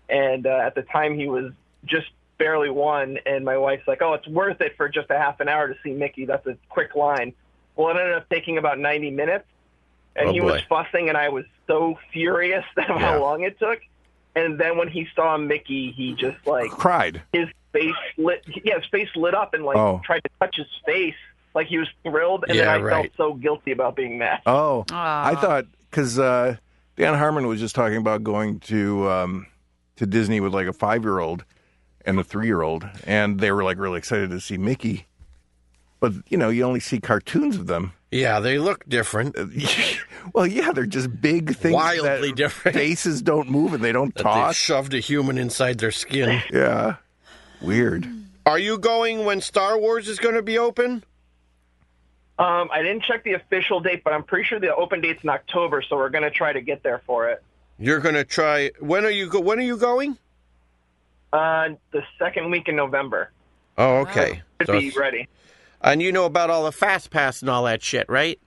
[SPEAKER 13] And uh, at the time, he was just barely one. And my wife's like, "Oh, it's worth it for just a half an hour to see Mickey. That's a quick line." Well, it ended up taking about ninety minutes, and
[SPEAKER 2] Oh,
[SPEAKER 13] he was
[SPEAKER 2] boy.
[SPEAKER 13] fussing, and I was so furious at
[SPEAKER 2] Yeah.
[SPEAKER 13] how long it took. And then when he saw Mickey, he just like
[SPEAKER 1] cried.
[SPEAKER 13] His face lit. Yeah, his face lit up, and like
[SPEAKER 1] Oh.
[SPEAKER 13] tried to touch his face. Like he was thrilled, and then
[SPEAKER 1] Yeah,
[SPEAKER 13] I
[SPEAKER 1] right.
[SPEAKER 13] felt so guilty about being mad.
[SPEAKER 1] Oh,
[SPEAKER 13] Aw.
[SPEAKER 1] I thought because uh, Dan Harmon was just talking about going to um, to Disney with like a five year old and a three year old, and they were like really excited to see Mickey. But you know, you only see cartoons of them.
[SPEAKER 2] Yeah, they look different.
[SPEAKER 1] well, yeah, they're just big things.
[SPEAKER 2] Wildly
[SPEAKER 1] that
[SPEAKER 2] different.
[SPEAKER 1] Faces don't move and they don't
[SPEAKER 2] That
[SPEAKER 1] talk.
[SPEAKER 2] they've shoved a human inside their skin.
[SPEAKER 1] Yeah. Weird.
[SPEAKER 2] Are you going when Star Wars is going to be open?
[SPEAKER 13] Um, I didn't check the official date, but I'm pretty sure the open date's in October, so we're going to try to get there for it.
[SPEAKER 2] You're going to try. When are you go? When are you going?
[SPEAKER 13] Uh, the second week in November.
[SPEAKER 2] Oh, okay.
[SPEAKER 13] Should
[SPEAKER 2] So
[SPEAKER 13] be
[SPEAKER 2] it's-
[SPEAKER 13] ready.
[SPEAKER 2] and you know about all the fast pass and all that shit, right?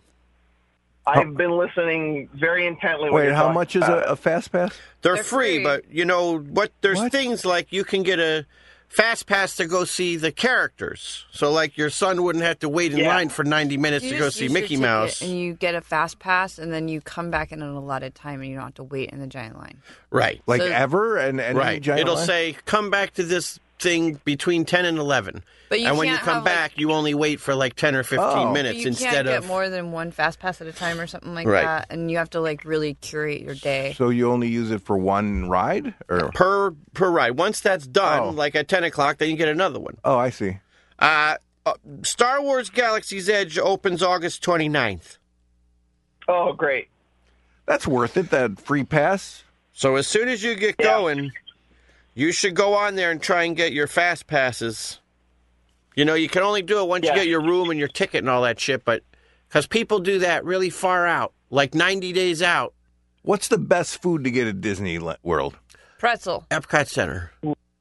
[SPEAKER 13] I've been listening very intently. when
[SPEAKER 2] Wait,
[SPEAKER 13] you're
[SPEAKER 2] how
[SPEAKER 13] talking
[SPEAKER 2] much is
[SPEAKER 13] about
[SPEAKER 2] a-
[SPEAKER 13] it.
[SPEAKER 1] A fast pass?
[SPEAKER 2] They're, free, but you know what? There's things like you can get a fast pass to go see the characters. So, like your son wouldn't have to wait in line for 90 minutes
[SPEAKER 4] You
[SPEAKER 2] to go
[SPEAKER 4] just
[SPEAKER 2] see
[SPEAKER 4] use your
[SPEAKER 2] Mickey
[SPEAKER 4] ticket
[SPEAKER 2] Mouse.
[SPEAKER 4] and you get a fast pass, and then you come back in an allotted time, and you don't have to wait in the giant line.
[SPEAKER 2] Right.
[SPEAKER 1] Like
[SPEAKER 4] So-
[SPEAKER 1] ever and and
[SPEAKER 2] right.
[SPEAKER 1] giant
[SPEAKER 2] It'll
[SPEAKER 1] line?
[SPEAKER 2] say come back to this thing between 10 and 11.
[SPEAKER 4] But you
[SPEAKER 2] and when you
[SPEAKER 4] can't
[SPEAKER 2] come
[SPEAKER 4] have, like-
[SPEAKER 2] back, you only wait for like 10 or 15
[SPEAKER 4] But
[SPEAKER 2] minutes
[SPEAKER 4] you
[SPEAKER 2] instead
[SPEAKER 4] can't get
[SPEAKER 2] of
[SPEAKER 4] more than one fast pass at a time or something like
[SPEAKER 1] Right.
[SPEAKER 4] that, and you have to like really curate your day.
[SPEAKER 1] So you only use it for one ride, or
[SPEAKER 2] per per ride. Once that's done, like at 10 o'clock, then you get another one.
[SPEAKER 1] oh, I see.
[SPEAKER 2] Uh, uh, Star Wars Galaxy's Edge opens August 29th.
[SPEAKER 13] Oh, great.
[SPEAKER 1] That's worth it. That free pass.
[SPEAKER 2] So as soon as you get going, you should go on there and try and get your fast passes. You know, you can only do it once you get your room and your ticket and all that shit, but because people do that really far out, like 90 days out.
[SPEAKER 1] What's the best food to get at Disney World?
[SPEAKER 4] Pretzel.
[SPEAKER 2] Epcot Center.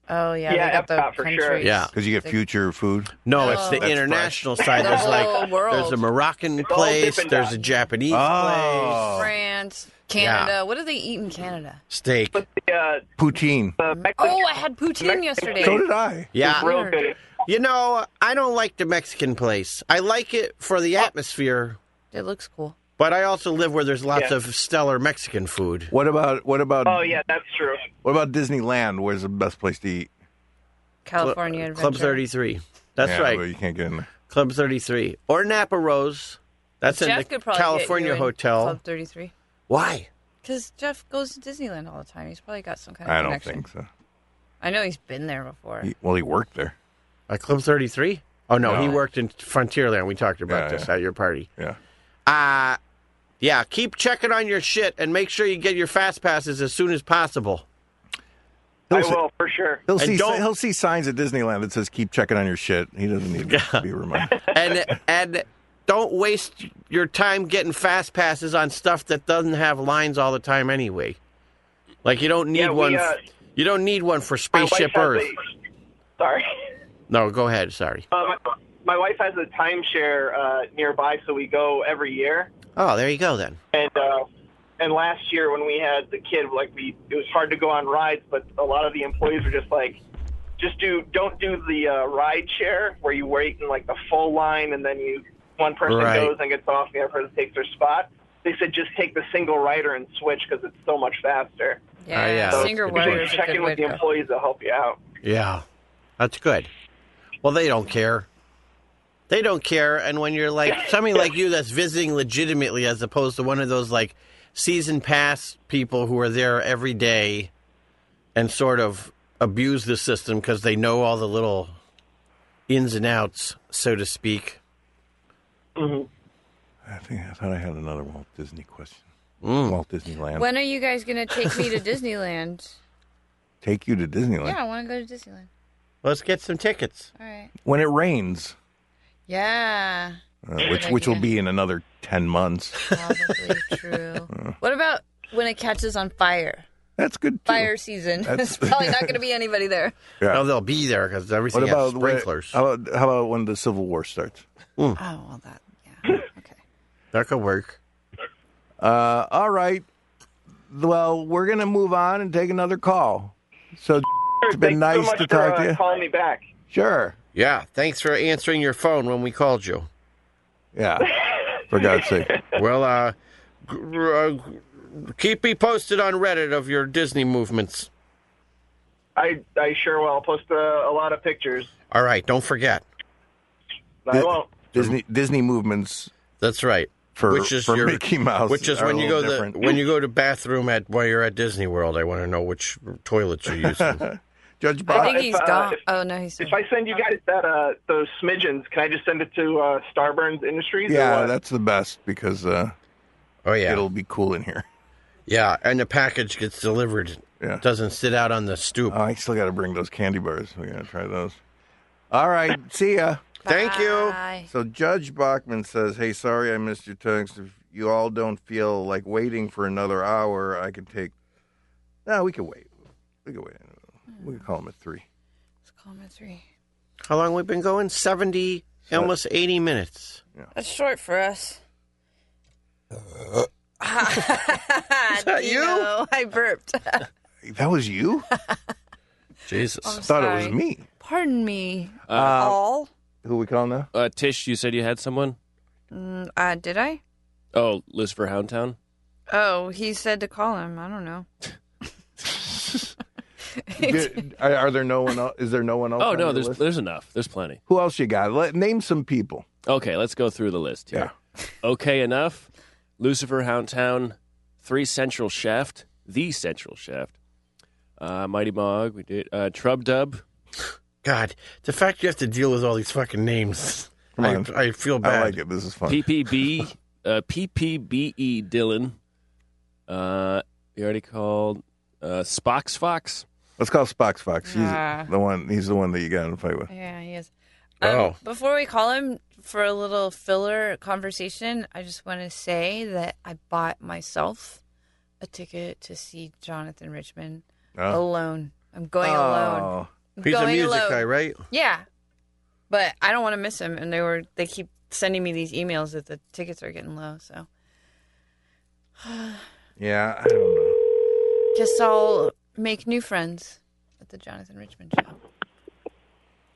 [SPEAKER 4] Oh yeah, they
[SPEAKER 13] Yeah,
[SPEAKER 4] got the
[SPEAKER 13] Epcot for sure.
[SPEAKER 4] countries.
[SPEAKER 2] Yeah.
[SPEAKER 1] because you get
[SPEAKER 4] They-
[SPEAKER 1] future food.
[SPEAKER 2] No, it's the
[SPEAKER 1] That's
[SPEAKER 2] international
[SPEAKER 1] fresh.
[SPEAKER 2] side.
[SPEAKER 4] The
[SPEAKER 2] There's
[SPEAKER 4] Oh. whole
[SPEAKER 2] like
[SPEAKER 4] world.
[SPEAKER 2] there's a Moroccan
[SPEAKER 4] all
[SPEAKER 2] place,
[SPEAKER 4] different
[SPEAKER 2] there's
[SPEAKER 4] out.
[SPEAKER 2] a Japanese
[SPEAKER 1] Oh.
[SPEAKER 2] place,
[SPEAKER 4] France, Canada. What do they eat in Canada?
[SPEAKER 2] steak,
[SPEAKER 13] uh,
[SPEAKER 1] poutine.
[SPEAKER 4] oh, I had poutine yesterday.
[SPEAKER 2] So did
[SPEAKER 1] I.
[SPEAKER 2] Yeah.
[SPEAKER 4] real good.
[SPEAKER 2] You know, I don't like the Mexican place. I like it for the atmosphere,
[SPEAKER 4] It looks cool.
[SPEAKER 2] but I also live where there's lots
[SPEAKER 1] Yeah.
[SPEAKER 2] of stellar Mexican food.
[SPEAKER 1] What about what about?
[SPEAKER 13] Oh, yeah, that's true.
[SPEAKER 1] What about Disneyland? Where's the best place to eat?
[SPEAKER 4] California
[SPEAKER 2] Club,
[SPEAKER 4] Adventure.
[SPEAKER 2] Uh, Club 33. That's
[SPEAKER 1] Yeah,
[SPEAKER 2] right.
[SPEAKER 1] but you can't get in there.
[SPEAKER 2] Club 33 or Napa Rose. That's
[SPEAKER 4] Jeff
[SPEAKER 2] in
[SPEAKER 4] could
[SPEAKER 2] the
[SPEAKER 4] probably get you
[SPEAKER 2] California
[SPEAKER 4] in
[SPEAKER 2] hotel.
[SPEAKER 4] Club Thirty Three.
[SPEAKER 2] Why?
[SPEAKER 4] Because Jeff goes to Disneyland all the time. He's probably got some kind of
[SPEAKER 1] I don't
[SPEAKER 4] connection.
[SPEAKER 1] think so.
[SPEAKER 4] I know he's been there before.
[SPEAKER 1] He- well, he worked there.
[SPEAKER 2] At Club 33? Oh no,
[SPEAKER 1] No.
[SPEAKER 2] he worked in Frontierland. We talked about
[SPEAKER 1] Yeah,
[SPEAKER 2] this
[SPEAKER 1] yeah.
[SPEAKER 2] at your party.
[SPEAKER 1] Yeah.
[SPEAKER 2] Uh yeah, keep checking on your shit and make sure you get your fast passes as soon as possible.
[SPEAKER 1] I will,
[SPEAKER 13] for sure.
[SPEAKER 1] He'll
[SPEAKER 2] And
[SPEAKER 1] see
[SPEAKER 2] don't-
[SPEAKER 1] he'll see signs at Disneyland that says "Keep checking on your shit." He doesn't need to be reminded.
[SPEAKER 2] and and don't waste your time getting fast passes on stuff that doesn't have lines all the time anyway. Like you don't need
[SPEAKER 13] we,
[SPEAKER 2] one.
[SPEAKER 13] uh,
[SPEAKER 2] you don't need one for
[SPEAKER 13] My wife
[SPEAKER 2] Spaceship
[SPEAKER 13] has
[SPEAKER 2] Earth.
[SPEAKER 13] a- sorry.
[SPEAKER 2] No, go ahead. Sorry.
[SPEAKER 13] Uh, my, my wife has a timeshare uh, nearby, so we go every year.
[SPEAKER 2] Oh, there you go then.
[SPEAKER 13] And uh, and last year when we had the kid, like we, it was hard to go on rides, but a lot of the employees were just like, just do, don't do the uh, ride share where you wait in like the full line and then you one person
[SPEAKER 15] Right.
[SPEAKER 13] goes and gets off, and the other person takes their spot. They said just take the single rider and switch because it's so much faster.
[SPEAKER 2] Yeah, Ah, yeah.
[SPEAKER 13] So
[SPEAKER 2] single
[SPEAKER 13] just
[SPEAKER 2] rider is a
[SPEAKER 13] check
[SPEAKER 2] good
[SPEAKER 13] in
[SPEAKER 2] way
[SPEAKER 13] with
[SPEAKER 2] to
[SPEAKER 13] the
[SPEAKER 2] go.
[SPEAKER 13] employees to help you out.
[SPEAKER 2] Yeah, that's good. Well, they don't care. They don't care. And when you're like somebody like you that's visiting legitimately, as opposed to one of those like season pass people who are there every day and sort of abuse the system because they know all the little ins and outs, so to speak.
[SPEAKER 1] I think I thought I had another Walt Disney question. Walt Disneyland.
[SPEAKER 4] When are you guys gonna take me to Disneyland?
[SPEAKER 1] Take you to Disneyland
[SPEAKER 4] Yeah, I want to go to Disneyland.
[SPEAKER 2] Let's get some tickets.
[SPEAKER 4] All right.
[SPEAKER 1] when it rains,
[SPEAKER 4] Yeah.
[SPEAKER 1] uh,
[SPEAKER 4] Good
[SPEAKER 1] which which will
[SPEAKER 4] idea.
[SPEAKER 1] be in another ten months.
[SPEAKER 4] Probably true. What about when it catches on fire?
[SPEAKER 1] That's good.
[SPEAKER 4] Fire season.
[SPEAKER 1] That's-
[SPEAKER 4] It's probably not going to be anybody there.
[SPEAKER 1] Yeah.
[SPEAKER 2] No, Oh, they'll be there because everything
[SPEAKER 1] What
[SPEAKER 2] has
[SPEAKER 1] about when-
[SPEAKER 2] sprinklers.
[SPEAKER 1] how, about, how about when the Civil War starts?
[SPEAKER 2] Mm.
[SPEAKER 4] Oh, well, that.
[SPEAKER 2] That could work.
[SPEAKER 1] Uh, all right. Well, we're gonna move on and take another call. So it's been
[SPEAKER 2] thanks so
[SPEAKER 1] nice
[SPEAKER 2] much
[SPEAKER 1] to
[SPEAKER 2] for,
[SPEAKER 1] talk
[SPEAKER 2] uh,
[SPEAKER 1] to you.
[SPEAKER 13] Call me back.
[SPEAKER 1] Sure.
[SPEAKER 2] Yeah. Thanks for answering your phone when we called you.
[SPEAKER 1] Yeah. For God's sake.
[SPEAKER 2] Well, uh, g- uh, g- keep me posted on Reddit of your Disney movements.
[SPEAKER 13] I, I sure will. I'll post uh, a lot of pictures.
[SPEAKER 2] All right. Don't forget.
[SPEAKER 13] I won't.
[SPEAKER 1] Disney Disney movements.
[SPEAKER 2] That's right.
[SPEAKER 1] For for Mickey Mouse,
[SPEAKER 2] Which is
[SPEAKER 1] are
[SPEAKER 2] when
[SPEAKER 1] a
[SPEAKER 2] you go
[SPEAKER 1] little
[SPEAKER 2] to
[SPEAKER 1] different.
[SPEAKER 2] the when you go to bathroom at while you're at Disney World. I want to know which toilets you're using.
[SPEAKER 1] Judge
[SPEAKER 13] Uh,
[SPEAKER 14] I think
[SPEAKER 13] if,
[SPEAKER 14] he's
[SPEAKER 13] uh,
[SPEAKER 14] gone.
[SPEAKER 13] if-
[SPEAKER 14] Oh no, he's.
[SPEAKER 13] If I send you guys that uh, those smidgens, can I just send it to uh, Starburns Industries? or
[SPEAKER 1] Yeah,
[SPEAKER 13] what?
[SPEAKER 1] that's the best because uh,
[SPEAKER 2] oh yeah,
[SPEAKER 1] it'll be cool in here.
[SPEAKER 2] Yeah, and the package gets delivered.
[SPEAKER 1] Yeah, Uh,
[SPEAKER 2] doesn't sit out on the stoop.
[SPEAKER 1] Oh, I still got to bring those candy bars. We got to try those. All right, see ya.
[SPEAKER 2] Thank you.
[SPEAKER 1] So Judge Bachman says, "Hey, sorry I missed your text. If you all don't feel like waiting for another hour, I can take. No, we can wait. We can wait. We can call him at three.
[SPEAKER 4] Comma three.
[SPEAKER 2] How long we been going? Seventy, almost eighty minutes.
[SPEAKER 4] That's short for us.
[SPEAKER 14] Is
[SPEAKER 4] that you? I burped.
[SPEAKER 1] That was you.
[SPEAKER 2] Jesus,
[SPEAKER 14] I'm
[SPEAKER 1] thought it was
[SPEAKER 14] sorry.
[SPEAKER 1] me.
[SPEAKER 14] Pardon me.
[SPEAKER 8] Uh,
[SPEAKER 14] all.
[SPEAKER 1] Who we call now?
[SPEAKER 8] Uh, Tish, you said you had someone.
[SPEAKER 16] Mm, uh, did I?
[SPEAKER 8] Oh, Liz for Houndtown.
[SPEAKER 16] Oh, he said to call him. I don't know.
[SPEAKER 1] Did- are, are there no one? Else? Is there no one else?
[SPEAKER 8] Oh
[SPEAKER 1] on
[SPEAKER 8] no,
[SPEAKER 1] your
[SPEAKER 8] there's
[SPEAKER 1] list?
[SPEAKER 8] there's enough. There's plenty.
[SPEAKER 1] Who else you got? Let, name some people.
[SPEAKER 8] Okay, let's go through the list here. okay enough. Lucifer Houndtown, Three Central Shaft, The Central Shaft, uh, Mighty Mog. We did uh, Trub Dub.
[SPEAKER 2] God, the fact you have to deal with all these fucking names.
[SPEAKER 8] Come on.
[SPEAKER 2] I, I feel
[SPEAKER 8] I
[SPEAKER 2] bad.
[SPEAKER 8] like
[SPEAKER 1] it. This is
[SPEAKER 8] PPB, uh, PPBE E, Dylan. Uh, you already called uh, Spox Fox.
[SPEAKER 1] Let's call Spox Fox. He's
[SPEAKER 4] Ah.
[SPEAKER 1] the one. He's the one that you got in a fight with.
[SPEAKER 4] Yeah, he is. Um,
[SPEAKER 1] Oh.
[SPEAKER 4] Before we call him for a little filler conversation, I just want to say that I bought myself a ticket to see Jonathan Richmond
[SPEAKER 2] Oh.
[SPEAKER 4] alone. I'm going alone.
[SPEAKER 2] Oh.
[SPEAKER 4] I'm
[SPEAKER 2] He's a
[SPEAKER 4] going
[SPEAKER 2] music
[SPEAKER 4] alone.
[SPEAKER 2] guy, right?
[SPEAKER 4] Yeah, but I don't want to miss him. And they were they keep sending me these emails that the tickets are getting low. So
[SPEAKER 1] Yeah, I don't know.
[SPEAKER 4] guess I'll make new friends at the Jonathan Richmond show.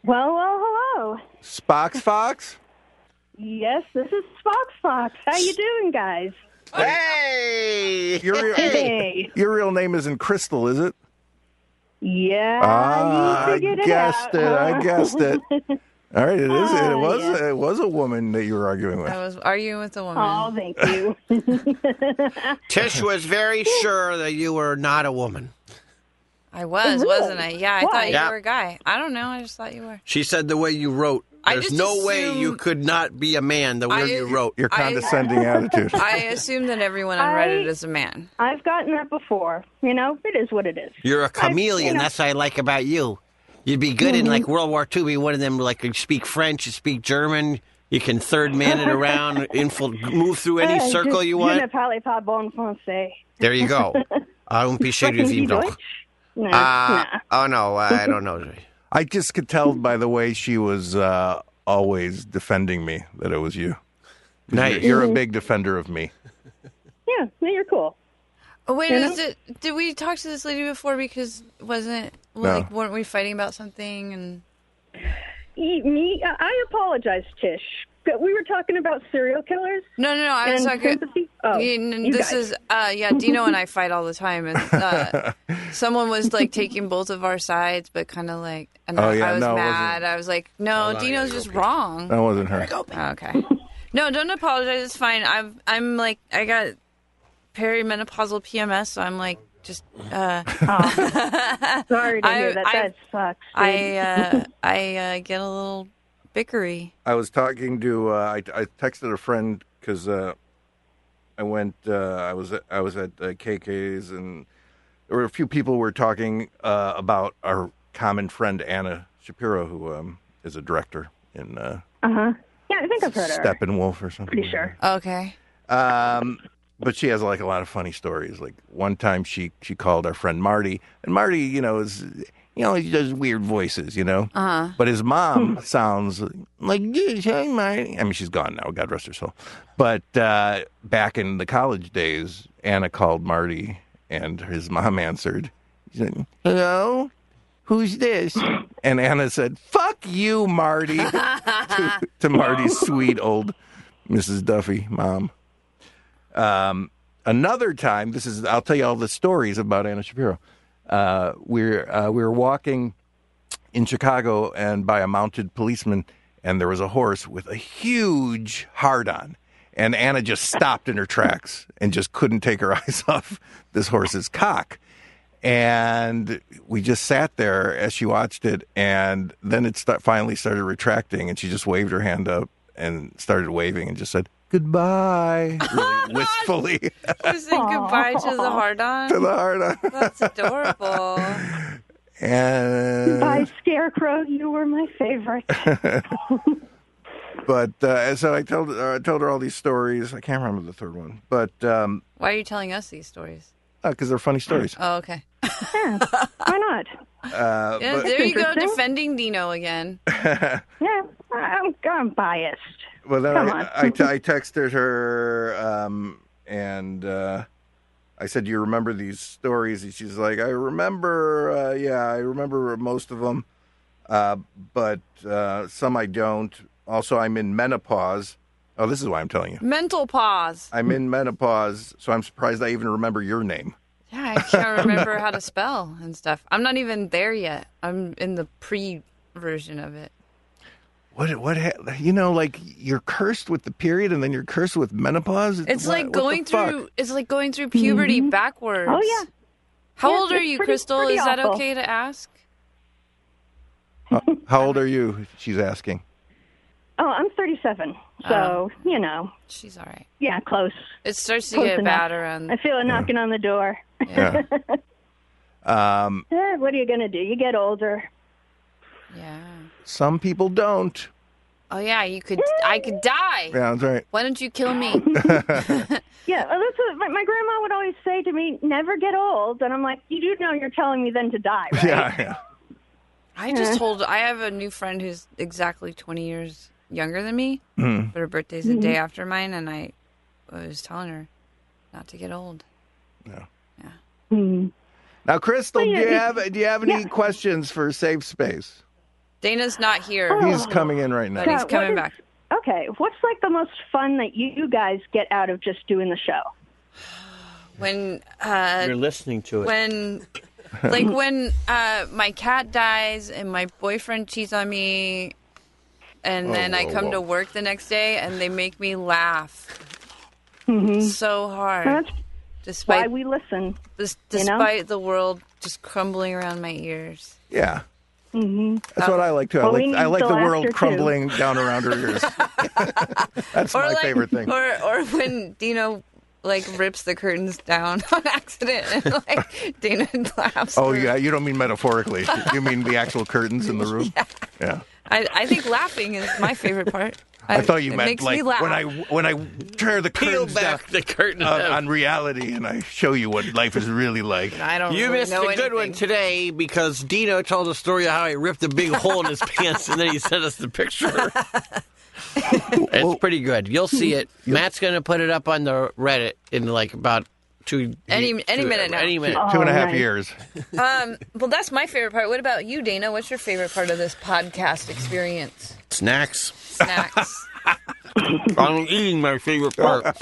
[SPEAKER 17] Well, well, hello.
[SPEAKER 1] Spox Fox.
[SPEAKER 17] Yes, this is Fox Fox. How you doing, guys?
[SPEAKER 2] Hey,
[SPEAKER 1] your real,
[SPEAKER 17] Hey.
[SPEAKER 1] your real name isn't Crystal, is it?
[SPEAKER 17] Yeah,
[SPEAKER 1] Ah,
[SPEAKER 17] Uh, you
[SPEAKER 1] I
[SPEAKER 17] figured it
[SPEAKER 1] guessed
[SPEAKER 17] out. Uh-huh.
[SPEAKER 1] it. I
[SPEAKER 17] huh?
[SPEAKER 1] guessed it. All right, it is.
[SPEAKER 17] Ah,
[SPEAKER 1] It was.
[SPEAKER 17] yes.
[SPEAKER 1] It was a woman that you were arguing with.
[SPEAKER 4] I was arguing with a woman.
[SPEAKER 17] Oh, thank you.
[SPEAKER 2] Tish was very sure that you were not a woman.
[SPEAKER 4] I was,
[SPEAKER 17] really?
[SPEAKER 4] wasn't I? Yeah, I
[SPEAKER 17] Why?
[SPEAKER 4] thought you
[SPEAKER 2] Yeah.
[SPEAKER 4] were a guy. I don't know. I just thought you were.
[SPEAKER 2] She said the way you wrote.
[SPEAKER 4] I
[SPEAKER 2] There's
[SPEAKER 4] just
[SPEAKER 2] no way
[SPEAKER 4] assume-
[SPEAKER 2] you could not be a man the way
[SPEAKER 4] I-
[SPEAKER 2] you wrote.
[SPEAKER 1] Your
[SPEAKER 4] I- condescending
[SPEAKER 1] attitude.
[SPEAKER 4] I assume that everyone on
[SPEAKER 17] I-
[SPEAKER 4] Reddit is a man.
[SPEAKER 17] I've gotten that before. You know, it is what it is.
[SPEAKER 2] You're a chameleon.
[SPEAKER 17] you know-
[SPEAKER 2] That's what I like about you. You'd be good in like World War II. Be one of them. Like you speak French, you speak German, You can third man it around, infil- move through any
[SPEAKER 17] Uh,
[SPEAKER 13] Ah,
[SPEAKER 2] circle
[SPEAKER 13] je,
[SPEAKER 2] you
[SPEAKER 13] Je
[SPEAKER 2] want.
[SPEAKER 13] ne parle pas bon français.
[SPEAKER 2] There you go. I won't be shady if you don't.
[SPEAKER 13] No,
[SPEAKER 2] Uh,
[SPEAKER 1] Ah.
[SPEAKER 13] nah.
[SPEAKER 2] oh no, I don't know.
[SPEAKER 1] I just could tell by the way she was uh, always defending me that it was you. 'Cause
[SPEAKER 2] Nice.
[SPEAKER 1] You're,
[SPEAKER 17] Mm-hmm.
[SPEAKER 1] you're a
[SPEAKER 2] Mhm.
[SPEAKER 1] big defender of me.
[SPEAKER 13] Yeah, no, you're cool.
[SPEAKER 4] Oh wait,
[SPEAKER 13] You
[SPEAKER 4] is
[SPEAKER 13] know?
[SPEAKER 4] it? Did we talk to this lady before? Because wasn't
[SPEAKER 1] No.
[SPEAKER 4] like weren't we fighting about something? And
[SPEAKER 13] E- me,
[SPEAKER 17] uh,
[SPEAKER 13] I- I apologize, Tish. But We were talking about serial killers.
[SPEAKER 4] no, no, no. I was
[SPEAKER 13] and
[SPEAKER 4] talking.
[SPEAKER 13] sympathy. Oh,
[SPEAKER 4] You- n-
[SPEAKER 13] you
[SPEAKER 4] this
[SPEAKER 13] guys.
[SPEAKER 4] is uh, yeah. Dino and I fight all the time, and uh, someone was like taking both of our sides, but kind of like. And
[SPEAKER 1] Oh,
[SPEAKER 4] I-
[SPEAKER 1] yeah,
[SPEAKER 4] I was
[SPEAKER 1] no, it wasn't- Oh,
[SPEAKER 4] mad. I was like, no,
[SPEAKER 1] Hold on, I
[SPEAKER 4] Dino's
[SPEAKER 1] gotta
[SPEAKER 4] just wrong.
[SPEAKER 1] That wasn't her.
[SPEAKER 4] Oh, Okay. No, don't apologize. It's fine. I'm I'm like I got perimenopausal PMS, so I'm like just uh
[SPEAKER 13] Oh. Sorry to
[SPEAKER 4] I-
[SPEAKER 13] hear that.
[SPEAKER 4] I-
[SPEAKER 13] that sucks.
[SPEAKER 4] I uh I uh, get a little bickery.
[SPEAKER 1] I was talking to uh, I, I texted a friend because uh, I went uh, I was at- I was at uh, KK's and there were a few people who were talking uh, about our common friend Anna Shapiro who um, is a director in uh,
[SPEAKER 13] Uh huh. Yeah, I think I've heard of her.
[SPEAKER 1] Steppenwolf or something.
[SPEAKER 13] Pretty sure.
[SPEAKER 4] Okay.
[SPEAKER 1] Um, but she has like a lot of funny stories. Like one time she she called our friend Marty, and Marty, you know, is you know he does weird voices, you know.
[SPEAKER 4] Uh-huh.
[SPEAKER 1] But his mom sounds like this. Hey, Marty. I mean, she's gone now. God rest her soul. But uh, back in the college days, Anna called Marty, and his mom answered. She said, Hello? Who's this? and Anna said, "Fuck you, Marty," to, to Marty's sweet old Mrs. Duffy mom. Um, another time, this is I'll tell you all the stories about Anna Shapiro. Uh, we're uh, we were walking in Chicago and by a mounted policeman, and there was a horse with a huge hard on. And Anna just stopped in her tracks and just couldn't take her eyes off this horse's cock. And we just sat there as she watched it. And then it sta- finally started retracting, and she just waved her hand up and started waving and just said, Goodbye, really wistfully
[SPEAKER 4] She said goodbye to the hard on.
[SPEAKER 1] to the hard on.
[SPEAKER 4] That's adorable.
[SPEAKER 1] And
[SPEAKER 13] By Scarecrow, you were my favorite.
[SPEAKER 1] but uh, so I told uh, I told her all these stories. I can't remember the third one, but because um,
[SPEAKER 4] Why are you telling us these stories?
[SPEAKER 1] uh 'cause they're funny stories.
[SPEAKER 4] Oh, okay.
[SPEAKER 13] Why not?
[SPEAKER 1] Uh,
[SPEAKER 4] Yeah,
[SPEAKER 1] but,
[SPEAKER 4] there you go,
[SPEAKER 13] Interesting.
[SPEAKER 4] defending Dino again.
[SPEAKER 13] Yeah, I'm, I'm biased.
[SPEAKER 1] Well, then
[SPEAKER 13] Come
[SPEAKER 1] I,
[SPEAKER 13] on.
[SPEAKER 1] I, t- I texted her um, and uh, I said, "Do you remember these stories?" And she's like, "I remember. Uh, yeah, I remember most of them, uh, but uh, some I don't. Also, I'm in menopause. Oh, this is why I'm telling you.
[SPEAKER 4] Mental pause.
[SPEAKER 1] I'm in menopause, so I'm surprised I even remember your name.
[SPEAKER 4] Yeah, I can't remember how to spell and stuff. I'm not even there yet. I'm in the pre version of it.
[SPEAKER 1] What? What? ha- You know, like you're cursed with the period, and then you're cursed with menopause.
[SPEAKER 4] It's
[SPEAKER 1] What-
[SPEAKER 4] like
[SPEAKER 1] what the
[SPEAKER 4] going
[SPEAKER 1] fuck?
[SPEAKER 4] through. It's like going through puberty backwards.
[SPEAKER 13] Oh, yeah.
[SPEAKER 4] How
[SPEAKER 13] Yeah,
[SPEAKER 4] old are
[SPEAKER 13] it's
[SPEAKER 4] you,
[SPEAKER 13] pretty-
[SPEAKER 4] Crystal?
[SPEAKER 13] pretty
[SPEAKER 4] Is that
[SPEAKER 13] awful.
[SPEAKER 4] okay to ask?
[SPEAKER 1] How old are you? She's asking.
[SPEAKER 13] Oh, I'm 37, so you know,
[SPEAKER 4] She's all right.
[SPEAKER 13] yeah, close.
[SPEAKER 4] It starts to
[SPEAKER 13] Close
[SPEAKER 4] get
[SPEAKER 13] enough.
[SPEAKER 4] bad around.
[SPEAKER 13] I feel a knocking on the door.
[SPEAKER 1] Yeah. Um,
[SPEAKER 13] Eh, what are you gonna do? You get older.
[SPEAKER 4] Yeah.
[SPEAKER 1] some people don't.
[SPEAKER 4] Oh yeah, you could. I could die.
[SPEAKER 1] Yeah, that's right.
[SPEAKER 4] Why don't you kill me?
[SPEAKER 13] Yeah, well, that's what my, my grandma would always say to me: "Never get old." And I'm like, "You do know you're telling me then to die, right?"
[SPEAKER 1] Yeah, yeah.
[SPEAKER 4] I just told. I have a new friend who's exactly 20 years younger than me,
[SPEAKER 1] Mhm.
[SPEAKER 4] but her birthday's the day
[SPEAKER 13] Mhm.
[SPEAKER 4] after mine, and I was telling her not to get old.
[SPEAKER 1] Now, Crystal,
[SPEAKER 4] Well,
[SPEAKER 1] do
[SPEAKER 4] yeah,
[SPEAKER 1] you
[SPEAKER 4] it-
[SPEAKER 1] have do you have any questions for Safe Space?
[SPEAKER 4] Dana's not here.
[SPEAKER 1] He's coming in right now.
[SPEAKER 4] But he's
[SPEAKER 13] Yeah, Oh. what
[SPEAKER 4] coming
[SPEAKER 13] is-
[SPEAKER 4] back.
[SPEAKER 13] Okay, what's like the most fun that you guys get out of just doing the show?
[SPEAKER 4] When uh,
[SPEAKER 2] You're listening to it.
[SPEAKER 4] when like when uh my cat dies and my boyfriend cheats on me and
[SPEAKER 18] Oh,
[SPEAKER 4] then i
[SPEAKER 18] whoa,
[SPEAKER 4] come
[SPEAKER 18] whoa.
[SPEAKER 4] to work the next day and they make me laugh so hard
[SPEAKER 13] Mm-hmm. That's
[SPEAKER 4] despite
[SPEAKER 13] why we listen
[SPEAKER 4] this,
[SPEAKER 13] you know?
[SPEAKER 4] despite the world just crumbling around my ears
[SPEAKER 1] Yeah,
[SPEAKER 13] Mm-hmm.
[SPEAKER 1] that's what I like too. I
[SPEAKER 4] Well, we
[SPEAKER 1] like I
[SPEAKER 4] need
[SPEAKER 1] like
[SPEAKER 4] the
[SPEAKER 1] the
[SPEAKER 4] laughter,
[SPEAKER 1] world
[SPEAKER 4] too.
[SPEAKER 1] crumbling down around her ears. that's my
[SPEAKER 4] like,
[SPEAKER 1] favorite thing.
[SPEAKER 4] or or when dino like rips the curtains down on accident and like dana laughs
[SPEAKER 1] oh yeah, you don't mean metaphorically. you mean the actual curtains in the room. Yeah.
[SPEAKER 4] I, I think laughing is my favorite part
[SPEAKER 1] I,
[SPEAKER 19] I-
[SPEAKER 1] thought you
[SPEAKER 19] it
[SPEAKER 1] meant
[SPEAKER 19] makes
[SPEAKER 1] like
[SPEAKER 19] me laugh.
[SPEAKER 1] when I when I tear the
[SPEAKER 2] Peel
[SPEAKER 1] curtains
[SPEAKER 2] back
[SPEAKER 1] down
[SPEAKER 2] the curtain
[SPEAKER 1] on,
[SPEAKER 2] down.
[SPEAKER 1] on reality and I show you what life is really like.
[SPEAKER 20] I
[SPEAKER 4] Oh,
[SPEAKER 20] don't.
[SPEAKER 2] You
[SPEAKER 20] really
[SPEAKER 2] missed
[SPEAKER 20] know
[SPEAKER 2] a good one today because Dino told a story of how he ripped a big hole in his pants and then he sent us the picture. it's pretty good. You'll see it. Matt's going to put it up on the Reddit in like about two
[SPEAKER 4] Any- any
[SPEAKER 2] two-
[SPEAKER 4] minute now.
[SPEAKER 2] Any minute.
[SPEAKER 21] Uh,
[SPEAKER 4] Two- two and a half Alright.
[SPEAKER 1] years.
[SPEAKER 4] Um, well, that's my favorite part. What about you, Dana? What's your favorite part of this podcast experience?
[SPEAKER 2] Snacks.
[SPEAKER 4] Snacks.
[SPEAKER 2] I'm eating my favorite part.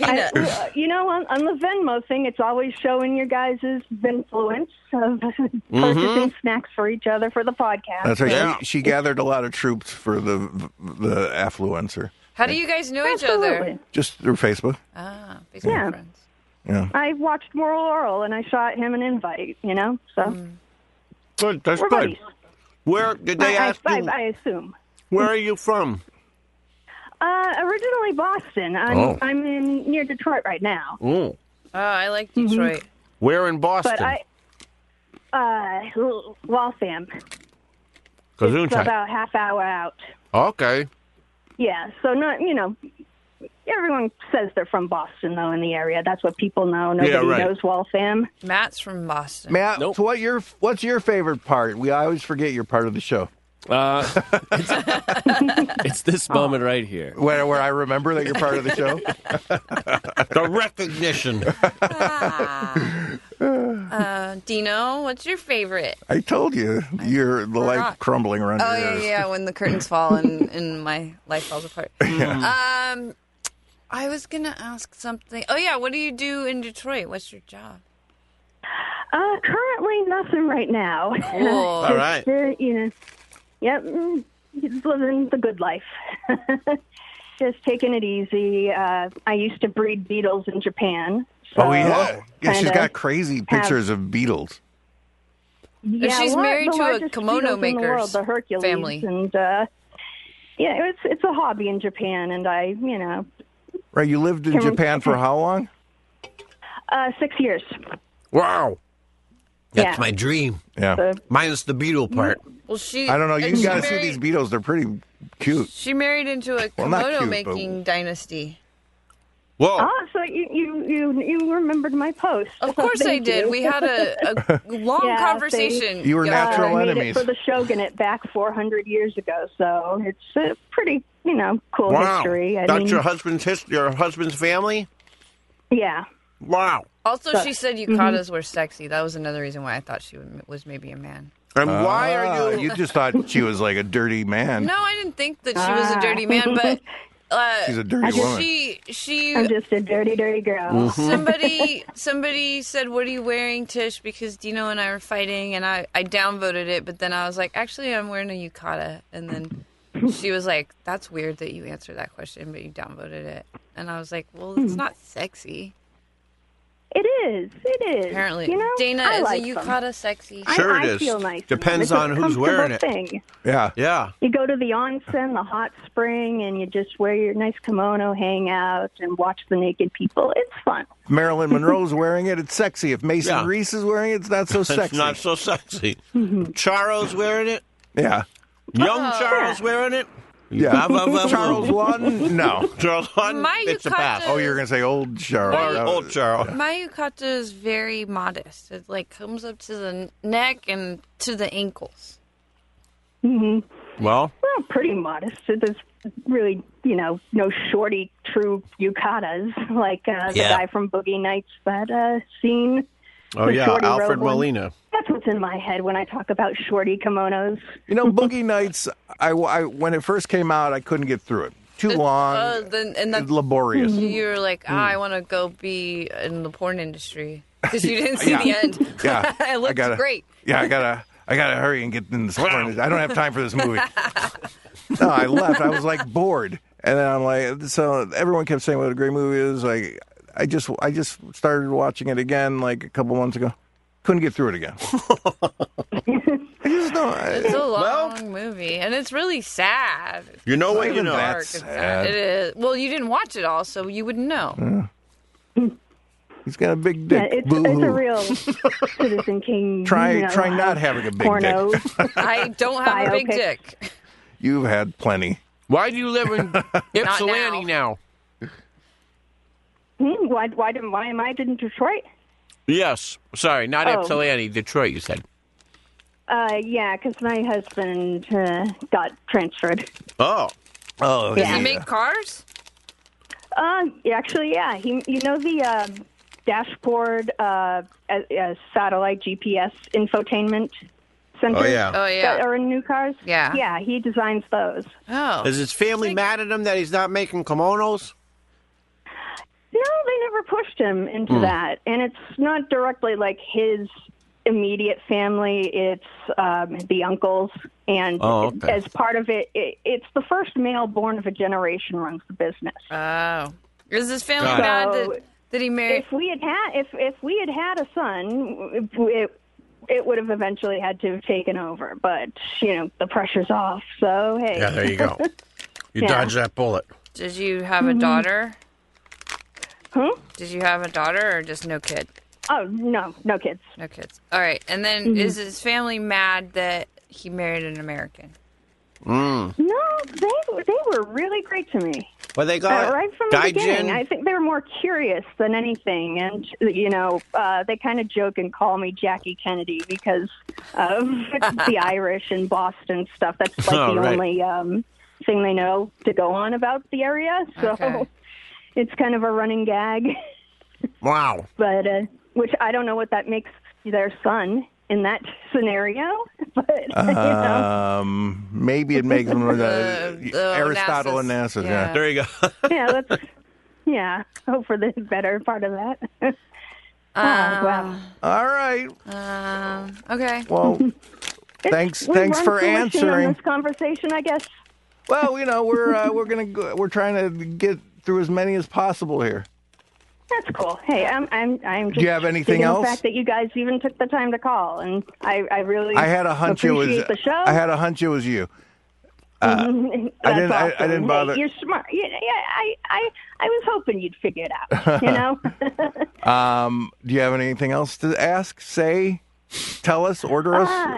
[SPEAKER 13] I, well, you know, on, on the Venmo thing, it's always showing your guys' influence of purchasing snacks for each other for the podcast.
[SPEAKER 1] That's right. She, she gathered a lot of troops for the the affluencer
[SPEAKER 4] How do you guys know each other?
[SPEAKER 1] just through Facebook.
[SPEAKER 4] Ah, Facebook
[SPEAKER 13] Yeah.
[SPEAKER 4] friends.
[SPEAKER 1] Yeah.
[SPEAKER 13] I watched Moral Oral and I shot him an invite, you know? So
[SPEAKER 2] Good. That's
[SPEAKER 13] We're
[SPEAKER 2] good.
[SPEAKER 13] buddies.
[SPEAKER 2] Where did they
[SPEAKER 13] I,
[SPEAKER 2] ask
[SPEAKER 13] I,
[SPEAKER 2] you?
[SPEAKER 13] I, I assume.
[SPEAKER 2] where are you from?
[SPEAKER 13] Uh, originally Boston. I'm,
[SPEAKER 2] Oh.
[SPEAKER 13] I'm in near Detroit right now.
[SPEAKER 2] Ooh.
[SPEAKER 4] Oh, I like
[SPEAKER 1] Mm-hmm.
[SPEAKER 4] Detroit.
[SPEAKER 2] Where in Boston?
[SPEAKER 13] But I. Uh, Waltham. It's
[SPEAKER 2] Gesundheit.
[SPEAKER 13] about half hour out.
[SPEAKER 2] Okay.
[SPEAKER 13] Yeah, so not you know, everyone says they're from Boston though in the area. That's what people know. Nobody
[SPEAKER 1] Yeah, right.
[SPEAKER 13] knows Waltham.
[SPEAKER 4] Matt's from Boston.
[SPEAKER 1] Matt, so what your what's your favorite part? We I always forget your part of the show.
[SPEAKER 8] Uh, it's this moment right here.
[SPEAKER 1] Where, where I remember that you're part of the show.
[SPEAKER 2] the recognition.
[SPEAKER 4] Uh, Dino, what's your favorite?
[SPEAKER 1] I told you, you're the life
[SPEAKER 4] forgot.
[SPEAKER 1] crumbling around
[SPEAKER 4] oh
[SPEAKER 1] your
[SPEAKER 4] yeah,
[SPEAKER 1] ears.
[SPEAKER 4] yeah. When the curtains fall and, and my life falls apart. Um, I was gonna ask something. Oh yeah, what do you do in Detroit? What's your job?
[SPEAKER 13] Uh, currently nothing right now.
[SPEAKER 4] Cool. All
[SPEAKER 13] Just,
[SPEAKER 4] right.
[SPEAKER 13] uh, you know, yep, mm, just living the good life. just taking it easy. Uh, I used to breed beetles in Japan.
[SPEAKER 1] oh yeah,
[SPEAKER 13] So,
[SPEAKER 1] yeah. She's
[SPEAKER 13] kinda
[SPEAKER 1] got crazy pictures of beetles.
[SPEAKER 13] Yeah,
[SPEAKER 4] she's
[SPEAKER 13] one of
[SPEAKER 4] married
[SPEAKER 13] the
[SPEAKER 4] to a
[SPEAKER 13] largest
[SPEAKER 4] kimono
[SPEAKER 13] beetles in the
[SPEAKER 4] maker's
[SPEAKER 13] world, the Hercules,
[SPEAKER 4] family.
[SPEAKER 13] and uh, yeah, it's it's a hobby in Japan, and I, you know,
[SPEAKER 1] Right, you lived in
[SPEAKER 13] Can we-
[SPEAKER 1] Japan for how long?
[SPEAKER 13] uh, six years.
[SPEAKER 2] Wow. That's
[SPEAKER 13] Yeah.
[SPEAKER 2] my dream.
[SPEAKER 1] Yeah.
[SPEAKER 13] So-
[SPEAKER 2] Minus the beetle part.
[SPEAKER 4] Well, she.
[SPEAKER 1] I don't know.
[SPEAKER 4] and
[SPEAKER 1] You
[SPEAKER 4] she
[SPEAKER 1] got to see
[SPEAKER 4] married-
[SPEAKER 1] these beetles; they're pretty cute.
[SPEAKER 4] She married into a
[SPEAKER 1] Well, not
[SPEAKER 4] kimono
[SPEAKER 1] cute, but-
[SPEAKER 4] making dynasty.
[SPEAKER 2] Whoa.
[SPEAKER 13] Oh, so you you you, you remembered my post.
[SPEAKER 4] Of course I
[SPEAKER 13] Thank
[SPEAKER 4] did.
[SPEAKER 13] you.
[SPEAKER 4] We had a, a long
[SPEAKER 13] Yeah,
[SPEAKER 4] conversation.
[SPEAKER 13] they,
[SPEAKER 1] You were
[SPEAKER 13] uh,
[SPEAKER 1] natural
[SPEAKER 13] made
[SPEAKER 1] enemies.
[SPEAKER 13] It for the shogunate back 400 years ago, so it's a pretty, you know, cool
[SPEAKER 2] wow.
[SPEAKER 13] history. I
[SPEAKER 2] That's
[SPEAKER 13] mean,
[SPEAKER 2] your husband's his- your husband's family?
[SPEAKER 13] yeah.
[SPEAKER 2] Wow.
[SPEAKER 4] Also,
[SPEAKER 13] So- mm-hmm.
[SPEAKER 4] she said yukatas were sexy. That was another reason why I thought she was maybe a man.
[SPEAKER 2] And why
[SPEAKER 1] Ah,
[SPEAKER 2] are you
[SPEAKER 1] You just thought she was like a dirty man.
[SPEAKER 4] No, I didn't think that she
[SPEAKER 13] Ah.
[SPEAKER 4] was a dirty man, but uh,
[SPEAKER 1] She's a dirty woman.
[SPEAKER 4] She she
[SPEAKER 13] I'm just a dirty, dirty
[SPEAKER 2] Mm.
[SPEAKER 13] girl.
[SPEAKER 4] somebody
[SPEAKER 13] Mm-hmm.
[SPEAKER 4] somebody said, "What are you wearing, Tish?" Because Dino and I were fighting, and I I downvoted it, but then I was like, "Actually, I'm wearing a yukata," and then. She was like, "That's weird that you answered that question, but you downvoted it." And I was like, "Well, it's
[SPEAKER 13] Hmm.
[SPEAKER 4] not sexy."
[SPEAKER 13] It is. It is.
[SPEAKER 4] Apparently,
[SPEAKER 13] you know,
[SPEAKER 4] Dana
[SPEAKER 13] I
[SPEAKER 4] is
[SPEAKER 13] like
[SPEAKER 4] a
[SPEAKER 13] them.
[SPEAKER 4] yukata sexy.
[SPEAKER 2] Sure
[SPEAKER 13] I,
[SPEAKER 2] it
[SPEAKER 13] I
[SPEAKER 2] is.
[SPEAKER 13] Feel nice in them.
[SPEAKER 2] Depends
[SPEAKER 13] It's a
[SPEAKER 2] on who's wearing it.
[SPEAKER 13] comfortable Thing.
[SPEAKER 1] Yeah.
[SPEAKER 2] Yeah.
[SPEAKER 13] You go to the onsen, the hot spring, and you just wear your nice kimono, hang out, and watch the naked people. It's fun.
[SPEAKER 1] Marilyn Monroe's wearing it; it's sexy. If Mason
[SPEAKER 2] Yeah.
[SPEAKER 1] Reese is wearing it, it's not so
[SPEAKER 2] That's
[SPEAKER 1] sexy.
[SPEAKER 2] not so sexy. Charo's wearing it?
[SPEAKER 1] yeah,
[SPEAKER 2] Young Charles wearing it?
[SPEAKER 1] yeah.
[SPEAKER 2] Bah, bah, bah, bah.
[SPEAKER 1] Charles one, no.
[SPEAKER 2] Charles Hunt?
[SPEAKER 4] My
[SPEAKER 2] it's a
[SPEAKER 4] yukata-
[SPEAKER 2] pass.
[SPEAKER 1] Oh, you're gonna say old Charles?
[SPEAKER 14] Oh,
[SPEAKER 2] Or
[SPEAKER 1] That
[SPEAKER 2] old
[SPEAKER 1] was-
[SPEAKER 2] Charles.
[SPEAKER 4] My yukata is very modest. It like comes up to the n- neck and to the ankles.
[SPEAKER 13] hmm
[SPEAKER 2] Well,
[SPEAKER 13] Well, pretty modest. There's really, you know, no shorty true yukatas like uh, the
[SPEAKER 2] Yeah.
[SPEAKER 13] guy from Boogie Nights that uh, scene.
[SPEAKER 2] oh
[SPEAKER 13] The
[SPEAKER 2] yeah,
[SPEAKER 13] shorty
[SPEAKER 2] Alfred
[SPEAKER 13] robe one.
[SPEAKER 2] Molina.
[SPEAKER 13] That's what's in my head when I talk about shorty kimonos.
[SPEAKER 1] You know, Boogie Nights. I, I when it first came out, I couldn't get through it. Too long,
[SPEAKER 4] Oh, then and
[SPEAKER 1] and
[SPEAKER 4] that's
[SPEAKER 1] laborious.
[SPEAKER 4] you're like, ah,
[SPEAKER 1] Mm.
[SPEAKER 4] I want to go be in the porn industry because you didn't see the
[SPEAKER 1] Yeah.
[SPEAKER 4] end.
[SPEAKER 1] Yeah,
[SPEAKER 4] it
[SPEAKER 1] I
[SPEAKER 4] looked
[SPEAKER 1] gotta,
[SPEAKER 4] great.
[SPEAKER 1] Yeah, I gotta, I gotta hurry and get in this. Porn. I don't have time for this movie. no, I left. I was like bored, and then I'm like, so everyone kept saying what a great movie it is. Like, I just, I just started watching it again like a couple months ago. Couldn't get through it again. I just don't.
[SPEAKER 4] It's
[SPEAKER 1] I,
[SPEAKER 4] a long movie, and it's really sad.
[SPEAKER 2] You know what
[SPEAKER 1] Even
[SPEAKER 2] you know.
[SPEAKER 1] that-
[SPEAKER 4] Dark.
[SPEAKER 1] That's
[SPEAKER 4] It's
[SPEAKER 1] sad. Mm.
[SPEAKER 4] It is. Well, you didn't watch it all, so you wouldn't know.
[SPEAKER 1] he's got a big
[SPEAKER 13] Yeah,
[SPEAKER 1] dick.
[SPEAKER 13] it's,
[SPEAKER 1] Boo
[SPEAKER 13] it's a
[SPEAKER 1] hoo.
[SPEAKER 13] real Citizen King.
[SPEAKER 1] Try,
[SPEAKER 13] you know, uh,
[SPEAKER 1] try not having a big dick.
[SPEAKER 13] porno.
[SPEAKER 4] I don't have a big
[SPEAKER 13] Biopic.
[SPEAKER 4] dick.
[SPEAKER 1] You've had plenty.
[SPEAKER 14] Why do you live in Ypsilanti now?
[SPEAKER 13] Hmm, why, why, didn't- why am I in Detroit?
[SPEAKER 14] Yes. Sorry, not
[SPEAKER 13] Oh.
[SPEAKER 14] Ypsilanti, Detroit, you said.
[SPEAKER 13] Uh, yeah, because my husband uh, got transferred.
[SPEAKER 14] Oh. Oh,
[SPEAKER 13] Does he yeah. make-
[SPEAKER 4] Cars?
[SPEAKER 13] Uh, yeah, actually, yeah. He, you know the uh, dashboard uh, uh, uh, satellite GPS infotainment centers?
[SPEAKER 14] yeah. Oh, yeah.
[SPEAKER 13] That are in new cars?
[SPEAKER 14] Yeah.
[SPEAKER 13] Yeah, he designs those.
[SPEAKER 4] Oh.
[SPEAKER 14] Is his family mad at him that he's not making kimonos?
[SPEAKER 13] No, they never pushed him into
[SPEAKER 14] Hmm.
[SPEAKER 13] that. And it's not directly like his immediate family, it's um, the uncles. And
[SPEAKER 22] Oh, okay.
[SPEAKER 13] as part of it, it, it's the first male born of a generation runs the business.
[SPEAKER 4] Oh. Is his family
[SPEAKER 13] Got it.
[SPEAKER 4] mad
[SPEAKER 13] So-
[SPEAKER 4] that, that he married?
[SPEAKER 13] If we had had if if we had had a son, it it would have eventually had to have taken over. But you know the pressure's off, so hey.
[SPEAKER 14] Yeah, there you go. You
[SPEAKER 13] Yeah.
[SPEAKER 14] dodged that bullet.
[SPEAKER 4] Did you have a
[SPEAKER 13] Mhm.
[SPEAKER 4] daughter?
[SPEAKER 13] Hmm?
[SPEAKER 4] Did you have a daughter or just no kid?
[SPEAKER 13] oh no, no kids.
[SPEAKER 4] No kids. All right. And then
[SPEAKER 13] Mhm.
[SPEAKER 4] is his family mad that he married an American?
[SPEAKER 14] Mm.
[SPEAKER 13] No, they they were really great to me.
[SPEAKER 14] Well, they
[SPEAKER 13] Uh,
[SPEAKER 14] got
[SPEAKER 13] right from the
[SPEAKER 14] Daijin.
[SPEAKER 13] beginning, I think they were more curious than anything, and you know, uh, they kind of joke and call me Jackie Kennedy because of the Irish and Boston stuff. That's like
[SPEAKER 22] Oh,
[SPEAKER 13] the
[SPEAKER 22] right.
[SPEAKER 13] only um, thing they know to go on about the area. So
[SPEAKER 22] Okay.
[SPEAKER 13] it's kind of a running gag,
[SPEAKER 14] Wow.
[SPEAKER 13] but uh, which I don't know what that makes their son in that scenario. But you know.
[SPEAKER 1] Um, maybe it makes them uh, Aristotle and Nassus. Yeah.
[SPEAKER 14] There you go.
[SPEAKER 13] Oh,
[SPEAKER 22] Uh-huh.
[SPEAKER 13] yeah, that's yeah. Hope for the better part of that. oh, wow.
[SPEAKER 1] All right.
[SPEAKER 4] Um, okay.
[SPEAKER 1] Well, thanks.
[SPEAKER 13] We
[SPEAKER 1] Thanks
[SPEAKER 13] run
[SPEAKER 1] for
[SPEAKER 13] fruition on
[SPEAKER 1] answering.
[SPEAKER 13] this conversation. I guess.
[SPEAKER 1] Well, you know we're uh, we're gonna go, we're trying to get through as many as possible here.
[SPEAKER 13] That's cool. Hey, I'm I'm I'm just.
[SPEAKER 1] Do you have anything
[SPEAKER 13] digging
[SPEAKER 1] else?
[SPEAKER 13] The fact that you guys even took the time to call, and I I really
[SPEAKER 1] I had a hunch it was.
[SPEAKER 13] appreciate the show.
[SPEAKER 1] I had a hunch it was you. Uh,
[SPEAKER 13] Mhm.
[SPEAKER 1] I
[SPEAKER 13] That's
[SPEAKER 1] didn't. I, I
[SPEAKER 13] awesome.
[SPEAKER 1] didn't
[SPEAKER 13] Hey,
[SPEAKER 1] bother.
[SPEAKER 13] you're smart. Yeah, yeah, I, I, I was hoping you'd figure it out. You know,
[SPEAKER 1] Um, do you have anything else to ask, say, tell us, order us?
[SPEAKER 13] Ah,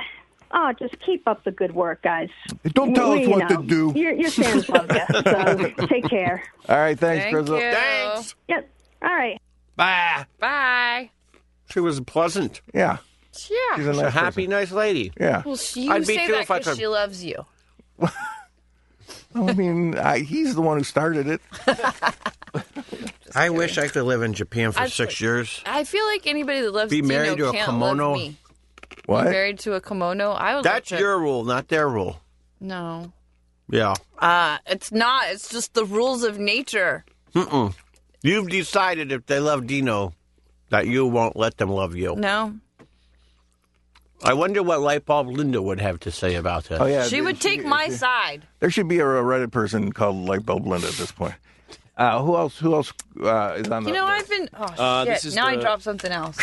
[SPEAKER 13] oh, just keep up the good work, guys.
[SPEAKER 1] Don't tell
[SPEAKER 13] We-
[SPEAKER 1] us
[SPEAKER 13] you
[SPEAKER 1] what to
[SPEAKER 13] know,
[SPEAKER 1] do.
[SPEAKER 13] Your, your fans love you, so take care.
[SPEAKER 1] All right, thanks,
[SPEAKER 13] Thank
[SPEAKER 1] Grizzle.
[SPEAKER 13] you. Thanks. Yep. All right.
[SPEAKER 14] Bye.
[SPEAKER 4] Bye.
[SPEAKER 14] She was pleasant.
[SPEAKER 1] Yeah.
[SPEAKER 4] Yeah.
[SPEAKER 14] She's a, happy, nice lady.
[SPEAKER 1] Yeah.
[SPEAKER 4] Well, she
[SPEAKER 14] I'd
[SPEAKER 4] you
[SPEAKER 14] be
[SPEAKER 4] say
[SPEAKER 14] too
[SPEAKER 4] that
[SPEAKER 14] if I
[SPEAKER 4] because
[SPEAKER 14] could.
[SPEAKER 4] she loves you.
[SPEAKER 1] I mean, I, he's the one who started it.
[SPEAKER 14] I wish I could live in Japan for
[SPEAKER 4] I'd
[SPEAKER 14] six years.
[SPEAKER 4] I feel like anybody that loves
[SPEAKER 14] Be
[SPEAKER 4] Dino
[SPEAKER 14] married to a
[SPEAKER 4] can't
[SPEAKER 14] kimono.
[SPEAKER 4] love me. Be married to a kimono. I would.
[SPEAKER 14] That's
[SPEAKER 4] love to-
[SPEAKER 14] your rule, not their rule.
[SPEAKER 4] No.
[SPEAKER 14] Yeah.
[SPEAKER 4] Uh, it's not. It's just the rules of nature.
[SPEAKER 14] Mm-mm. You've decided if they love Dino, that you won't let them love you.
[SPEAKER 4] No.
[SPEAKER 14] I wonder what Lightbulb Linda would have to say about this.
[SPEAKER 1] Oh, yeah.
[SPEAKER 4] she would take my side.
[SPEAKER 1] There should be a Reddit person called Lightbulb Linda at this point. Uh, who else? Who else uh, is on the?
[SPEAKER 4] You know, I've been. Oh
[SPEAKER 1] Uh,
[SPEAKER 4] shit!
[SPEAKER 1] this is
[SPEAKER 4] now I
[SPEAKER 1] the-
[SPEAKER 4] dropped something else.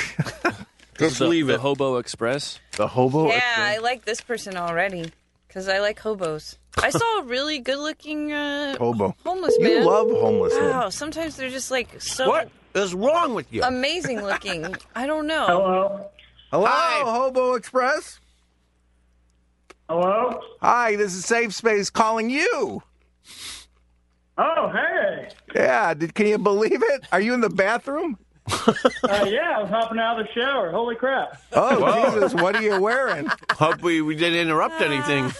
[SPEAKER 1] Just leave
[SPEAKER 8] it. The Hobo Express.
[SPEAKER 1] The Hobo.
[SPEAKER 4] yeah, I like this person already because I like hobos. I saw a really good-looking uh,
[SPEAKER 1] Hobo.
[SPEAKER 4] homeless
[SPEAKER 1] You
[SPEAKER 4] man.
[SPEAKER 1] love homeless men.
[SPEAKER 4] Wow, sometimes they're just like so
[SPEAKER 14] What is wrong with you?
[SPEAKER 4] amazing looking. I don't know.
[SPEAKER 1] Hello? Hello, Hobo Express. Hello. Hi, this is Safe Space calling you.
[SPEAKER 23] Oh, hey.
[SPEAKER 1] Yeah, did, can you believe it? Are you in the bathroom?
[SPEAKER 23] Uh, yeah, I was hopping out of the shower. Holy crap.
[SPEAKER 1] Oh
[SPEAKER 14] Whoa.
[SPEAKER 1] Jesus, what are you wearing?
[SPEAKER 14] Hope we, we didn't interrupt anything.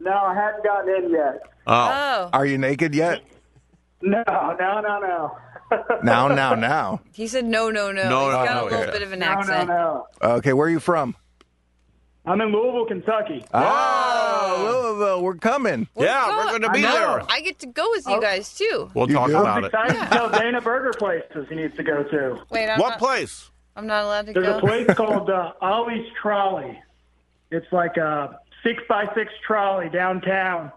[SPEAKER 23] No, I haven't gotten in yet.
[SPEAKER 4] Oh.
[SPEAKER 14] uh,
[SPEAKER 1] Are you naked yet?
[SPEAKER 23] No, no, no, no.
[SPEAKER 1] Now, now, now.
[SPEAKER 4] He said no, no,
[SPEAKER 1] No,
[SPEAKER 4] no. He's
[SPEAKER 1] no,
[SPEAKER 4] got
[SPEAKER 1] no,
[SPEAKER 4] a little
[SPEAKER 1] yeah.
[SPEAKER 4] bit of an
[SPEAKER 23] No, no,
[SPEAKER 4] accent.
[SPEAKER 23] no.
[SPEAKER 1] Okay, where are you from?
[SPEAKER 23] I'm in Louisville, Kentucky.
[SPEAKER 1] Oh, Louisville, we're coming.
[SPEAKER 14] Oh, yeah, we're going to be there.
[SPEAKER 4] I get to go with you
[SPEAKER 23] Oh.
[SPEAKER 4] guys too.
[SPEAKER 14] We'll talk about it.
[SPEAKER 23] Excited to tell Dana Burger places he needs to go to.
[SPEAKER 4] Wait, I'm
[SPEAKER 14] What
[SPEAKER 4] not,
[SPEAKER 14] place?
[SPEAKER 4] I'm not allowed to
[SPEAKER 23] There's
[SPEAKER 4] go.
[SPEAKER 23] a place called uh, Ollie's Trolley. It's like a six by six trolley downtown,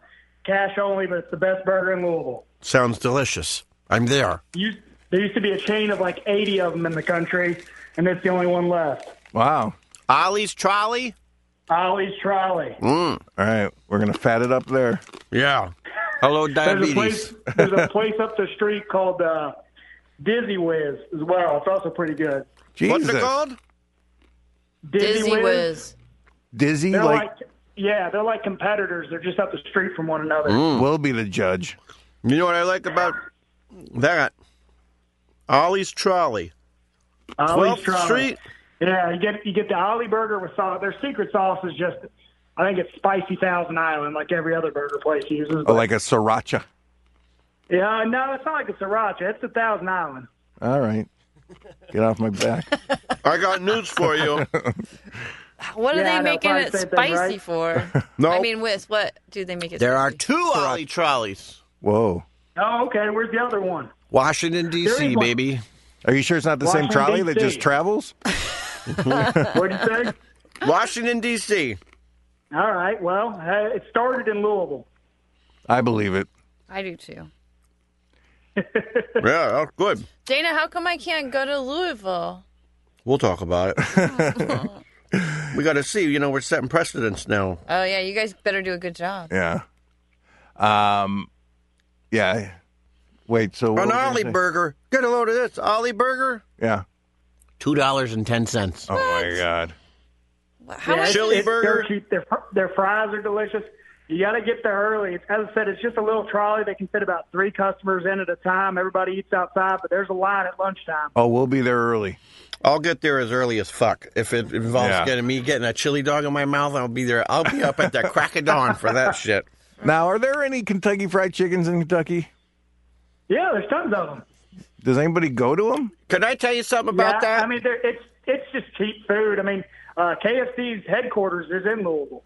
[SPEAKER 23] cash only, but it's the best burger in Louisville.
[SPEAKER 14] Sounds delicious. I'm there.
[SPEAKER 23] You, there used to be a chain of like 80 of them in the country, and it's the only one left.
[SPEAKER 1] Wow.
[SPEAKER 14] Ollie's trolley?
[SPEAKER 23] Ollie's Trolley.
[SPEAKER 1] All right, we're gonna fat it up there.
[SPEAKER 14] Yeah. Hello,
[SPEAKER 23] There's a place. There's a place up the street called uh, Dizzy Whiz as well. It's also pretty good.
[SPEAKER 1] Jesus.
[SPEAKER 23] Dizzy, Whiz.
[SPEAKER 1] Dizzy
[SPEAKER 23] They're
[SPEAKER 1] like,
[SPEAKER 23] like, yeah, they're like competitors. They're just up the street from one another.
[SPEAKER 1] We'll be the judge.
[SPEAKER 14] You know what I like about that? Ollie's trolley.
[SPEAKER 23] Ollie's
[SPEAKER 14] 12th
[SPEAKER 23] Trolley.
[SPEAKER 14] Street.
[SPEAKER 23] Yeah, you get you get the Ollie burger with sauce. Their secret sauce is just, I think it's spicy Thousand Island, like every other burger place uses.
[SPEAKER 1] Oh, like a sriracha.
[SPEAKER 23] Yeah, no, it's not like a sriracha. It's a Thousand Island.
[SPEAKER 1] All right. Get off my back.
[SPEAKER 14] I got news for you.
[SPEAKER 4] What are
[SPEAKER 23] Yeah,
[SPEAKER 4] they
[SPEAKER 23] no,
[SPEAKER 4] making
[SPEAKER 23] probably
[SPEAKER 4] it
[SPEAKER 23] same thing,
[SPEAKER 4] spicy
[SPEAKER 23] right?
[SPEAKER 4] for?
[SPEAKER 14] No.
[SPEAKER 4] I mean, with what do they make it?
[SPEAKER 14] There are two Ollie trolleys.
[SPEAKER 1] Whoa.
[SPEAKER 23] Oh, okay. Where's the other one?
[SPEAKER 14] Washington D.C. baby.
[SPEAKER 1] Are you sure it's not the same
[SPEAKER 14] Washington,
[SPEAKER 1] trolley that
[SPEAKER 14] D.C..
[SPEAKER 1] just travels?
[SPEAKER 23] What'd you say?
[SPEAKER 14] Washington D.C.
[SPEAKER 23] All right. Well, hey, it started in Louisville.
[SPEAKER 1] I believe it.
[SPEAKER 4] I do too.
[SPEAKER 14] Yeah, that's good.
[SPEAKER 4] Dana, how come I can't go to Louisville?
[SPEAKER 14] We'll talk about it. we got to see. You know, we're setting precedents now.
[SPEAKER 4] Oh yeah, you guys better do a good job.
[SPEAKER 1] Yeah. Um. Yeah. Wait. So what
[SPEAKER 14] An
[SPEAKER 1] were we gonna
[SPEAKER 14] Ollie
[SPEAKER 1] say?
[SPEAKER 14] burger. Get a load of this. Ollie burger.
[SPEAKER 1] Yeah.
[SPEAKER 14] Two dollars and ten cents.
[SPEAKER 1] Oh my god.
[SPEAKER 4] How much
[SPEAKER 14] Chili
[SPEAKER 23] it's
[SPEAKER 14] burger.
[SPEAKER 23] dirt cheap. Their, fr- their fries are delicious. You got to get there early. It's, as I said, it's just a little trolley. They can fit about three customers in at a time. Everybody eats outside, but there's a line at lunchtime.
[SPEAKER 1] Oh, we'll be there early.
[SPEAKER 14] I'll get there as early as fuck. If it involves
[SPEAKER 1] Yeah.
[SPEAKER 14] getting me getting a chili dog in my mouth, I'll be there. I'll be up at the crack of dawn for that shit.
[SPEAKER 1] Now, are there any Kentucky Fried Chickens in Kentucky?
[SPEAKER 23] Yeah, there's tons of them.
[SPEAKER 1] Does anybody go to them?
[SPEAKER 14] Can I tell you something about
[SPEAKER 23] yeah,
[SPEAKER 14] that?
[SPEAKER 23] I mean, they're- it's it's just cheap food. I mean, uh, KFC's headquarters is in Louisville.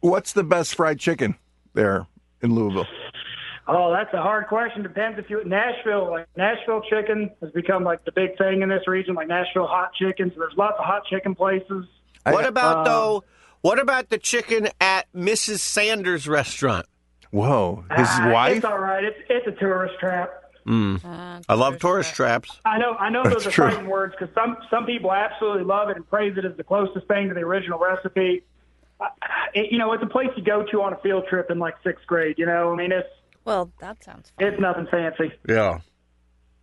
[SPEAKER 1] What's the best fried chicken there in Louisville?
[SPEAKER 23] Oh, that's a hard question. Depends if you Nashville, like Nashville chicken has become like the big thing in this region, like Nashville hot chicken. So there's lots of hot chicken places.
[SPEAKER 14] what about
[SPEAKER 23] uh,
[SPEAKER 14] though? What about the chicken at Mrs. Sanders' restaurant?
[SPEAKER 1] Whoa, his
[SPEAKER 14] Uh,
[SPEAKER 23] Ah,
[SPEAKER 1] wife.
[SPEAKER 23] It's all right. It's it's a tourist trap.
[SPEAKER 14] I love tourist traps.
[SPEAKER 23] I know, I know
[SPEAKER 1] That's
[SPEAKER 23] those are
[SPEAKER 1] true.
[SPEAKER 23] fighting words because some some people absolutely love it and praise it as the closest thing to the original recipe. Uh, It, you know, it's a place you go to on a field trip in like sixth grade. You know, I mean, it's
[SPEAKER 4] Well, that sounds fun.
[SPEAKER 23] it's nothing fancy,
[SPEAKER 14] Yeah.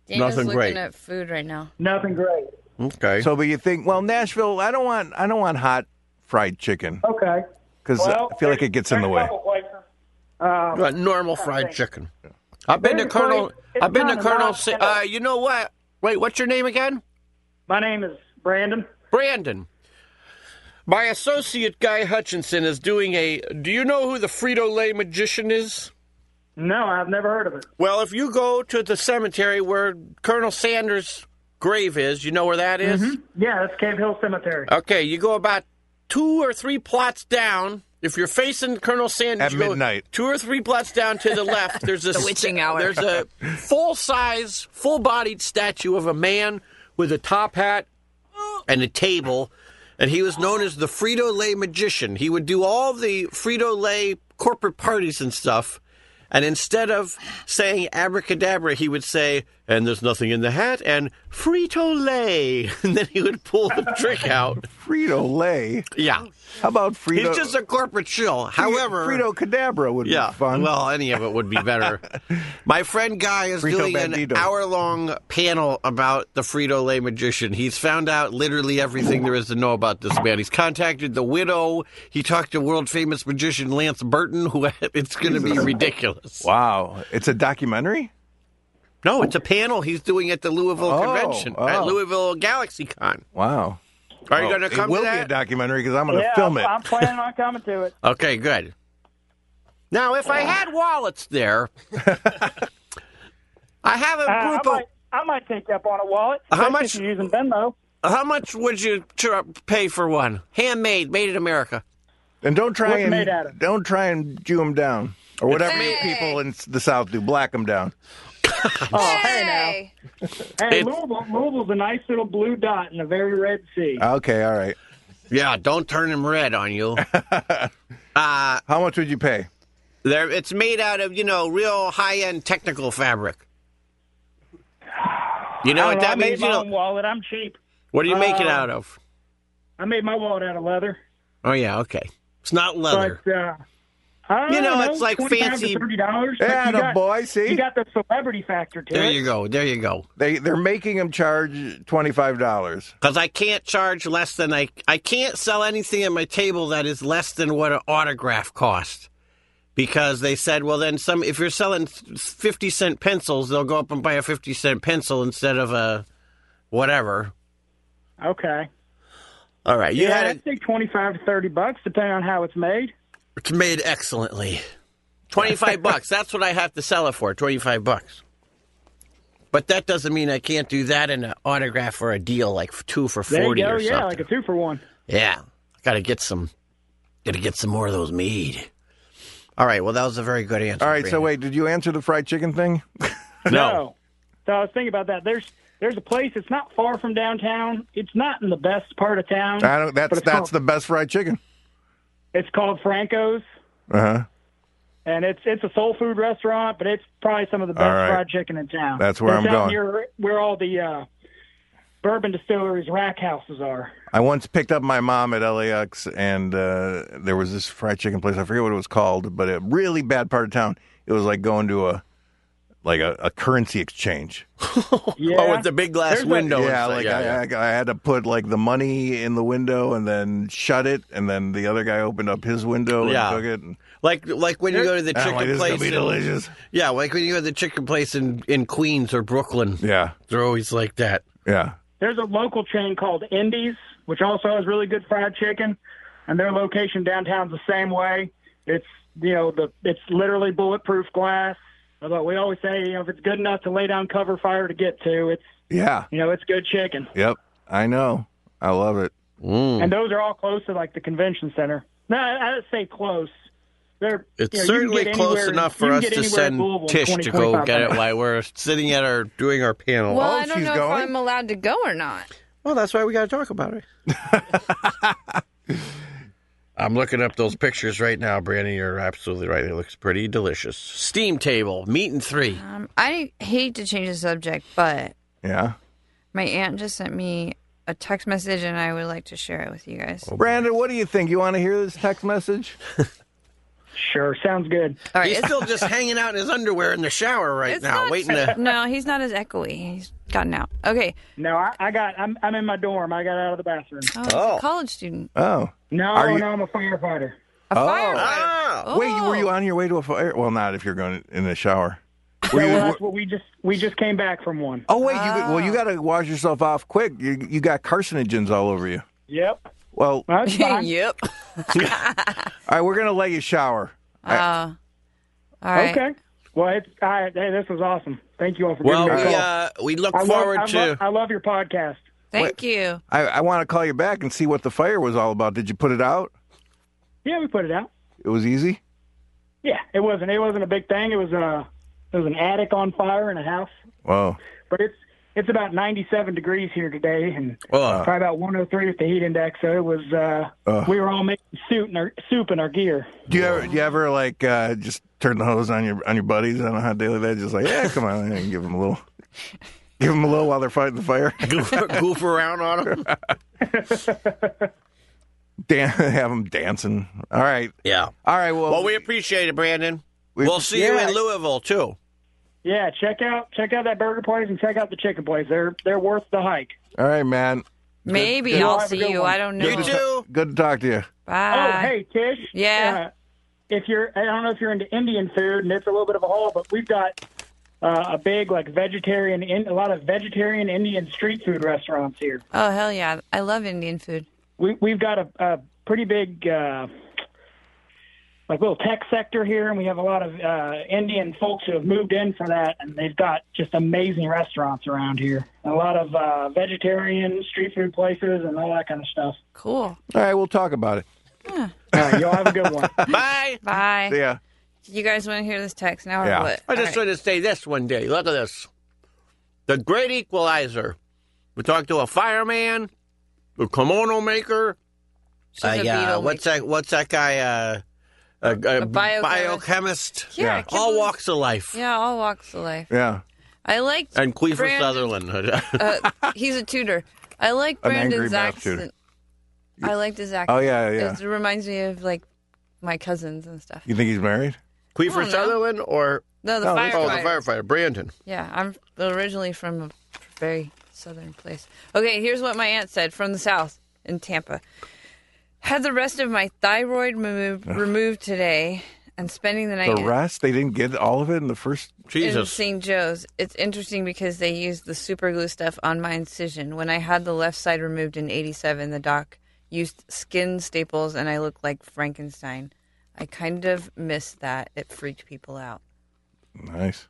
[SPEAKER 4] Dana's
[SPEAKER 14] Nothing
[SPEAKER 4] looking
[SPEAKER 14] great.
[SPEAKER 4] at food right now.
[SPEAKER 23] nothing great.
[SPEAKER 14] Okay.
[SPEAKER 1] So, but you think, well, Nashville. I don't want. I don't want hot fried chicken
[SPEAKER 23] Okay,
[SPEAKER 1] because
[SPEAKER 23] Well,
[SPEAKER 1] I feel like it gets in the
[SPEAKER 23] There's a
[SPEAKER 1] way.
[SPEAKER 23] couple places. Uh,
[SPEAKER 14] Got normal fried chicken. I've been to
[SPEAKER 23] There's
[SPEAKER 14] Colonel.
[SPEAKER 23] great- it's
[SPEAKER 14] I've been to
[SPEAKER 23] not a
[SPEAKER 14] Colonel.
[SPEAKER 23] lot,
[SPEAKER 14] Sa-
[SPEAKER 23] you know.
[SPEAKER 14] uh, you know what? Wait, what's your name again?
[SPEAKER 23] my name is Brandon.
[SPEAKER 14] Brandon. My associate Guy Hutchinson is doing a. Do you know who the Frito Lay magician is?
[SPEAKER 23] No, I've never heard of it.
[SPEAKER 14] Well, if you go to the cemetery where Colonel Sanders' grave is, you know where that is?
[SPEAKER 23] Yeah, that's Cave Hill Cemetery.
[SPEAKER 14] Okay, you go about two or three plots down. If you're facing Colonel Sanders
[SPEAKER 1] At
[SPEAKER 14] you go
[SPEAKER 1] midnight.
[SPEAKER 14] two or three plots down to the left, there's a
[SPEAKER 4] The witching hour.
[SPEAKER 14] There's a full-size, full-bodied statue of a man with a top hat and a table, and he was known as the Frito Lay magician. He would do all the Frito Lay corporate parties and stuff, and instead of saying abracadabra, he would say, "And there's nothing in the hat," and Frito Lay, and then he would pull the trick out.
[SPEAKER 1] Frito Lay.
[SPEAKER 14] Yeah,
[SPEAKER 1] How about Frito?
[SPEAKER 14] he's just a corporate shill. However,
[SPEAKER 1] Frito Cadabra would
[SPEAKER 14] yeah,
[SPEAKER 1] be fun.
[SPEAKER 14] well, any of it would be better. My friend Guy is
[SPEAKER 1] Frito
[SPEAKER 14] doing
[SPEAKER 1] Bandito.
[SPEAKER 14] an hour-long panel about the Frito Lay magician. He's found out literally everything there is to know about this man. He's contacted the widow. He talked to world-famous magician Lance Burton. Who it's going to be ridiculous.
[SPEAKER 1] wow, it's a documentary.
[SPEAKER 14] No, it's a panel he's doing at the Louisville
[SPEAKER 1] Oh,
[SPEAKER 14] convention
[SPEAKER 1] oh.
[SPEAKER 14] at Louisville Galaxy Con.
[SPEAKER 1] Wow.
[SPEAKER 14] Are you
[SPEAKER 1] Well,
[SPEAKER 14] going to come
[SPEAKER 1] It will
[SPEAKER 14] to
[SPEAKER 1] be a
[SPEAKER 14] that?
[SPEAKER 1] documentary because I'm going to
[SPEAKER 23] yeah,
[SPEAKER 1] Uh, film
[SPEAKER 23] I'm,
[SPEAKER 1] it.
[SPEAKER 23] I'm planning on coming to it.
[SPEAKER 14] okay, good. Now, if I had wallets there, I have a
[SPEAKER 23] Uh, I,
[SPEAKER 14] group of.
[SPEAKER 23] might, I might take you up on a wallet.
[SPEAKER 14] How
[SPEAKER 23] especially
[SPEAKER 14] much-
[SPEAKER 23] If you're using Venmo.
[SPEAKER 14] How much would you tr- pay for one? Handmade, made in America.
[SPEAKER 1] And don't try
[SPEAKER 23] What's made out
[SPEAKER 1] and
[SPEAKER 23] of?
[SPEAKER 1] don't try and Jew them down or whatever
[SPEAKER 4] made-
[SPEAKER 1] people in s- the South do, black them down.
[SPEAKER 23] Oh, hey now.
[SPEAKER 4] Hey,
[SPEAKER 23] Hey,
[SPEAKER 14] It's-
[SPEAKER 23] Louisville, Louisville's a nice little blue dot in a very red sea.
[SPEAKER 1] Okay, all right.
[SPEAKER 14] Yeah, don't turn them red on you. uh,
[SPEAKER 1] How much would you pay?
[SPEAKER 14] they're, it's made out of, you know, real high end technical fabric. You know what
[SPEAKER 23] I don't know, Oh, I
[SPEAKER 14] that
[SPEAKER 23] made
[SPEAKER 14] means?
[SPEAKER 23] my
[SPEAKER 14] You
[SPEAKER 23] own
[SPEAKER 14] know,
[SPEAKER 23] wallet. I'm cheap.
[SPEAKER 14] what do you make it
[SPEAKER 23] uh,
[SPEAKER 14] out of?
[SPEAKER 23] I made my wallet out of leather,
[SPEAKER 14] Oh, yeah, okay. It's not leather.
[SPEAKER 23] but uh, I
[SPEAKER 2] You know,
[SPEAKER 23] don't
[SPEAKER 2] it's like
[SPEAKER 23] $25
[SPEAKER 2] fancy-
[SPEAKER 23] to thirty dollars.
[SPEAKER 1] Atta boy, see?
[SPEAKER 23] you got the celebrity factor to
[SPEAKER 2] There
[SPEAKER 23] it.
[SPEAKER 2] you go. There you go.
[SPEAKER 1] They they're making them charge twenty five dollars.
[SPEAKER 2] Because I can't charge less than I I can't sell anything at my table that is less than what an autograph cost. Because they said, well, then some if you're selling fifty cent pencils, they'll go up and buy a fifty cent pencil instead of a whatever.
[SPEAKER 23] Okay.
[SPEAKER 2] All right, you
[SPEAKER 23] yeah,
[SPEAKER 2] had
[SPEAKER 23] I'd say twenty-five to thirty bucks, depending on how it's made.
[SPEAKER 2] it's made excellently. Twenty five bucks. That's what I have to sell it for. Twenty five bucks. But that doesn't mean I can't do that in an autograph or a deal like two for
[SPEAKER 23] There
[SPEAKER 2] forty
[SPEAKER 23] you go.
[SPEAKER 2] or
[SPEAKER 23] Yeah,
[SPEAKER 2] something.
[SPEAKER 23] like a two for one.
[SPEAKER 2] Yeah. Gotta get some gotta get some more of those made. All right, well that was a very good answer.
[SPEAKER 1] All right, so
[SPEAKER 2] Brandon.
[SPEAKER 1] wait, did you answer the fried chicken thing?
[SPEAKER 23] No. So I was thinking about that. There's there's a place. It's not far from downtown. It's not in the best part of town.
[SPEAKER 1] I don't.
[SPEAKER 23] but
[SPEAKER 1] That's
[SPEAKER 23] it's
[SPEAKER 1] that's
[SPEAKER 23] called,
[SPEAKER 1] the best fried chicken.
[SPEAKER 23] It's called Franco's,
[SPEAKER 1] Uh huh.
[SPEAKER 23] and it's it's a soul food restaurant, but it's probably some of the best
[SPEAKER 1] All right.
[SPEAKER 23] fried chicken in town.
[SPEAKER 1] That's where
[SPEAKER 23] it's
[SPEAKER 1] I'm
[SPEAKER 23] out
[SPEAKER 1] going.
[SPEAKER 23] Near where all the uh, bourbon distilleries rack houses are.
[SPEAKER 1] I once picked up my mom at LAX, and uh, there was this fried chicken place. I forget what it was called, but a really bad part of town. It was like going to a like a, a currency exchange.
[SPEAKER 23] Yeah.
[SPEAKER 2] Oh, with the big glass
[SPEAKER 23] There's a-
[SPEAKER 2] window. and
[SPEAKER 1] yeah,
[SPEAKER 2] stuff.
[SPEAKER 1] like
[SPEAKER 2] yeah,
[SPEAKER 1] I,
[SPEAKER 2] yeah.
[SPEAKER 1] I, I had to put like the money in the window and then shut it, and then the other guy opened up his window
[SPEAKER 2] Yeah.
[SPEAKER 1] and took it. And,
[SPEAKER 2] like like when you go to the
[SPEAKER 1] I don't
[SPEAKER 2] chicken
[SPEAKER 1] like this, it's
[SPEAKER 2] place.
[SPEAKER 1] gonna be
[SPEAKER 2] in-
[SPEAKER 1] delicious.
[SPEAKER 2] Yeah, like when you go to the chicken place in, in Queens or Brooklyn.
[SPEAKER 1] Yeah,
[SPEAKER 2] They're always like that.
[SPEAKER 1] yeah.
[SPEAKER 23] There's a local chain called Indies, which also has really good fried chicken, and their location downtown's the same way. It's you know the it's literally bulletproof glass. Although we always say you know if it's good enough to lay down cover fire to get to, it's
[SPEAKER 1] Yeah.
[SPEAKER 23] you know it's good chicken.
[SPEAKER 1] Yep. I know. I love it.
[SPEAKER 2] Mm.
[SPEAKER 23] And those are all close to like the convention center. No, I, I'd say close. They're
[SPEAKER 2] It's
[SPEAKER 23] you know, you can
[SPEAKER 2] certainly
[SPEAKER 23] get
[SPEAKER 2] close
[SPEAKER 23] anywhere-
[SPEAKER 2] enough
[SPEAKER 23] you
[SPEAKER 2] for
[SPEAKER 23] can
[SPEAKER 2] us
[SPEAKER 23] get
[SPEAKER 2] to
[SPEAKER 23] anywhere in
[SPEAKER 2] send
[SPEAKER 23] Louisville in
[SPEAKER 2] Tish
[SPEAKER 23] 20,
[SPEAKER 2] to go get it
[SPEAKER 23] 25
[SPEAKER 2] while we're sitting at our doing our panel.
[SPEAKER 14] Well,
[SPEAKER 1] Oh,
[SPEAKER 14] I don't
[SPEAKER 1] she's
[SPEAKER 14] know
[SPEAKER 1] going?
[SPEAKER 14] if I'm allowed to go or not.
[SPEAKER 2] Well, that's why we got to talk about it. I'm looking up those pictures right now, Brandy. You're absolutely right. It looks pretty delicious. Steam table, meat and three.
[SPEAKER 23] Ah.
[SPEAKER 14] Um, I hate to change the subject, but
[SPEAKER 1] Yeah.
[SPEAKER 14] my aunt just sent me a text message, and I would like to share it with you guys.
[SPEAKER 1] Brandon, what do you think? You want to hear this text message?
[SPEAKER 23] Sure, sounds good.
[SPEAKER 14] All right,
[SPEAKER 2] He's
[SPEAKER 14] it's-
[SPEAKER 2] still just hanging out in his underwear in the shower right
[SPEAKER 14] it's
[SPEAKER 2] now,
[SPEAKER 14] not-
[SPEAKER 2] waiting to.
[SPEAKER 14] No, he's not as echoey. He's gotten out. Okay.
[SPEAKER 23] No, I, I got I'm I'm in my dorm. I got out of the bathroom.
[SPEAKER 14] Oh, he's
[SPEAKER 1] Oh.
[SPEAKER 14] a college student.
[SPEAKER 1] Oh.
[SPEAKER 23] No,
[SPEAKER 1] Are you-
[SPEAKER 23] no, I'm a firefighter.
[SPEAKER 14] A
[SPEAKER 1] Oh.
[SPEAKER 14] firefighter.
[SPEAKER 2] Ah,
[SPEAKER 1] Wait, you- were you
[SPEAKER 14] Oh.
[SPEAKER 1] on your way to a fire? Well, not if you're going in the shower. Were
[SPEAKER 23] Yeah,
[SPEAKER 1] you-
[SPEAKER 23] well, that's what we just we just came back from one.
[SPEAKER 1] oh wait, you well you got to wash yourself off quick. You you got carcinogens all over you.
[SPEAKER 23] Yep.
[SPEAKER 1] Well, all
[SPEAKER 23] That's fine.
[SPEAKER 14] yep.
[SPEAKER 1] right, we're gonna let you shower.
[SPEAKER 14] Uh, all right.
[SPEAKER 23] Okay. Well, it's, I, hey, this was awesome. Thank you all for
[SPEAKER 2] well,
[SPEAKER 23] giving me a
[SPEAKER 2] we
[SPEAKER 23] call.
[SPEAKER 2] uh, we look
[SPEAKER 23] I,
[SPEAKER 2] forward
[SPEAKER 23] love,
[SPEAKER 2] to.
[SPEAKER 23] I, love, I love your podcast.
[SPEAKER 14] Thank you.
[SPEAKER 1] I, I want to call you back and see what the fire was all about. Did you put it out?
[SPEAKER 23] Yeah, we put it out.
[SPEAKER 1] It was easy.
[SPEAKER 23] Yeah, it wasn't it wasn't a big thing. It was a it was an attic on fire in a house,
[SPEAKER 1] Wow.
[SPEAKER 23] but it's it's about 97 degrees here today, and
[SPEAKER 2] Oh.
[SPEAKER 23] probably about 103 with the heat index. So it was uh,
[SPEAKER 1] Ugh.
[SPEAKER 23] we were all making soup in our soup in our gear.
[SPEAKER 1] Do you ever do you ever like uh, just turn the hose on your on your buddies on a hot day like that? Just like yeah, come on, and give them a little, give them a little while they're fighting the fire.
[SPEAKER 2] goof, goof around on him.
[SPEAKER 1] Dan- have them dancing. All right,
[SPEAKER 2] Yeah.
[SPEAKER 1] all right.
[SPEAKER 2] Well, we appreciate it, Brandon.
[SPEAKER 1] We-
[SPEAKER 2] we'll see you
[SPEAKER 23] Yeah.
[SPEAKER 2] in Louisville too.
[SPEAKER 23] Yeah, check out check out that burger place and check out the chicken place. They're they're worth the hike.
[SPEAKER 1] all right, man.
[SPEAKER 14] Maybe
[SPEAKER 23] Good-
[SPEAKER 14] I'll
[SPEAKER 23] have a
[SPEAKER 14] see
[SPEAKER 23] good
[SPEAKER 14] you.
[SPEAKER 23] one.
[SPEAKER 14] I don't know.
[SPEAKER 2] You too.
[SPEAKER 1] Good to talk to you.
[SPEAKER 14] Bye.
[SPEAKER 23] oh,
[SPEAKER 4] Uh,
[SPEAKER 23] hey Tish.
[SPEAKER 14] Yeah.
[SPEAKER 23] Uh, if you're, I don't know if you're into Indian food, and it's a little bit of a haul, but we've got uh, a big like vegetarian, in, a lot of vegetarian Indian street food restaurants here.
[SPEAKER 14] Oh, hell yeah. I love Indian food.
[SPEAKER 23] We we've got a, a pretty big. Uh, like little tech sector here, and we have a lot of uh, Indian folks who have moved in for that, and they've got just amazing restaurants around here. A lot of uh, vegetarian street food places and all that kind of stuff.
[SPEAKER 14] Cool.
[SPEAKER 1] All right, we'll talk about it.
[SPEAKER 23] All right, y'all have a good one.
[SPEAKER 2] Bye.
[SPEAKER 14] Bye.
[SPEAKER 1] Yeah.
[SPEAKER 14] You guys want to hear this text now
[SPEAKER 1] Yeah.
[SPEAKER 14] or what?
[SPEAKER 2] I just
[SPEAKER 14] All
[SPEAKER 2] want to say this one day. Look at this. The great equalizer. We talked to a fireman, a kimono maker.
[SPEAKER 14] She's a
[SPEAKER 2] Uh, yeah,
[SPEAKER 14] beetle
[SPEAKER 2] what's that? What's that guy? Uh, a, a,
[SPEAKER 14] A
[SPEAKER 2] biochemist.
[SPEAKER 14] biochemist. Yeah, I can't
[SPEAKER 2] all
[SPEAKER 14] believe-
[SPEAKER 2] walks of life.
[SPEAKER 14] right. Yeah, all walks of life.
[SPEAKER 1] Yeah.
[SPEAKER 14] I liked
[SPEAKER 2] And Queefer
[SPEAKER 14] Brandon-
[SPEAKER 2] Sutherland.
[SPEAKER 14] uh, he's a tutor. I like
[SPEAKER 1] An angry
[SPEAKER 14] Brandon's
[SPEAKER 1] math tutor.
[SPEAKER 14] accent. I liked his
[SPEAKER 1] Oh
[SPEAKER 14] accent.
[SPEAKER 1] yeah, yeah.
[SPEAKER 14] It reminds me of like
[SPEAKER 4] my cousins and stuff.
[SPEAKER 1] You think he's married?
[SPEAKER 4] I don't
[SPEAKER 14] Queefer
[SPEAKER 4] know.
[SPEAKER 14] Sutherland or
[SPEAKER 4] No, the
[SPEAKER 14] Oh, the
[SPEAKER 4] firefighter.
[SPEAKER 14] firefighter Brandon.
[SPEAKER 4] Yeah, I'm originally from a very southern place. Okay, here's what my aunt said from the south in Tampa. Had the rest of my thyroid removed, removed today and spending the night
[SPEAKER 1] The
[SPEAKER 4] in-
[SPEAKER 1] rest? They didn't get all of it in the first.
[SPEAKER 4] in St. Joe's. It's interesting because they used the super glue stuff on my incision. When I had the left side removed in 87, the doc used skin staples and I looked like Frankenstein. I kind of missed that. It freaked people out.
[SPEAKER 1] Nice.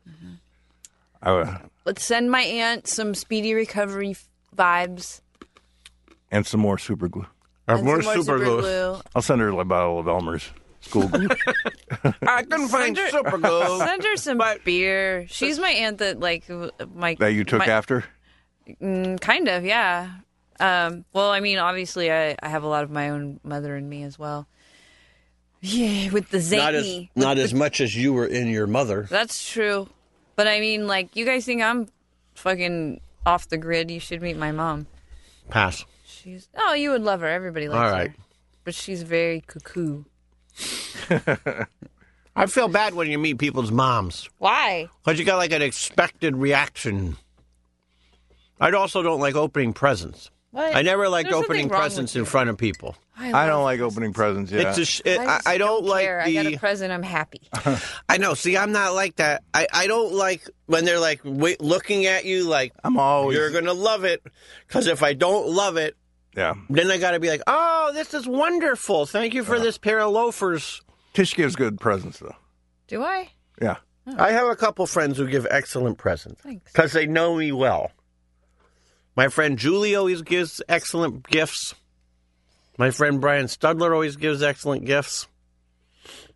[SPEAKER 1] I, uh,
[SPEAKER 4] Let's send my aunt some speedy recovery f- vibes.
[SPEAKER 1] and some more super glue.
[SPEAKER 4] And some more super glue.
[SPEAKER 1] I'll send her a bottle of Elmer's school glue.
[SPEAKER 2] I couldn't find super glue.
[SPEAKER 4] Send her some beer. She's my aunt that like w- my
[SPEAKER 1] that you took
[SPEAKER 4] my-
[SPEAKER 1] after?
[SPEAKER 4] Mm, kind of, yeah. Um, well, I mean, obviously, I, I have a lot of my own mother in me as well. Yeah, with the zany.
[SPEAKER 14] Not as not as much as you were in your mother.
[SPEAKER 4] That's true. But I mean, like, you guys think I'm fucking off the grid. You should meet my mom.
[SPEAKER 2] Pass.
[SPEAKER 4] She's oh, you would love her. Everybody likes
[SPEAKER 2] All right.
[SPEAKER 4] her. But she's very cuckoo.
[SPEAKER 2] I feel bad when you meet people's moms
[SPEAKER 4] Why?
[SPEAKER 2] because you got like an expected reaction. I also don't like opening presents.
[SPEAKER 4] What?
[SPEAKER 2] I never liked
[SPEAKER 4] There's nothing
[SPEAKER 2] opening
[SPEAKER 4] wrong with
[SPEAKER 2] presents in front of people.
[SPEAKER 4] I I don't love
[SPEAKER 1] like opening presents.
[SPEAKER 2] It's a sh- it,
[SPEAKER 4] I,
[SPEAKER 2] I,
[SPEAKER 4] just
[SPEAKER 2] I don't, like
[SPEAKER 4] care.
[SPEAKER 2] the.
[SPEAKER 4] I got a present. I'm happy.
[SPEAKER 2] I know. See, I'm not like that. I, I don't like when they're like wait, looking at you like
[SPEAKER 1] I'm always
[SPEAKER 2] you're gonna love it because if I don't love it,
[SPEAKER 1] yeah.
[SPEAKER 2] then I got to be like, oh, this is wonderful. Thank you for this pair of loafers.
[SPEAKER 1] Tish gives good presents though.
[SPEAKER 4] Do I?
[SPEAKER 1] Yeah.
[SPEAKER 2] I have a couple friends who give excellent presents
[SPEAKER 4] Thanks.
[SPEAKER 2] because they know me well. My friend Julie always gives excellent gifts. My friend Brian Studler always gives excellent gifts.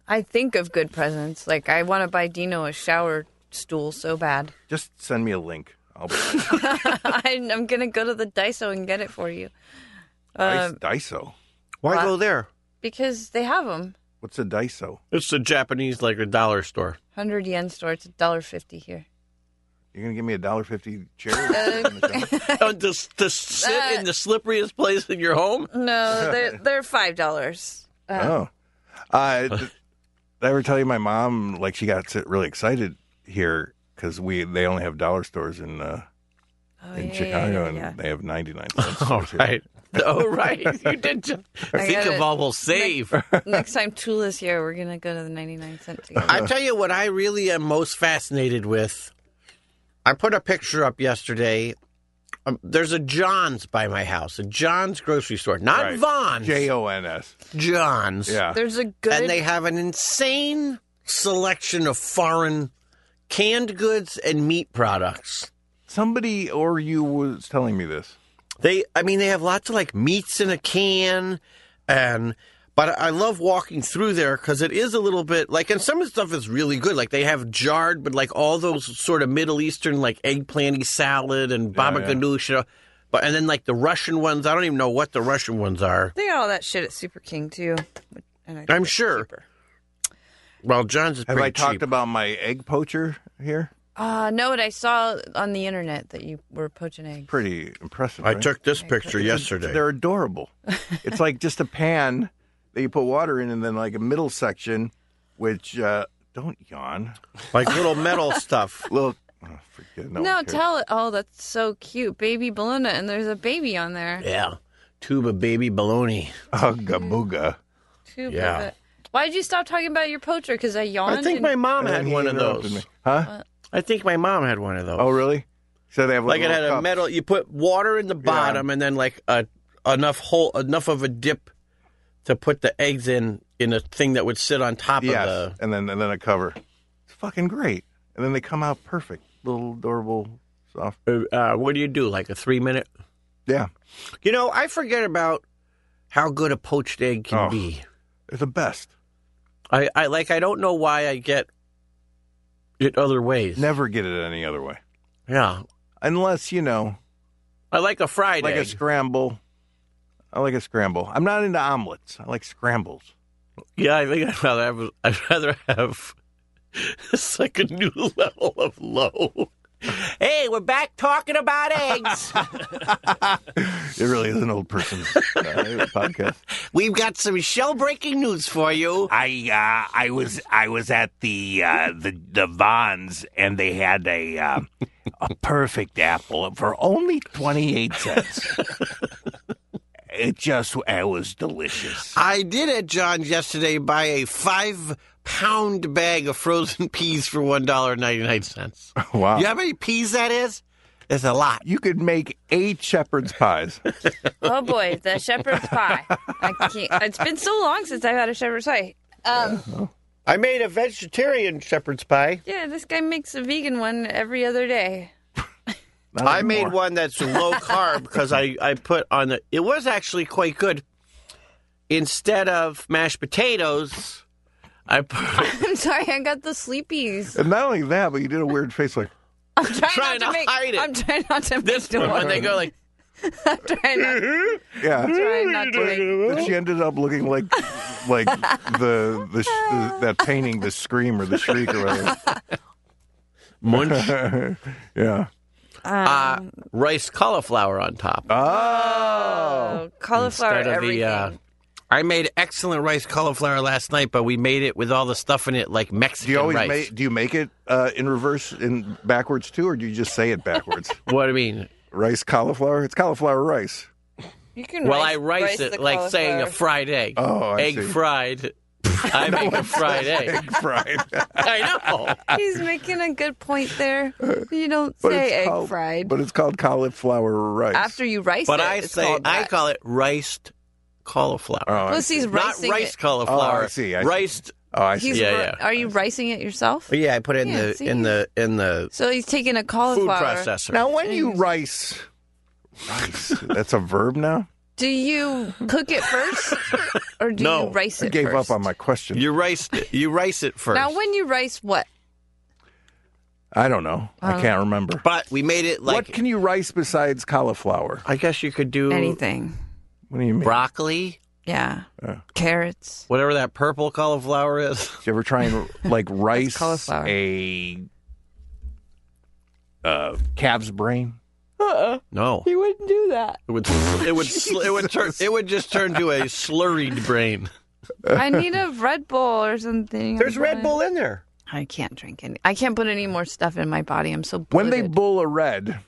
[SPEAKER 4] I think of good presents. Like I want to buy Dino a shower stool so bad.
[SPEAKER 1] Just send me a link. I'll
[SPEAKER 4] I, I'm gonna go to the Daiso and get it for you.
[SPEAKER 1] Dice-
[SPEAKER 4] Um,
[SPEAKER 1] Daiso.
[SPEAKER 2] Why
[SPEAKER 4] Wow.
[SPEAKER 2] go there?
[SPEAKER 4] because they have them.
[SPEAKER 1] What's a Daiso?
[SPEAKER 2] It's the Japanese like a dollar store.
[SPEAKER 4] Hundred yen store. It's a dollar fifty here.
[SPEAKER 1] You're gonna give me a dollar fifty chair?
[SPEAKER 4] Uh,
[SPEAKER 2] Oh, to, to sit in the slipperiest place in your home?
[SPEAKER 4] No, they're they're five dollars.
[SPEAKER 1] oh. Uh, did I ever tell you my mom like she got s- really excited here because we they only have dollar stores in uh, in
[SPEAKER 4] Oh, yeah, yeah,
[SPEAKER 1] Chicago
[SPEAKER 4] yeah,
[SPEAKER 1] and
[SPEAKER 4] yeah.
[SPEAKER 1] they have ninety nine cents.
[SPEAKER 2] All right. Oh, right. You did. ju-
[SPEAKER 4] I
[SPEAKER 2] Think
[SPEAKER 4] got
[SPEAKER 2] of
[SPEAKER 4] it.
[SPEAKER 2] all we'll save.
[SPEAKER 4] Next time Tula's here, we're gonna go to the ninety nine cent together.
[SPEAKER 2] I tell you what I really am most fascinated with. I put a picture up yesterday. Um, there's a John's by my house, a John's grocery store, not
[SPEAKER 1] Right.
[SPEAKER 2] Vaughn's.
[SPEAKER 1] J O N S.
[SPEAKER 2] John's.
[SPEAKER 1] Yeah.
[SPEAKER 4] There's a good.
[SPEAKER 2] And they have an insane selection of foreign canned goods and meat products.
[SPEAKER 1] Somebody or you was telling me this.
[SPEAKER 2] They, I mean, they have lots of like meats in a can, and but I love walking through there because it is a little bit like, and some of the stuff is really good. Like they have jarred, but like all those sort of Middle Eastern like eggplanty salad and baba
[SPEAKER 1] yeah.
[SPEAKER 2] ganoush, uh, but and then like the Russian ones. I don't even know what the Russian ones are.
[SPEAKER 4] they got all that shit at Super King too. And I think
[SPEAKER 2] I'm
[SPEAKER 4] it's
[SPEAKER 2] sure.
[SPEAKER 4] cheaper.
[SPEAKER 2] Well, John's is
[SPEAKER 1] Have
[SPEAKER 2] pretty
[SPEAKER 1] I talked
[SPEAKER 2] cheap.
[SPEAKER 1] about my egg poacher here?
[SPEAKER 4] Uh, no, what I saw on the internet that you were poaching eggs.
[SPEAKER 1] Pretty impressive.
[SPEAKER 2] I
[SPEAKER 1] right?
[SPEAKER 2] took this picture yesterday.
[SPEAKER 1] They're adorable. it's like just a pan that you put water in, and then like a middle section, which uh, don't yawn.
[SPEAKER 2] like little metal stuff.
[SPEAKER 1] Little. Oh, forget, no,
[SPEAKER 4] No,
[SPEAKER 1] one cares.
[SPEAKER 4] tell it. Oh, that's so cute, baby Bologna, and there's a baby on there.
[SPEAKER 2] Yeah, tube of baby bologna.
[SPEAKER 1] Ugga booga.
[SPEAKER 4] Too
[SPEAKER 2] Yeah.
[SPEAKER 4] yeah. Why did you stop talking about your poacher? Because I yawned.
[SPEAKER 2] I think
[SPEAKER 4] and-
[SPEAKER 2] my mom
[SPEAKER 1] And then
[SPEAKER 2] had
[SPEAKER 1] he
[SPEAKER 2] one of
[SPEAKER 1] interrupted
[SPEAKER 2] those.
[SPEAKER 1] me. Huh?
[SPEAKER 2] I think my mom had one of those.
[SPEAKER 1] Oh, really? So they have
[SPEAKER 2] like it
[SPEAKER 1] little
[SPEAKER 2] had a
[SPEAKER 1] cups.
[SPEAKER 2] metal. You put water in the bottom, and then like a enough hole, enough of a dip to put the eggs in in a thing that would sit on top
[SPEAKER 1] Yes,
[SPEAKER 2] of
[SPEAKER 1] and then and then a cover. It's fucking great. And then they come out perfect, little adorable, soft.
[SPEAKER 2] the. Uh, what do you do? Like a three minute.
[SPEAKER 1] Yeah,
[SPEAKER 2] You know, I forget about how good a poached egg can
[SPEAKER 1] Oh.
[SPEAKER 2] be.
[SPEAKER 1] they're the best.
[SPEAKER 2] I, I like. I don't know why I get it other ways.
[SPEAKER 1] Never get it any other way,
[SPEAKER 2] Yeah,
[SPEAKER 1] unless you know,
[SPEAKER 2] I like a fried
[SPEAKER 1] like a
[SPEAKER 2] egg.
[SPEAKER 1] scramble. I like a scramble. I'm not into omelets. I like scrambles.
[SPEAKER 2] yeah, I think I'd rather have. I'd rather have. It's like a new level of low. Hey, we're back talking about eggs.
[SPEAKER 1] It really is an old person's uh, podcast.
[SPEAKER 2] We've got some shell breaking news for you.
[SPEAKER 24] I uh, I was I was at the uh, the the Vons and they had a uh, a perfect apple for only twenty eight cents. it just it was delicious.
[SPEAKER 2] I did at John's yesterday buy a five pound bag of frozen peas for one dollar ninety nine cents.
[SPEAKER 1] Wow.
[SPEAKER 2] You know how many peas that is? It's a lot.
[SPEAKER 1] You could make eight shepherd's pies.
[SPEAKER 4] Oh boy, the shepherd's pie. I can't. It's been so long since I've had a shepherd's pie. Um,
[SPEAKER 2] I made a vegetarian shepherd's pie.
[SPEAKER 4] yeah, this guy makes a vegan one every other day.
[SPEAKER 2] I made one that's low carb because I, I put on the. It was actually quite good. Instead of mashed potatoes, I put.
[SPEAKER 4] I'm sorry, I got the sleepies.
[SPEAKER 1] And not only that, but you did a weird face like,
[SPEAKER 4] I'm trying,
[SPEAKER 2] Trying
[SPEAKER 4] not
[SPEAKER 2] to
[SPEAKER 4] to, make.
[SPEAKER 2] hide it.
[SPEAKER 4] I'm trying not to make
[SPEAKER 2] This
[SPEAKER 4] the
[SPEAKER 2] one, when
[SPEAKER 4] one.
[SPEAKER 2] they go like,
[SPEAKER 4] I'm trying not,
[SPEAKER 1] yeah.
[SPEAKER 24] Mm.
[SPEAKER 4] trying not to make.
[SPEAKER 1] But she ended up looking like like the the, sh- the that painting, the scream or the shriek or
[SPEAKER 2] munch
[SPEAKER 1] whatever. yeah.
[SPEAKER 2] uh, rice cauliflower on top.
[SPEAKER 1] Oh.
[SPEAKER 4] uh, Cauliflower
[SPEAKER 2] instead of
[SPEAKER 4] everything.
[SPEAKER 2] the, uh, I made excellent rice cauliflower last night, but we made it with all the stuff in it, like
[SPEAKER 1] Do
[SPEAKER 2] Mexican
[SPEAKER 1] you always
[SPEAKER 2] rice.
[SPEAKER 1] make do you make it uh, in reverse in backwards too, or do you just say it backwards?
[SPEAKER 2] What do you mean?
[SPEAKER 1] rice cauliflower. It's cauliflower rice.
[SPEAKER 4] you can
[SPEAKER 2] well,
[SPEAKER 4] rice,
[SPEAKER 2] I rice,
[SPEAKER 4] the
[SPEAKER 2] it like saying a
[SPEAKER 4] cauliflower.
[SPEAKER 2] fried egg.
[SPEAKER 1] Oh, I
[SPEAKER 2] egg
[SPEAKER 1] see.
[SPEAKER 2] fried. I make a fried egg.
[SPEAKER 1] Egg fried.
[SPEAKER 2] I know.
[SPEAKER 4] He's making a good point there. You don't
[SPEAKER 1] But
[SPEAKER 4] say
[SPEAKER 1] it's
[SPEAKER 4] egg
[SPEAKER 1] called-
[SPEAKER 4] fried
[SPEAKER 1] But it's called cauliflower rice.
[SPEAKER 4] after you rice
[SPEAKER 2] But
[SPEAKER 4] it.
[SPEAKER 2] I
[SPEAKER 4] it's
[SPEAKER 2] say
[SPEAKER 4] called
[SPEAKER 2] I
[SPEAKER 4] that.
[SPEAKER 2] call it riced cauliflower.
[SPEAKER 1] oh, I
[SPEAKER 4] Plus,
[SPEAKER 1] see.
[SPEAKER 4] he's
[SPEAKER 2] Not
[SPEAKER 4] ricing
[SPEAKER 2] rice
[SPEAKER 4] it.
[SPEAKER 2] cauliflower.
[SPEAKER 1] Oh, I see, I see.
[SPEAKER 2] Riced.
[SPEAKER 1] oh, I see.
[SPEAKER 4] He's
[SPEAKER 2] Yeah,
[SPEAKER 4] ri-
[SPEAKER 2] yeah.
[SPEAKER 4] Are you ricing it yourself?
[SPEAKER 2] Yeah, I put it in
[SPEAKER 4] Yeah,
[SPEAKER 2] the
[SPEAKER 4] see?
[SPEAKER 2] in the in the
[SPEAKER 4] So he's taking a
[SPEAKER 2] food
[SPEAKER 4] cauliflower.
[SPEAKER 2] processor.
[SPEAKER 1] Now, when you rice, rice, that's a verb now?
[SPEAKER 4] Do you cook it first, or do
[SPEAKER 2] No,
[SPEAKER 4] you rice
[SPEAKER 1] I
[SPEAKER 4] it?
[SPEAKER 1] gave
[SPEAKER 4] first?
[SPEAKER 1] up on my question.
[SPEAKER 2] You rice it. You rice it first.
[SPEAKER 4] Now, when you rice what?
[SPEAKER 1] I don't know. I can't remember.
[SPEAKER 2] but we made it
[SPEAKER 1] what
[SPEAKER 2] like
[SPEAKER 1] can you rice besides cauliflower?
[SPEAKER 2] I guess you could do
[SPEAKER 4] Anything?
[SPEAKER 1] What do you mean?
[SPEAKER 2] broccoli,
[SPEAKER 4] Yeah, carrots.
[SPEAKER 2] whatever that purple cauliflower is.
[SPEAKER 1] Did you ever try and like rice
[SPEAKER 4] cauliflower.
[SPEAKER 1] a uh, calf's brain?
[SPEAKER 2] No,
[SPEAKER 4] You wouldn't do that.
[SPEAKER 2] it would it would sl- it would turn it would just turn to a slurried brain.
[SPEAKER 4] I need a Red Bull or something. I'm fine.
[SPEAKER 2] in there.
[SPEAKER 4] I can't drink any. I can't put any more stuff in my body. I'm so
[SPEAKER 1] When
[SPEAKER 4] bloated.
[SPEAKER 1] they bull a red.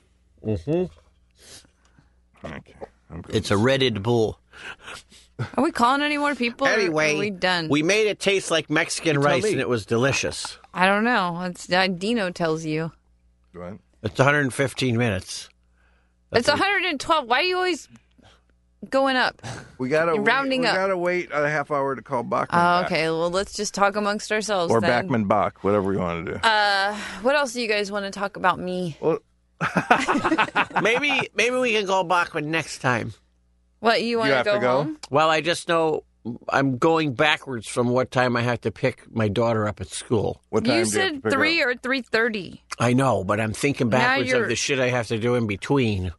[SPEAKER 2] It's a redded bull.
[SPEAKER 4] are we calling any more people? or
[SPEAKER 2] Anyway,
[SPEAKER 4] are we done.
[SPEAKER 2] We made it taste like Mexican rice, and it was delicious.
[SPEAKER 4] I don't know. It's uh, Dino tells you.
[SPEAKER 1] What?
[SPEAKER 2] It's 115 minutes.
[SPEAKER 4] it's 112. Why are you always going up?
[SPEAKER 1] We gotta
[SPEAKER 4] You're rounding
[SPEAKER 1] we,
[SPEAKER 4] up.
[SPEAKER 1] gotta wait a half hour to call Bachman.
[SPEAKER 4] Oh,
[SPEAKER 1] back.
[SPEAKER 4] okay. Well, let's just talk amongst ourselves.
[SPEAKER 1] Or
[SPEAKER 4] then.
[SPEAKER 1] Bachman Bach, whatever you want to do.
[SPEAKER 4] Uh, what else do you guys want to talk about me?
[SPEAKER 2] maybe maybe we can call Bachman next time.
[SPEAKER 4] What you want
[SPEAKER 1] have
[SPEAKER 4] go,
[SPEAKER 1] to go?
[SPEAKER 4] home?
[SPEAKER 2] Well, I just know I'm going backwards from what time I have to pick my daughter up at school.
[SPEAKER 1] what time
[SPEAKER 4] You
[SPEAKER 1] do have to
[SPEAKER 4] said
[SPEAKER 1] pick her
[SPEAKER 4] three
[SPEAKER 1] up?
[SPEAKER 4] or three thirty.
[SPEAKER 2] I know, but I'm thinking
[SPEAKER 4] Now
[SPEAKER 2] backwards
[SPEAKER 4] you're-
[SPEAKER 2] of the shit I have to do in between.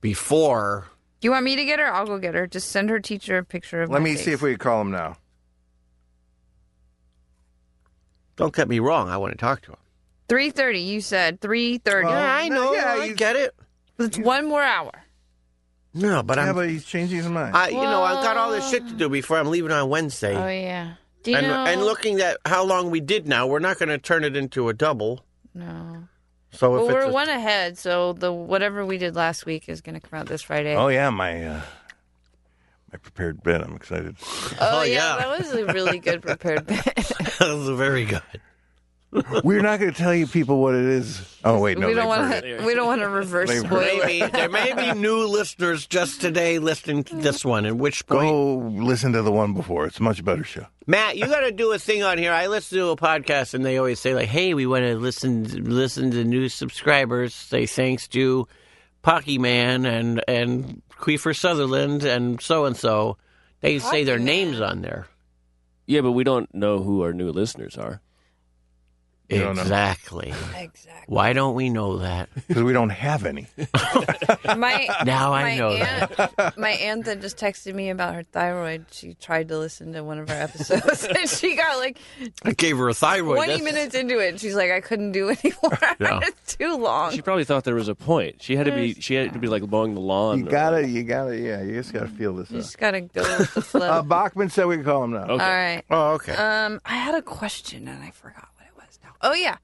[SPEAKER 2] Before
[SPEAKER 4] You want me to get her? I'll go get her. Just send her teacher a picture of.
[SPEAKER 1] Let
[SPEAKER 4] my
[SPEAKER 1] me
[SPEAKER 4] face.
[SPEAKER 1] see if we can call him now.
[SPEAKER 2] Don't get me wrong. I want to talk to him.
[SPEAKER 4] three thirty. You said three thirty.
[SPEAKER 1] Well,
[SPEAKER 2] I know.
[SPEAKER 1] Uh, yeah,
[SPEAKER 2] I
[SPEAKER 1] you-
[SPEAKER 2] get it.
[SPEAKER 4] It's one more hour.
[SPEAKER 2] No, but
[SPEAKER 1] Yeah,
[SPEAKER 2] I'm.
[SPEAKER 1] but he's changing his mind.
[SPEAKER 2] I, you know, I've got all this shit to do before I'm leaving on Wednesday.
[SPEAKER 4] Oh yeah. Do you
[SPEAKER 2] and,
[SPEAKER 4] know?
[SPEAKER 2] and looking at how long we did now, we're not going to turn it into a double.
[SPEAKER 4] No.
[SPEAKER 2] So if
[SPEAKER 4] Well,
[SPEAKER 2] it's
[SPEAKER 4] we're
[SPEAKER 2] a-
[SPEAKER 4] one ahead, so the whatever we did last week is going to come out this Friday.
[SPEAKER 1] Oh yeah, my uh, my prepared bit. I'm excited.
[SPEAKER 4] Oh,
[SPEAKER 2] Oh,
[SPEAKER 4] yeah,
[SPEAKER 2] yeah.
[SPEAKER 4] that was a really good prepared bit.
[SPEAKER 2] that was very good.
[SPEAKER 1] We're not going to tell you people what it is. Oh wait, no,
[SPEAKER 4] we
[SPEAKER 1] they've
[SPEAKER 4] don't want
[SPEAKER 1] heard it.
[SPEAKER 4] to. We don't want to reverse
[SPEAKER 1] They've
[SPEAKER 4] spoil. it.
[SPEAKER 2] Maybe there may be new listeners just today listening to this one. At which point,
[SPEAKER 1] Go listen to the one before. It's a much better show.
[SPEAKER 2] Matt, you got to do a thing on here. I listen to a podcast and they always say like, "Hey, we want to listen listen to new subscribers. Say thanks to Pocky Man and and Queefer Sutherland and so and so." They say their names on there.
[SPEAKER 8] Yeah, but we don't know who our new listeners are.
[SPEAKER 1] You don't know.
[SPEAKER 14] Exactly.
[SPEAKER 4] Exactly.
[SPEAKER 14] Why don't we know that?
[SPEAKER 1] Because we don't have any.
[SPEAKER 4] My
[SPEAKER 2] Oh,
[SPEAKER 14] Now I
[SPEAKER 4] my
[SPEAKER 14] know
[SPEAKER 4] aunt, My aunt that just texted me about her thyroid. She tried to listen to one of our episodes and she got like
[SPEAKER 14] I gave her a thyroid.
[SPEAKER 4] 20 minutes into it. She's like, I couldn't do anymore.
[SPEAKER 8] Yeah.
[SPEAKER 4] it's too long.
[SPEAKER 8] She probably thought there was a point. She had to be. She had to be like mowing the lawn.
[SPEAKER 1] You gotta, you gotta, yeah, you just gotta feel this.
[SPEAKER 4] You
[SPEAKER 1] Out.
[SPEAKER 4] just gotta go with the flow.
[SPEAKER 1] Uh, Bachman said we could call him now.
[SPEAKER 4] All right.
[SPEAKER 14] Oh, okay.
[SPEAKER 4] Um, I had a question and I forgot what it was now. Oh yeah.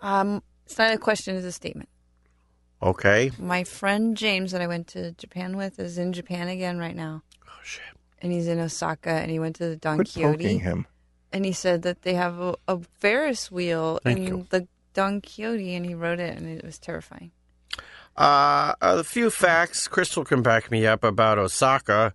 [SPEAKER 4] Um, it's not a question; it's a statement.
[SPEAKER 14] Okay.
[SPEAKER 4] My friend James that I went to Japan with is in Japan again right now. Oh shit. And he's in Osaka, and he went to the Don
[SPEAKER 1] Quit
[SPEAKER 4] Quixote.
[SPEAKER 1] poking him.
[SPEAKER 4] And he said that they have a, a Ferris wheel
[SPEAKER 14] Thank
[SPEAKER 4] in
[SPEAKER 14] you.
[SPEAKER 4] the Don Quixote, and he wrote it, and it was terrifying.
[SPEAKER 14] Uh, a few facts. Crystal can back me up about Osaka.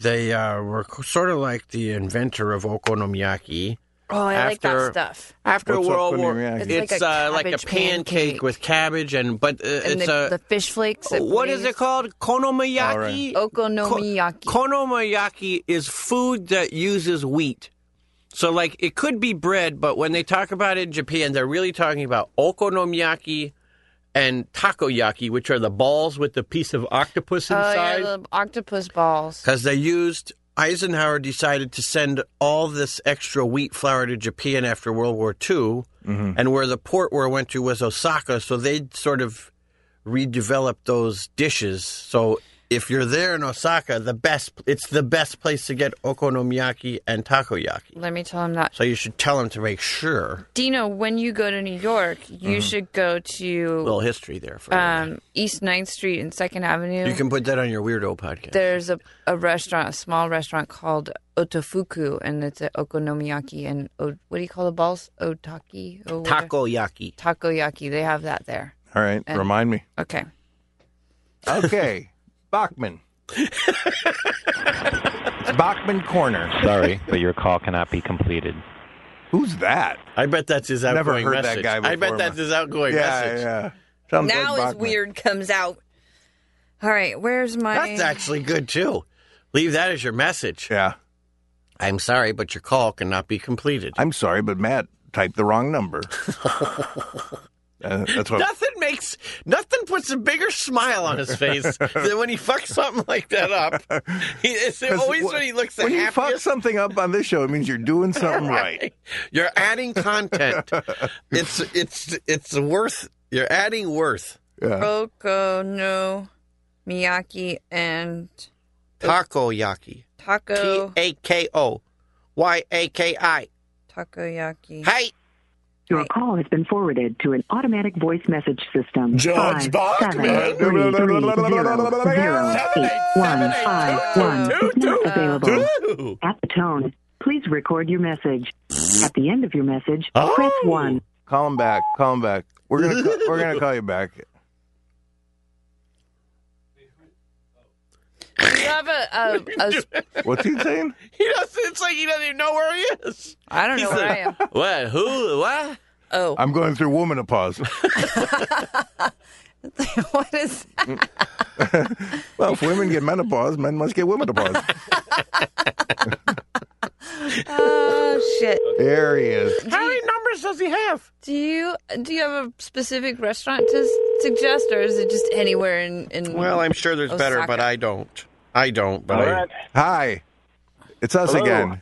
[SPEAKER 14] They uh, were c- sort of like the inventor of okonomiyaki.
[SPEAKER 4] Oh, I like that
[SPEAKER 14] After-
[SPEAKER 4] stuff.
[SPEAKER 14] After
[SPEAKER 4] What's
[SPEAKER 14] World War,
[SPEAKER 4] okonomiyaki? It's like
[SPEAKER 14] it's,
[SPEAKER 4] a
[SPEAKER 14] uh, like a
[SPEAKER 4] cabbage
[SPEAKER 14] pancake,
[SPEAKER 4] pancake.
[SPEAKER 14] with cabbage and but uh,
[SPEAKER 4] And
[SPEAKER 14] it's
[SPEAKER 4] the,
[SPEAKER 14] a
[SPEAKER 4] the fish flakes. that
[SPEAKER 14] what is
[SPEAKER 4] blaze.
[SPEAKER 14] it called? Konomiyaki.
[SPEAKER 4] Okonomiyaki.
[SPEAKER 14] Konomiyaki is food that uses wheat. So, like, it could be bread, but when they talk about it in Japan, they're really talking about okonomiyaki and takoyaki, which are the balls with the piece of octopus
[SPEAKER 4] Oh
[SPEAKER 14] inside.
[SPEAKER 4] yeah, the octopus balls.
[SPEAKER 14] Because they used, Eisenhower decided to send all this extra wheat flour to Japan after World War II.
[SPEAKER 1] Mm-hmm.
[SPEAKER 14] And where the port where it went to was Osaka. So they sort of redeveloped those dishes. So if you're there in Osaka, the best it's the best place to get okonomiyaki and takoyaki.
[SPEAKER 4] Let me tell him that.
[SPEAKER 14] So you should tell them to make sure.
[SPEAKER 4] Dino, when you go to New York,
[SPEAKER 14] Mm-hmm.
[SPEAKER 4] you should go
[SPEAKER 14] A
[SPEAKER 4] to
[SPEAKER 14] little history there for
[SPEAKER 4] um, East 9th Street and Second Avenue.
[SPEAKER 14] you. You can put that on your weirdo podcast.
[SPEAKER 4] There's a, a restaurant, a small restaurant called Otofuku, and it's an okonomiyaki and o, what do you call the balls? Otaki? O- whatever.
[SPEAKER 14] Takoyaki.
[SPEAKER 4] Takoyaki. They have that there.
[SPEAKER 1] All right,
[SPEAKER 4] And-
[SPEAKER 1] remind me.
[SPEAKER 4] Okay.
[SPEAKER 1] Okay, Bachman. It's Bachman Corner.
[SPEAKER 25] Sorry, but your call cannot be completed.
[SPEAKER 1] Who's that?
[SPEAKER 14] I bet that's his
[SPEAKER 1] Never
[SPEAKER 14] outgoing
[SPEAKER 1] heard that
[SPEAKER 14] message.
[SPEAKER 1] guy
[SPEAKER 14] I
[SPEAKER 1] before,
[SPEAKER 14] bet that's
[SPEAKER 1] man.
[SPEAKER 14] his outgoing
[SPEAKER 1] Yeah,
[SPEAKER 14] message.
[SPEAKER 1] yeah. Sounds
[SPEAKER 4] now
[SPEAKER 1] like
[SPEAKER 4] is
[SPEAKER 1] Bachman.
[SPEAKER 4] weird comes out. All right, where's my
[SPEAKER 14] That's actually good too. Leave that as your message.
[SPEAKER 1] Yeah.
[SPEAKER 14] I'm sorry, but your call cannot be completed.
[SPEAKER 1] I'm sorry, but Matt typed the wrong number. Uh, that's what.
[SPEAKER 14] Nothing makes nothing puts a bigger smile on his face than when he fucks something like that up. He, it's
[SPEAKER 1] 'Cause
[SPEAKER 14] always
[SPEAKER 1] wh-
[SPEAKER 14] when he looks the
[SPEAKER 1] when you fuck
[SPEAKER 14] happiest.
[SPEAKER 1] something up on this show, it means you're doing something right.
[SPEAKER 14] You're adding content. it's it's it's worth. You're adding worth.
[SPEAKER 1] Yeah.
[SPEAKER 4] Okonomiyaki and
[SPEAKER 14] Takoyaki. T
[SPEAKER 4] taco
[SPEAKER 14] a k o y a k i.
[SPEAKER 4] takoyaki.
[SPEAKER 14] Hey.
[SPEAKER 13] Your call has been forwarded to an automatic voice message system.
[SPEAKER 14] George
[SPEAKER 13] Five, seven,
[SPEAKER 14] Bachman.
[SPEAKER 13] three, three, zero, zero, eight, one, five, one is not available.
[SPEAKER 14] Ooh.
[SPEAKER 13] At the tone, please record your message. At the end of your message, press
[SPEAKER 14] Oh.
[SPEAKER 13] 1.
[SPEAKER 1] Call him back. Call him back. We're gonna ca- we're gonna call you back.
[SPEAKER 4] You have a, a, a
[SPEAKER 1] What's he saying?
[SPEAKER 14] He doesn't. It's like he doesn't even know where he is.
[SPEAKER 4] I don't know
[SPEAKER 14] He's
[SPEAKER 4] where I
[SPEAKER 14] like-
[SPEAKER 4] am.
[SPEAKER 14] What? Who? What?
[SPEAKER 4] Oh,
[SPEAKER 1] I'm going through womanopause.
[SPEAKER 4] what is that?
[SPEAKER 1] Well, if women get menopause, men must get womanopause.
[SPEAKER 4] Oh shit.
[SPEAKER 1] There he is.
[SPEAKER 14] How many numbers does he have?
[SPEAKER 4] Do you do you have a specific restaurant to s- suggest, or is it just anywhere in? in
[SPEAKER 14] Well, I'm sure there's better, but
[SPEAKER 4] Osaka?
[SPEAKER 14] I don't. I don't. But
[SPEAKER 23] All
[SPEAKER 14] I,
[SPEAKER 23] right.
[SPEAKER 1] Hi, it's us
[SPEAKER 23] Hello.
[SPEAKER 1] again.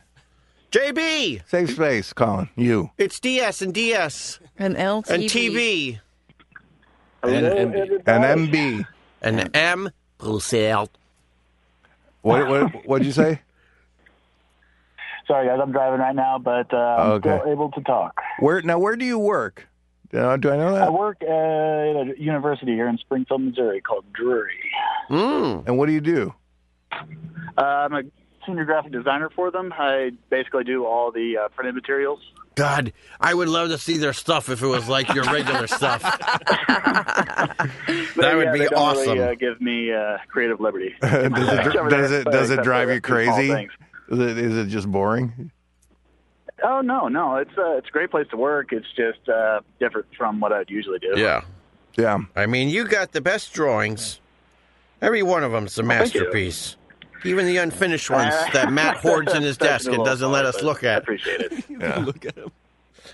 [SPEAKER 14] JB,
[SPEAKER 1] Safe space, Colin. You.
[SPEAKER 14] it's DS and DS
[SPEAKER 4] an LTV.
[SPEAKER 14] and TV
[SPEAKER 23] Hello,
[SPEAKER 8] And- and-
[SPEAKER 23] everybody.
[SPEAKER 1] And MB.
[SPEAKER 14] and M. Brussels.
[SPEAKER 1] What what what'd you say?
[SPEAKER 23] Sorry, guys, I'm driving right now, but uh, I'm
[SPEAKER 1] Okay.
[SPEAKER 23] still able to talk.
[SPEAKER 1] Where now? Where do you work? Uh, do I know
[SPEAKER 23] I
[SPEAKER 1] that?
[SPEAKER 23] work at a university here in Springfield, Missouri called Drury.
[SPEAKER 14] Mm.
[SPEAKER 1] And what do you do?
[SPEAKER 23] Uh, I'm a senior graphic designer for them. I basically do all the uh, printed materials.
[SPEAKER 14] God, I would love to see their stuff if it was like your regular stuff. that
[SPEAKER 23] But,
[SPEAKER 14] would
[SPEAKER 23] yeah,
[SPEAKER 14] be
[SPEAKER 23] they don't
[SPEAKER 14] awesome.
[SPEAKER 23] Really, uh, give me uh, creative liberty.
[SPEAKER 1] does it
[SPEAKER 23] Except for
[SPEAKER 1] dr- does
[SPEAKER 23] that,
[SPEAKER 1] it
[SPEAKER 23] but
[SPEAKER 1] does it
[SPEAKER 23] except
[SPEAKER 1] drive
[SPEAKER 23] for
[SPEAKER 1] you
[SPEAKER 23] a few small
[SPEAKER 1] crazy?
[SPEAKER 23] things.
[SPEAKER 1] Is it, is it just boring?
[SPEAKER 23] Oh no, no, it's a it's a great place to work. It's just uh, different from what I'd usually do.
[SPEAKER 14] yeah.
[SPEAKER 1] Yeah.
[SPEAKER 14] I mean, you got the best drawings. Every one of them's a
[SPEAKER 23] thank you.
[SPEAKER 14] masterpiece. Even the unfinished ones that Matt hoards in his desk
[SPEAKER 23] That's been a
[SPEAKER 14] and
[SPEAKER 23] little
[SPEAKER 14] doesn't let
[SPEAKER 23] hard,
[SPEAKER 14] us
[SPEAKER 23] but
[SPEAKER 14] look
[SPEAKER 23] I
[SPEAKER 14] at.
[SPEAKER 23] appreciate it.
[SPEAKER 1] Yeah.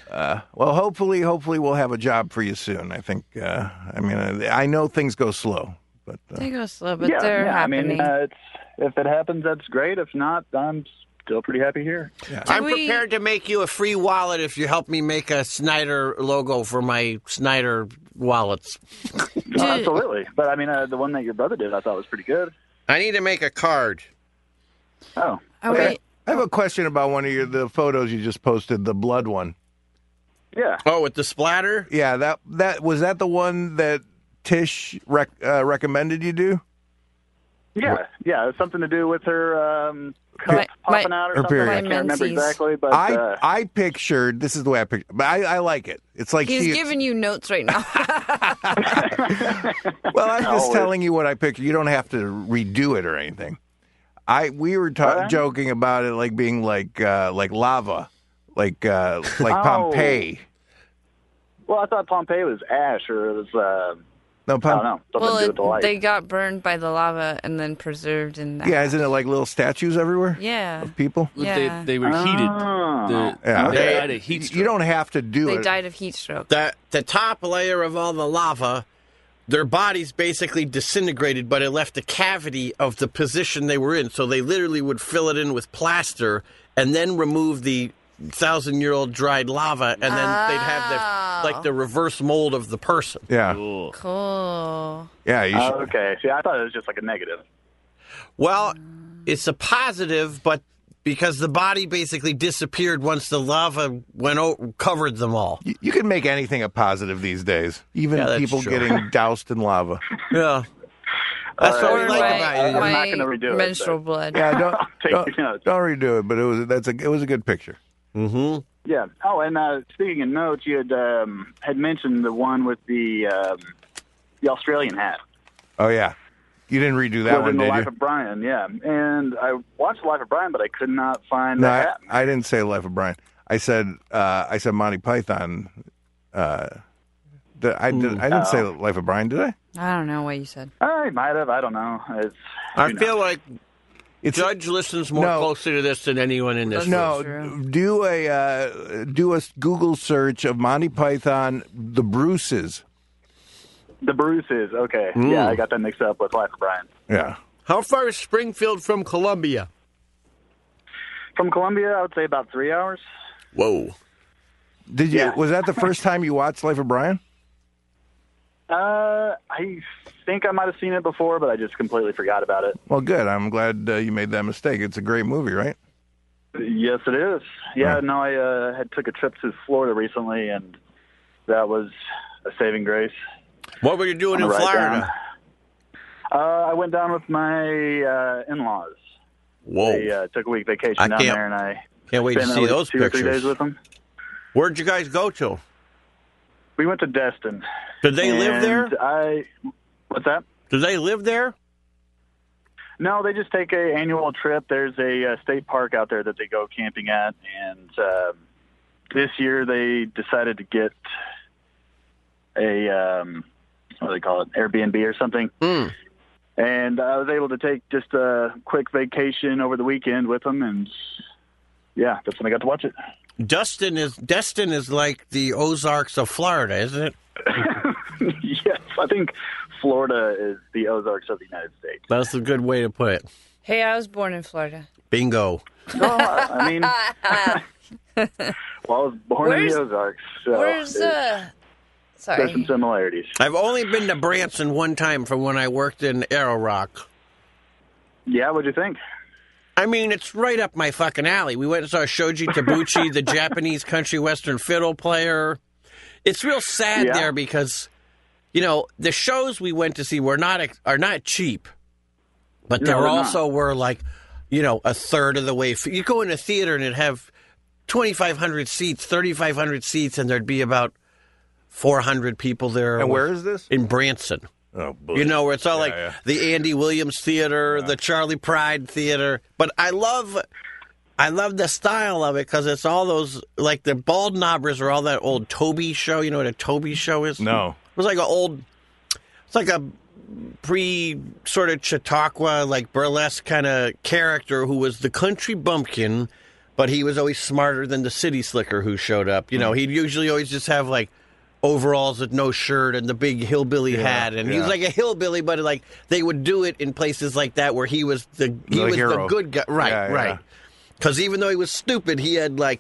[SPEAKER 1] Uh, well, hopefully, hopefully we'll have a job for you soon. I think. Uh, I mean, I, I know things go slow, but uh,
[SPEAKER 14] They go slow, but
[SPEAKER 21] yeah,
[SPEAKER 14] they're
[SPEAKER 21] yeah,
[SPEAKER 14] happening.
[SPEAKER 21] I mean, uh, it's, if it happens, that's great. If not, I'm still pretty happy here.
[SPEAKER 2] I'm prepared to make you a free wallet if you help me make a Snyder logo for my Snyder wallets.
[SPEAKER 21] No, absolutely. But I mean, uh, the one that your brother did, I thought was pretty good.
[SPEAKER 2] I need to make a card.
[SPEAKER 21] Oh,
[SPEAKER 1] I have a question about one of your the photos you just posted, the blood one.
[SPEAKER 21] Yeah.
[SPEAKER 2] Oh, with the splatter.
[SPEAKER 1] Yeah, that that was that the one that Tish rec, uh, recommended you do.
[SPEAKER 21] Yeah, yeah, it was Uh, something to do with her um, cup popping out
[SPEAKER 1] Her
[SPEAKER 21] or something.
[SPEAKER 1] period.
[SPEAKER 21] I can't remember exactly, but
[SPEAKER 1] I
[SPEAKER 21] uh,
[SPEAKER 1] I pictured this is the way I pictured, but I, I like it. It's like
[SPEAKER 14] He's
[SPEAKER 1] she,
[SPEAKER 14] giving you notes right now.
[SPEAKER 1] well, I'm just
[SPEAKER 21] Always.
[SPEAKER 1] telling you what I picture. You don't have to redo it or anything. I we were ta-
[SPEAKER 21] Alright.
[SPEAKER 1] joking about it like being like uh, like lava, like uh, like
[SPEAKER 21] Oh.
[SPEAKER 1] Pompeii.
[SPEAKER 21] well, I thought Pompeii was ash or it was uh,
[SPEAKER 1] No,
[SPEAKER 21] I
[SPEAKER 1] Pom-
[SPEAKER 21] don't know something
[SPEAKER 14] well,
[SPEAKER 21] to do with the light.
[SPEAKER 14] it, they got burned by the lava and then preserved in that.
[SPEAKER 1] yeah, isn't it like little statues everywhere?
[SPEAKER 14] Yeah.
[SPEAKER 1] of people.
[SPEAKER 14] Yeah.
[SPEAKER 8] They, they were heated. The-
[SPEAKER 1] Ah. Yeah.
[SPEAKER 8] They
[SPEAKER 1] Okay.
[SPEAKER 8] had a heat stroke.
[SPEAKER 1] You don't have to do
[SPEAKER 14] They
[SPEAKER 1] it.
[SPEAKER 14] died of heat stroke.
[SPEAKER 2] The the top layer of all the lava, their bodies basically disintegrated, but it left a cavity of the position they were in. So they literally would fill it in with plaster and then remove the thousand year old dried lava, and then they'd have the like the reverse mold of the person.
[SPEAKER 1] Yeah.
[SPEAKER 14] Cool.
[SPEAKER 1] Yeah. You
[SPEAKER 21] Oh,
[SPEAKER 1] should.
[SPEAKER 21] okay. See, I thought it was just like a negative.
[SPEAKER 2] Well, it's a positive, but because the body basically disappeared once the lava went o- covered them all.
[SPEAKER 1] You, you can make anything a positive these days, even
[SPEAKER 2] Yeah, that's
[SPEAKER 1] people
[SPEAKER 2] true.
[SPEAKER 1] getting doused in lava.
[SPEAKER 21] uh,
[SPEAKER 2] Yeah. That's what
[SPEAKER 21] All right.
[SPEAKER 2] we like
[SPEAKER 21] Well,
[SPEAKER 2] about you.
[SPEAKER 21] I'm not going to redo
[SPEAKER 14] menstrual
[SPEAKER 21] it.
[SPEAKER 14] blood.
[SPEAKER 1] Yeah, don't
[SPEAKER 21] Take
[SPEAKER 1] don't,
[SPEAKER 21] your notes.
[SPEAKER 1] don't redo it. But it was that's a it was a good picture.
[SPEAKER 2] Mm-hmm.
[SPEAKER 21] but- yeah. Oh, and uh, speaking of notes, you had um, had mentioned the one with the um, the Australian hat.
[SPEAKER 1] Oh yeah, you didn't redo that
[SPEAKER 21] was
[SPEAKER 1] one,
[SPEAKER 21] in the
[SPEAKER 1] did
[SPEAKER 21] Life
[SPEAKER 1] you?
[SPEAKER 21] of Brian, yeah. And I watched Life of Brian, but I could not find
[SPEAKER 1] no,
[SPEAKER 21] the
[SPEAKER 1] I,
[SPEAKER 21] hat.
[SPEAKER 1] I didn't say Life of Brian. I said uh, I said Monty Python. Uh, the- I did,
[SPEAKER 21] Mm.
[SPEAKER 1] I didn't
[SPEAKER 21] Oh.
[SPEAKER 1] say Life of Brian, did I?
[SPEAKER 14] I don't know what you said.
[SPEAKER 21] I might have. I don't know. It's,
[SPEAKER 2] I
[SPEAKER 21] who knows?
[SPEAKER 2] feel like
[SPEAKER 1] It's-
[SPEAKER 2] Judge listens more
[SPEAKER 1] No.
[SPEAKER 2] closely to this than anyone in this.
[SPEAKER 1] no,
[SPEAKER 2] room.
[SPEAKER 1] do a uh, do a Google search of Monty Python, the Bruces.
[SPEAKER 21] the Bruces. Okay, yeah,
[SPEAKER 2] Mm.
[SPEAKER 21] I got that mixed up with Life of Brian.
[SPEAKER 1] Yeah,
[SPEAKER 2] How far is Springfield from Columbia?
[SPEAKER 21] From Columbia, I would say about three hours.
[SPEAKER 2] Whoa.
[SPEAKER 1] did you?
[SPEAKER 21] Yeah.
[SPEAKER 1] Was that the first time you watched Life of Brian?
[SPEAKER 21] Uh, I think I might have seen it before, but I just completely forgot about it.
[SPEAKER 1] Well, good. I'm glad uh, you made that mistake. It's a great movie, right?
[SPEAKER 21] Yes, it is. Yeah, no, I uh, had took a trip to Florida recently, and that was a saving grace.
[SPEAKER 2] What were you doing
[SPEAKER 21] On
[SPEAKER 2] in
[SPEAKER 21] the ride
[SPEAKER 2] Florida?
[SPEAKER 21] down. Uh, I went down with my uh, in-laws.
[SPEAKER 2] Whoa.
[SPEAKER 21] They uh, took a week vacation
[SPEAKER 2] Oh. I
[SPEAKER 21] down
[SPEAKER 2] can't-
[SPEAKER 21] there, and I
[SPEAKER 2] Can't wait to
[SPEAKER 21] spent at
[SPEAKER 2] see
[SPEAKER 21] least
[SPEAKER 2] those
[SPEAKER 21] two or three
[SPEAKER 2] pictures.
[SPEAKER 21] days with them.
[SPEAKER 2] Where'd you guys go to?
[SPEAKER 21] We went to Destin.
[SPEAKER 2] Did they live
[SPEAKER 21] and
[SPEAKER 2] there?
[SPEAKER 21] I. What's that?
[SPEAKER 2] Did they live there?
[SPEAKER 21] No, they just take a annual trip. There's a uh, state park out there that they go camping at, and um, this year they decided to get a um, what do they call it, Airbnb or something.
[SPEAKER 2] Mm.
[SPEAKER 21] And I was able to take just a quick vacation over the weekend with them, and yeah, that's when I got to watch it.
[SPEAKER 2] Dustin is Destin is like the Ozarks of Florida, isn't it?
[SPEAKER 21] yes, I think Florida is the Ozarks of the United States.
[SPEAKER 2] That's a good way to put it.
[SPEAKER 14] Hey, I was born in Florida.
[SPEAKER 2] Bingo.
[SPEAKER 21] No, I mean, well, I was born
[SPEAKER 14] Where's-
[SPEAKER 21] in the Ozarks, so
[SPEAKER 14] Where's
[SPEAKER 21] it-
[SPEAKER 14] uh?
[SPEAKER 21] there's
[SPEAKER 14] Sorry.
[SPEAKER 21] some similarities.
[SPEAKER 2] I've only been to Branson one time from when I worked in Arrow Rock.
[SPEAKER 21] Yeah, what'd you think?
[SPEAKER 2] I mean, it's right up my fucking alley. We went and saw Shoji Tabuchi, the Japanese country western fiddle player. It's real sad
[SPEAKER 21] Yeah.
[SPEAKER 2] there because, you know, the shows we went to see were not ex- are not cheap, but
[SPEAKER 21] No,
[SPEAKER 2] there
[SPEAKER 21] they're not.
[SPEAKER 2] also were like, you know, a third of the way. f- You go in a theater and it would have twenty five hundred seats, thirty five hundred seats, and there'd be about four hundred people there.
[SPEAKER 1] And where is this?
[SPEAKER 2] in Branson?
[SPEAKER 1] Oh, boy.
[SPEAKER 2] You know, where it's all like
[SPEAKER 1] yeah.
[SPEAKER 2] the Andy Williams Theater, the Charlie Pride Theater. But I love, I love the style of it because it's all those like the bald knobbers are all that old Toby show. You know what a Toby show is?
[SPEAKER 1] No.
[SPEAKER 2] it was like an old. It's like a pre sort of Chautauqua like burlesque kind of character who was the country bumpkin. but he was always smarter than the city slicker who showed up.
[SPEAKER 26] Mm.
[SPEAKER 2] You know, he'd usually always just have like overalls with no shirt and the big hillbilly
[SPEAKER 26] Yeah,
[SPEAKER 2] hat, and he was
[SPEAKER 26] yeah.
[SPEAKER 2] like a hillbilly. But like they would do it in places like that where he was the he
[SPEAKER 26] The
[SPEAKER 2] was the
[SPEAKER 26] hero.
[SPEAKER 2] good guy, right?
[SPEAKER 26] Yeah, yeah.
[SPEAKER 2] Right. Because even though he was stupid, he had like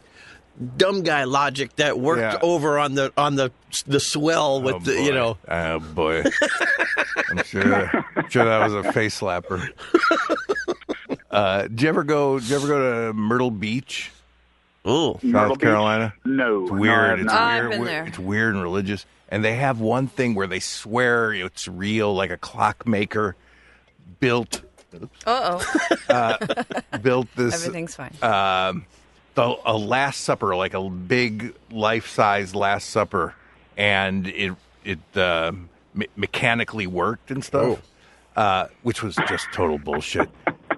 [SPEAKER 2] dumb guy logic that worked
[SPEAKER 1] Yeah.
[SPEAKER 2] over on the on the the swell with the you know
[SPEAKER 1] Oh boy. I'm sure, I'm sure that was a face slapper. Uh, did you ever go? Did you ever go to Myrtle Beach?
[SPEAKER 2] Ooh,
[SPEAKER 1] South
[SPEAKER 21] Myrtle Beach?
[SPEAKER 1] Carolina.
[SPEAKER 21] No,
[SPEAKER 1] it's
[SPEAKER 21] no,
[SPEAKER 1] weird.
[SPEAKER 21] I've
[SPEAKER 1] it's
[SPEAKER 21] not. Oh, I've
[SPEAKER 1] weird.
[SPEAKER 21] been
[SPEAKER 1] we-
[SPEAKER 21] there.
[SPEAKER 1] It's weird and religious. And they have one thing where they swear it's real, like a clockmaker built
[SPEAKER 4] Uh oh.
[SPEAKER 1] uh, built this.
[SPEAKER 4] Everything's fine.
[SPEAKER 1] Um, the a Last Supper, like a big life-size Last Supper, and it it uh, me- mechanically worked and stuff, uh, which was just total bullshit.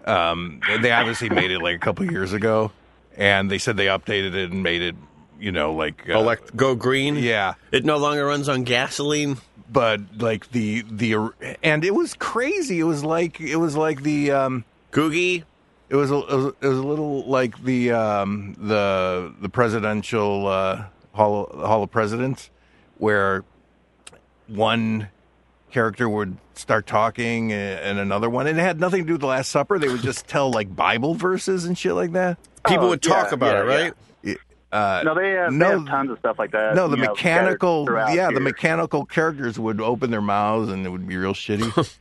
[SPEAKER 1] Um, they obviously made it like a couple years ago, and they said they updated it and made it, you know, like uh,
[SPEAKER 2] elect go green.
[SPEAKER 1] Yeah,
[SPEAKER 2] it no longer runs on gasoline.
[SPEAKER 1] But like the the and it was crazy. It was like it was like the um,
[SPEAKER 2] Googie.
[SPEAKER 1] It was, a, it was it was a little like the um, the the presidential uh, hall hall of presidents, where one character would start talking and, and another one, and it had nothing to do with the Last Supper. They would just tell like Bible verses and shit like that.
[SPEAKER 21] People Oh, would talk yeah, about yeah, it, right?
[SPEAKER 1] Yeah. Uh,
[SPEAKER 21] no, they have,
[SPEAKER 1] no,
[SPEAKER 21] they have tons of stuff like that.
[SPEAKER 1] no, the
[SPEAKER 21] uh, you know, scattered
[SPEAKER 1] mechanical,
[SPEAKER 21] throughout
[SPEAKER 1] yeah,
[SPEAKER 21] here.
[SPEAKER 1] the mechanical characters would open their mouths and it would be real shitty.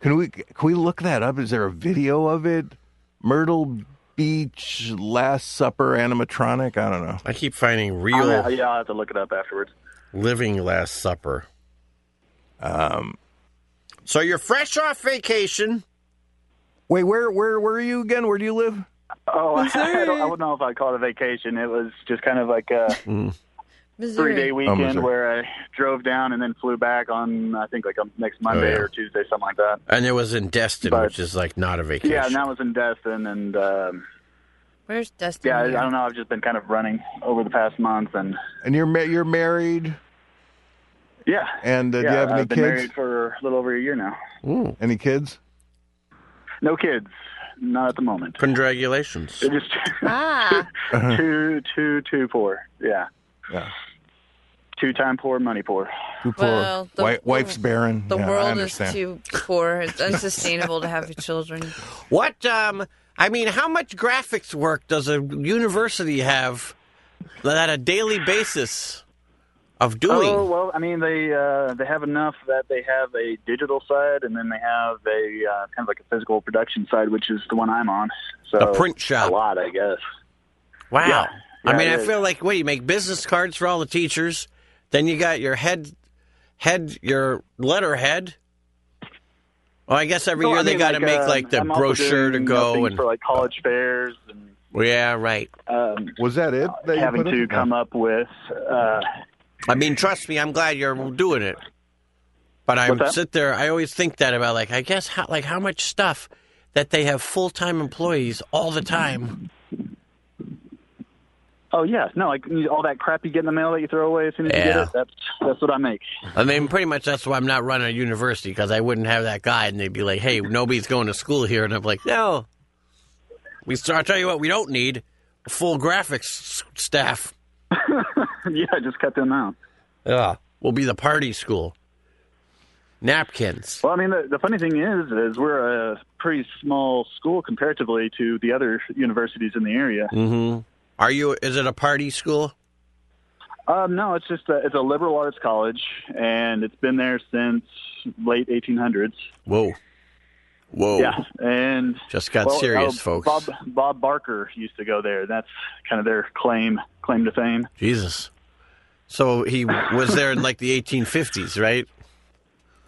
[SPEAKER 1] can we can we look that up? Is there a video of it? Myrtle Beach Last Supper animatronic? I don't know.
[SPEAKER 2] I keep finding
[SPEAKER 21] I'll-
[SPEAKER 2] real
[SPEAKER 21] Oh, yeah, I'll have to look it up afterwards.
[SPEAKER 2] living Last Supper.
[SPEAKER 1] Um,
[SPEAKER 2] so you're fresh off vacation.
[SPEAKER 1] Wait, where where where are you again? Where do you live?
[SPEAKER 21] Oh, I, don't, I wouldn't know if I'd call it a vacation. It was just kind of like a
[SPEAKER 4] Missouri.
[SPEAKER 21] three day weekend
[SPEAKER 1] Missouri.
[SPEAKER 21] where I drove down and then flew back on, I think, like um,
[SPEAKER 1] Oh,
[SPEAKER 21] next Monday
[SPEAKER 2] yeah.
[SPEAKER 21] or Tuesday, something like that.
[SPEAKER 2] And it was in Destin, which is like not a vacation.
[SPEAKER 21] Yeah, and that was in Destin, and um,
[SPEAKER 4] Where's Dustin?
[SPEAKER 21] yeah, I, I
[SPEAKER 4] here?
[SPEAKER 21] don't know. I've just been kind of running over the past month, and
[SPEAKER 1] And you're ma- you're married,
[SPEAKER 21] yeah.
[SPEAKER 1] and uh,
[SPEAKER 21] yeah,
[SPEAKER 1] do you have any
[SPEAKER 21] I've been
[SPEAKER 1] kids?
[SPEAKER 21] married for a little over a year now.
[SPEAKER 1] Any kids?
[SPEAKER 21] No kids, not at the moment.
[SPEAKER 2] Congratulations.
[SPEAKER 21] They're just
[SPEAKER 4] ah.
[SPEAKER 21] Uh-huh. two, two, two poor. Yeah,
[SPEAKER 1] Yeah,
[SPEAKER 21] two time poor, money poor.
[SPEAKER 1] too poor.
[SPEAKER 4] Well, the-
[SPEAKER 1] Wi- wife's barren.
[SPEAKER 4] The
[SPEAKER 1] Yeah, I
[SPEAKER 4] world is
[SPEAKER 1] understand.
[SPEAKER 4] too poor. It's unsustainable to have children.
[SPEAKER 2] What? Um, I mean, how much graphics work does a university have that a daily basis of doing?
[SPEAKER 21] Oh well, I mean they uh, they have enough that they have a digital side, and then they have a uh, kind of like a physical production side, which is the one I'm on. So
[SPEAKER 2] A print shop.
[SPEAKER 21] a lot, I guess.
[SPEAKER 2] Wow.
[SPEAKER 21] Yeah.
[SPEAKER 2] I
[SPEAKER 21] Yeah,
[SPEAKER 2] mean,
[SPEAKER 21] it
[SPEAKER 2] I
[SPEAKER 21] is.
[SPEAKER 2] feel like what you make business cards for all the teachers, then you got your head, head, your letterhead. Well, I guess every
[SPEAKER 21] So,
[SPEAKER 2] year
[SPEAKER 21] I
[SPEAKER 2] they
[SPEAKER 21] mean,
[SPEAKER 2] got to
[SPEAKER 21] like,
[SPEAKER 2] make
[SPEAKER 21] uh,
[SPEAKER 2] like the
[SPEAKER 21] I'm also
[SPEAKER 2] brochure to
[SPEAKER 21] doing
[SPEAKER 2] go
[SPEAKER 21] nothing
[SPEAKER 2] and
[SPEAKER 21] for like college fairs and
[SPEAKER 2] yeah, right.
[SPEAKER 21] um,
[SPEAKER 1] Was that it? that you
[SPEAKER 21] having
[SPEAKER 1] put
[SPEAKER 21] to
[SPEAKER 1] up?
[SPEAKER 21] come up with. Uh,
[SPEAKER 2] I mean, trust me, I'm glad you're doing it. But I
[SPEAKER 21] What's that?
[SPEAKER 2] sit there, I always think that about like I guess how like how much stuff that they have full time employees all the time.
[SPEAKER 21] oh yeah, no, like all that crap you get in the mail that you throw away as soon as you
[SPEAKER 2] Yeah.
[SPEAKER 21] get it. That's that's what I make.
[SPEAKER 2] I mean, pretty much that's why I'm not running a university because I wouldn't have that guy, and they'd be like, "Hey, nobody's going to school here," and I'm like, "No." We start. I tell you what, we don't need a full graphics s- staff.
[SPEAKER 21] yeah, just cut them out.
[SPEAKER 2] Yeah, we'll be the party school. Napkins.
[SPEAKER 21] Well, I mean, the, the funny thing is, is we're a pretty small school comparatively to the other universities in the area.
[SPEAKER 2] Mm-hmm. Are you? Is it a party school?
[SPEAKER 21] Um, no, it's just a, it's a liberal arts college, and it's been there since late 1800s.
[SPEAKER 2] Whoa, whoa!
[SPEAKER 21] Yeah, and
[SPEAKER 2] Just got
[SPEAKER 21] well,
[SPEAKER 2] serious,
[SPEAKER 21] uh,
[SPEAKER 2] folks.
[SPEAKER 21] Bob Bob Barker used to go there. That's kind of their claim claim to fame.
[SPEAKER 2] Jesus. So he was there in like the 1850s, right?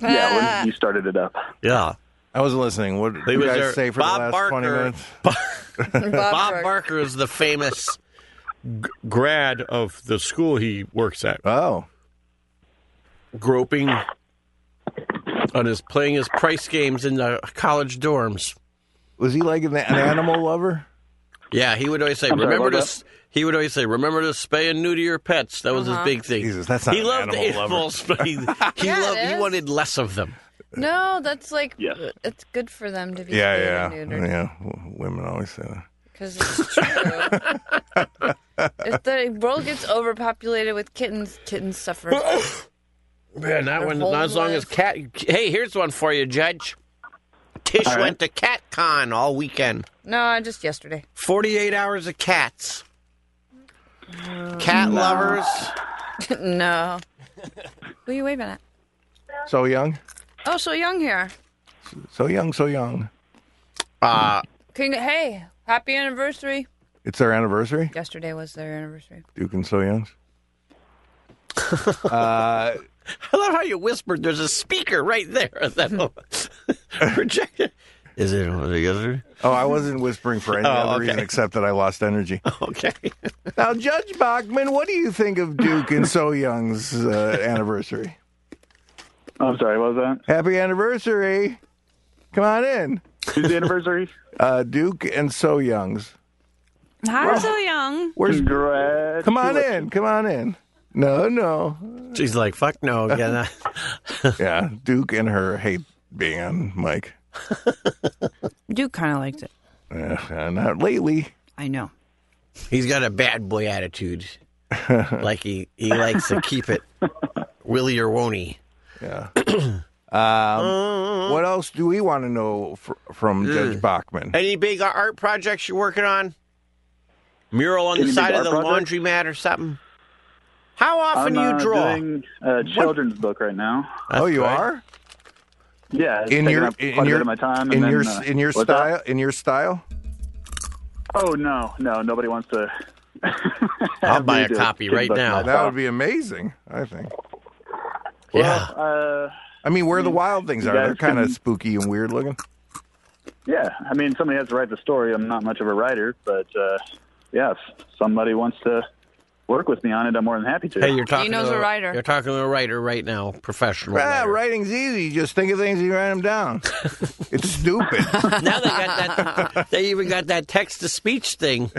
[SPEAKER 21] Yeah, when you started it up.
[SPEAKER 2] Yeah.
[SPEAKER 1] I wasn't listening. What did
[SPEAKER 2] He
[SPEAKER 1] you
[SPEAKER 2] was
[SPEAKER 1] guys
[SPEAKER 2] there-
[SPEAKER 1] say for
[SPEAKER 2] Bob
[SPEAKER 1] the last
[SPEAKER 2] Barker-
[SPEAKER 1] 20 minutes?
[SPEAKER 2] Bob, Barker is the famous g- grad of the school he works at.
[SPEAKER 1] Oh.
[SPEAKER 2] Groping on his playing his price games in the college dorms.
[SPEAKER 1] Was he like an, an animal lover?
[SPEAKER 2] Yeah, he would always say,
[SPEAKER 1] I'm sorry,
[SPEAKER 2] "Remember
[SPEAKER 1] what
[SPEAKER 2] to."
[SPEAKER 1] was
[SPEAKER 2] s- He would always say, "Remember to spay and neuter your pets." That was his
[SPEAKER 4] Uh-huh.
[SPEAKER 2] big thing.
[SPEAKER 1] Jesus, that's not
[SPEAKER 2] he
[SPEAKER 1] an
[SPEAKER 2] loved
[SPEAKER 1] animal lover.
[SPEAKER 2] animals, but he, he
[SPEAKER 4] Yeah, it
[SPEAKER 2] loved he
[SPEAKER 4] is.
[SPEAKER 2] wanted less of them.
[SPEAKER 4] No, that's like
[SPEAKER 21] Yes.
[SPEAKER 4] it's good for them to be.
[SPEAKER 1] Yeah,
[SPEAKER 4] spayed
[SPEAKER 1] yeah,
[SPEAKER 4] and neutered.
[SPEAKER 1] yeah. w- Women always say that.
[SPEAKER 14] because it's true. if the world gets overpopulated with kittens, kittens suffer.
[SPEAKER 2] Man, not
[SPEAKER 14] Their
[SPEAKER 2] when
[SPEAKER 14] whole
[SPEAKER 2] not as long as cat. Hey, here's one for you, Judge. Tish
[SPEAKER 14] All right.
[SPEAKER 2] went to Cat Con all weekend.
[SPEAKER 14] No, just yesterday.
[SPEAKER 2] Forty-eight hours of cats. Cat lovers.
[SPEAKER 14] no. Who are you waving at?
[SPEAKER 1] So young,
[SPEAKER 14] Oh, so young here.
[SPEAKER 1] so young, so young.
[SPEAKER 2] Uh
[SPEAKER 14] King, hey, happy anniversary.
[SPEAKER 1] it's their anniversary.
[SPEAKER 14] Yesterday was their anniversary.
[SPEAKER 1] Duke and so youngs. uh,
[SPEAKER 2] I love how you whispered. There's a speaker right there. at That moment. Projector. Is it was it yesterday?
[SPEAKER 1] Oh, I wasn't whispering for any
[SPEAKER 2] Oh,
[SPEAKER 1] other
[SPEAKER 2] okay. Oh.
[SPEAKER 1] reason except that I lost energy.
[SPEAKER 2] Okay.
[SPEAKER 1] now, Judge Bachman, what do you think of Duke and So Young's uh, anniversary?
[SPEAKER 21] I'm sorry, what was
[SPEAKER 1] Happy anniversary! Come on in.
[SPEAKER 21] that? Who's the anniversary?
[SPEAKER 1] Uh, Duke and So Young's.
[SPEAKER 14] Hi, so young.
[SPEAKER 1] Where's
[SPEAKER 21] Congrats.
[SPEAKER 1] Come on in. Come on in. No, no.
[SPEAKER 2] She's like, fuck no. Yeah.
[SPEAKER 1] yeah, Duke and her hate being on mic.
[SPEAKER 14] Duke kind of liked it.
[SPEAKER 1] Uh, not lately.
[SPEAKER 14] I know.
[SPEAKER 2] He's got a bad boy attitude. like he he likes to keep it. Willie or won't he?
[SPEAKER 1] Yeah.
[SPEAKER 21] Mm-hmm.
[SPEAKER 1] Um, what else do we want to know fr- from Judge Bachman?
[SPEAKER 2] Any big art projects you're working on? Mural on
[SPEAKER 21] Any
[SPEAKER 2] the
[SPEAKER 21] big
[SPEAKER 2] side of
[SPEAKER 21] art
[SPEAKER 2] the
[SPEAKER 21] project?
[SPEAKER 2] laundry mat or something? How often
[SPEAKER 21] I'm,
[SPEAKER 2] do you draw?
[SPEAKER 21] Uh, doing a children's book right now.
[SPEAKER 1] oh, you are
[SPEAKER 21] Yeah, it's
[SPEAKER 1] in
[SPEAKER 21] taking
[SPEAKER 1] your
[SPEAKER 21] up quite
[SPEAKER 1] in
[SPEAKER 21] a
[SPEAKER 1] your
[SPEAKER 21] bit of my time.
[SPEAKER 1] in
[SPEAKER 21] and
[SPEAKER 1] your
[SPEAKER 21] then, uh,
[SPEAKER 1] in your
[SPEAKER 21] what's that?
[SPEAKER 1] style in your style.
[SPEAKER 21] Oh no, no, nobody wants to.
[SPEAKER 2] I'll buy
[SPEAKER 21] me
[SPEAKER 2] a
[SPEAKER 21] do
[SPEAKER 2] copy
[SPEAKER 21] kid
[SPEAKER 2] right
[SPEAKER 21] book
[SPEAKER 2] now.
[SPEAKER 1] That would be amazing. I think.
[SPEAKER 2] Yeah.
[SPEAKER 21] Uh,
[SPEAKER 1] I mean, where the wild things
[SPEAKER 21] you
[SPEAKER 1] are,
[SPEAKER 21] guys
[SPEAKER 1] they're kind of
[SPEAKER 21] can-
[SPEAKER 1] spooky and weird looking.
[SPEAKER 21] yeah, I mean, somebody has to write the story. I'm not much of a writer, but uh, yeah, if somebody wants to work with me on it, I'm more than happy to.
[SPEAKER 2] Hey, you're talking.
[SPEAKER 14] knows
[SPEAKER 2] to
[SPEAKER 14] a writer.
[SPEAKER 2] You're talking to a writer right now, professional.
[SPEAKER 1] Ah,
[SPEAKER 2] writer.
[SPEAKER 1] writing's easy. You just think of things and you write them down. it's stupid.
[SPEAKER 2] Now they got that. They even got that text to speech thing.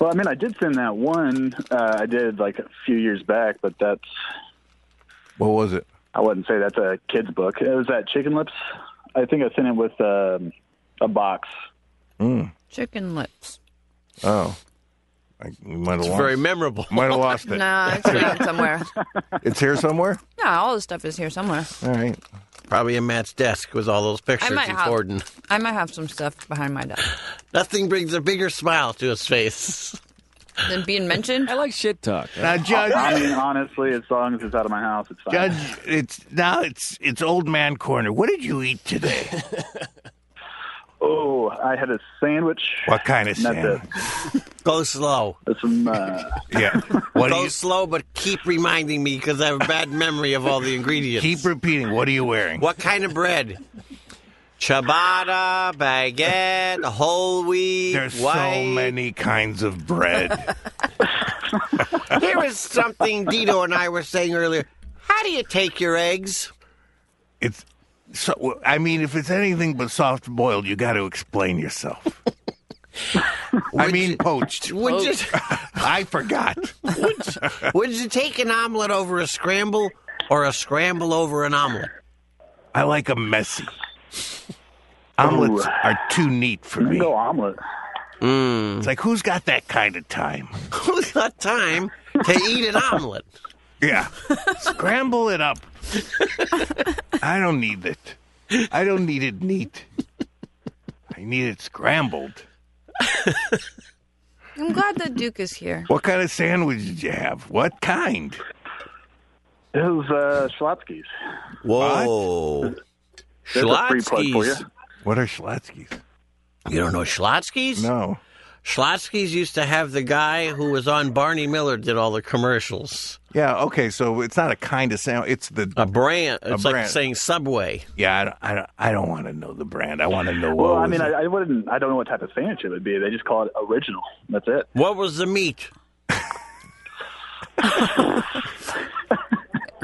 [SPEAKER 21] Well, I mean, I did send that one. Uh, I did like a few years back, but that's
[SPEAKER 1] What was it?
[SPEAKER 21] I wouldn't say that's a kid's book. It was that Chicken Lips. I think I sent it with um, a box.
[SPEAKER 1] Mm.
[SPEAKER 14] Chicken lips.
[SPEAKER 1] Oh, I we might have
[SPEAKER 2] It's
[SPEAKER 1] lost.
[SPEAKER 2] very memorable.
[SPEAKER 1] might have lost it.
[SPEAKER 14] No, it's around somewhere.
[SPEAKER 1] It's here somewhere.
[SPEAKER 14] No, all this stuff is here somewhere.
[SPEAKER 1] All right.
[SPEAKER 2] Probably in Matt's desk was all those pictures
[SPEAKER 14] I might
[SPEAKER 2] he's
[SPEAKER 14] have-
[SPEAKER 2] hoarding.
[SPEAKER 14] I might have some stuff behind my desk.
[SPEAKER 2] Nothing brings a bigger smile to his face.
[SPEAKER 14] Then being mentioned.
[SPEAKER 8] I like shit talk.
[SPEAKER 27] Now, Judge,
[SPEAKER 21] I mean, honestly, as long as it's out of my house, it's fine.
[SPEAKER 27] Judge, it's now it's it's old man corner. What did you eat today?
[SPEAKER 21] Oh, I had a sandwich.
[SPEAKER 27] What kind of
[SPEAKER 21] And that's
[SPEAKER 27] sandwich?
[SPEAKER 21] it.
[SPEAKER 2] Go slow.
[SPEAKER 21] That's some, uh,
[SPEAKER 27] Yeah. What
[SPEAKER 2] Go
[SPEAKER 27] do you
[SPEAKER 2] slow, but keep reminding me because I have a bad memory of all the ingredients.
[SPEAKER 27] keep repeating? What are you wearing?
[SPEAKER 2] What kind of bread? Ciabatta, baguette, whole wheat,
[SPEAKER 27] There's so
[SPEAKER 2] white.
[SPEAKER 27] many kinds of bread.
[SPEAKER 2] Here is something Dito and I were saying earlier. How do you take your eggs?
[SPEAKER 27] It's so. I mean, if it's anything but soft boiled, you got to explain yourself. I mean, poached.
[SPEAKER 2] Would you,
[SPEAKER 27] I forgot.
[SPEAKER 2] would you take an omelet over a scramble or a scramble over an omelet?
[SPEAKER 27] I like 'em messy. Omelets
[SPEAKER 21] Ooh.
[SPEAKER 27] are too neat for me.
[SPEAKER 21] no omelet.
[SPEAKER 27] It's like who's got that kind of time?
[SPEAKER 2] Who's got time to eat an omelet?
[SPEAKER 27] Yeah. Scramble it up. I don't need it. I don't need it neat. I need it scrambled.
[SPEAKER 14] I'm glad that Duke is here.
[SPEAKER 27] What kind of sandwich did you have? What kind?
[SPEAKER 21] It was uh, Schlotsky's.
[SPEAKER 2] Whoa.
[SPEAKER 21] There's a free plug for you.
[SPEAKER 2] Schlotzky's.
[SPEAKER 27] What are Schlotzky's?
[SPEAKER 2] You don't know Schlotzky's?
[SPEAKER 1] No.
[SPEAKER 2] Schlotzky's used to have the guy who was on Barney Miller did all the commercials.
[SPEAKER 1] Yeah. Okay. So it's not a kind of sandwich. It's the
[SPEAKER 2] A brand. It's like
[SPEAKER 1] brand.
[SPEAKER 2] saying Subway.
[SPEAKER 27] Yeah, I don't, I don't, I don't want to know the brand. I want to know
[SPEAKER 21] Well,
[SPEAKER 27] what
[SPEAKER 21] I
[SPEAKER 27] was
[SPEAKER 21] mean,
[SPEAKER 27] it.
[SPEAKER 21] I, I wouldn't. I don't know what type of sandwich it would be. They just call it original. That's it.
[SPEAKER 2] What was the meat?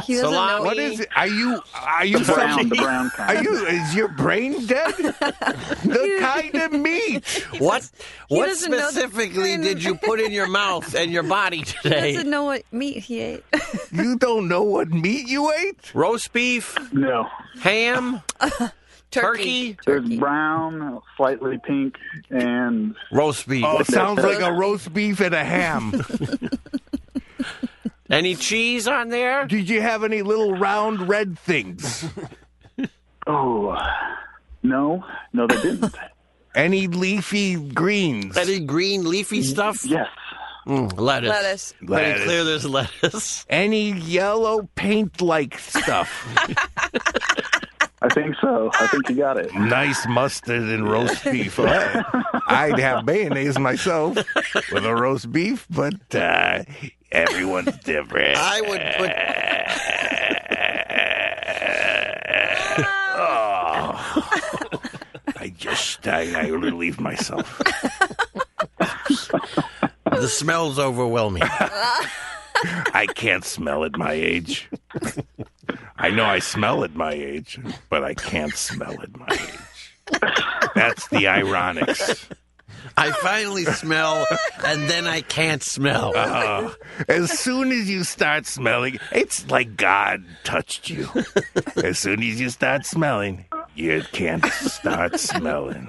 [SPEAKER 14] He doesn't
[SPEAKER 2] Salami.
[SPEAKER 14] know
[SPEAKER 2] What
[SPEAKER 1] What
[SPEAKER 14] me.
[SPEAKER 1] is it? Are you are you
[SPEAKER 21] The brown,
[SPEAKER 1] some,
[SPEAKER 21] the brown
[SPEAKER 1] are
[SPEAKER 21] kind.
[SPEAKER 1] you is your brain dead? the kind of meat.
[SPEAKER 2] What what
[SPEAKER 14] doesn't know the
[SPEAKER 2] specifically
[SPEAKER 14] brand.
[SPEAKER 2] did you put in your mouth and your body
[SPEAKER 14] He
[SPEAKER 2] today?
[SPEAKER 14] doesn't know what meat he ate.
[SPEAKER 1] You don't know what meat you ate?
[SPEAKER 2] Roast beef,
[SPEAKER 21] No,
[SPEAKER 2] ham,
[SPEAKER 4] Turkey.
[SPEAKER 21] There's brown, slightly pink, and
[SPEAKER 2] roast beef.
[SPEAKER 1] Oh, it sounds like a roast beef and a ham.
[SPEAKER 2] Any cheese on there?
[SPEAKER 1] Did you have any little round red things?
[SPEAKER 21] oh, no, no, they didn't.
[SPEAKER 1] Any leafy greens?
[SPEAKER 2] Any green leafy stuff?
[SPEAKER 21] Yes.
[SPEAKER 2] Mm, lettuce.
[SPEAKER 4] Lettuce.
[SPEAKER 2] Pretty clear there's lettuce.
[SPEAKER 1] Any yellow paint-like stuff?
[SPEAKER 21] I think so. I think you got it.
[SPEAKER 1] nice mustard and roast beef. All right. I'd have mayonnaise myself with a roast beef, but uh, everyone's different.
[SPEAKER 2] I would put.
[SPEAKER 1] oh, I just I, I relieved myself.
[SPEAKER 2] The smell's overwhelming.
[SPEAKER 1] I can't smell at my age. I know I smell at my age, but I can't smell at my age. That's the ironics.
[SPEAKER 2] I finally smell, and then I can't smell.
[SPEAKER 1] Oh, as soon as you start smelling, it's like God touched you. As soon as you start smelling, you can't start smelling.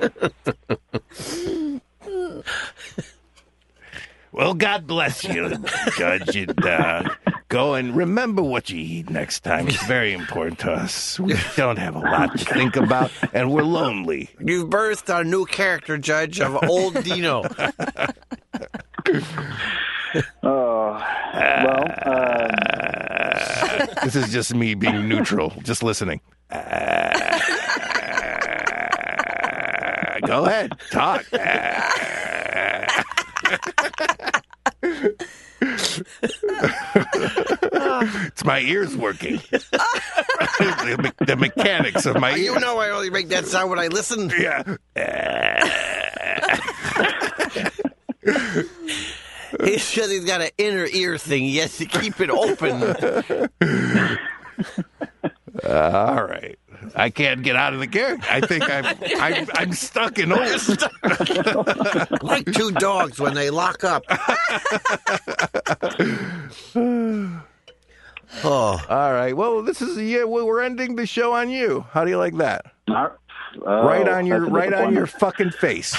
[SPEAKER 1] Well, God bless you, Judge. And uh, go and remember what you eat next time. It's very important to us. We don't have a lot to think about, and we're lonely.
[SPEAKER 2] You've birthed our new character, Judge, of Old Dino.
[SPEAKER 21] Oh, well,
[SPEAKER 1] Uh,
[SPEAKER 21] um,
[SPEAKER 1] this is just me being neutral, just listening. Uh, go ahead, talk. it's my ears working. the, me- the mechanics of my
[SPEAKER 2] Oh,
[SPEAKER 1] ears.
[SPEAKER 2] you know I only make that sound when I listen.
[SPEAKER 1] Yeah.
[SPEAKER 2] He said he's got an inner ear thing. He has to keep it open.
[SPEAKER 1] Uh, all right. I can't get out of the character. I think I'm I'm, I'm stuck in old.
[SPEAKER 2] like two dogs when they lock up. oh,
[SPEAKER 1] All right. Well, this is yeah. Well, we're ending the show on you. How do you like that?
[SPEAKER 21] not- oh,
[SPEAKER 1] right on your
[SPEAKER 21] that's a
[SPEAKER 1] right on your
[SPEAKER 21] disappointment.
[SPEAKER 1] fucking face.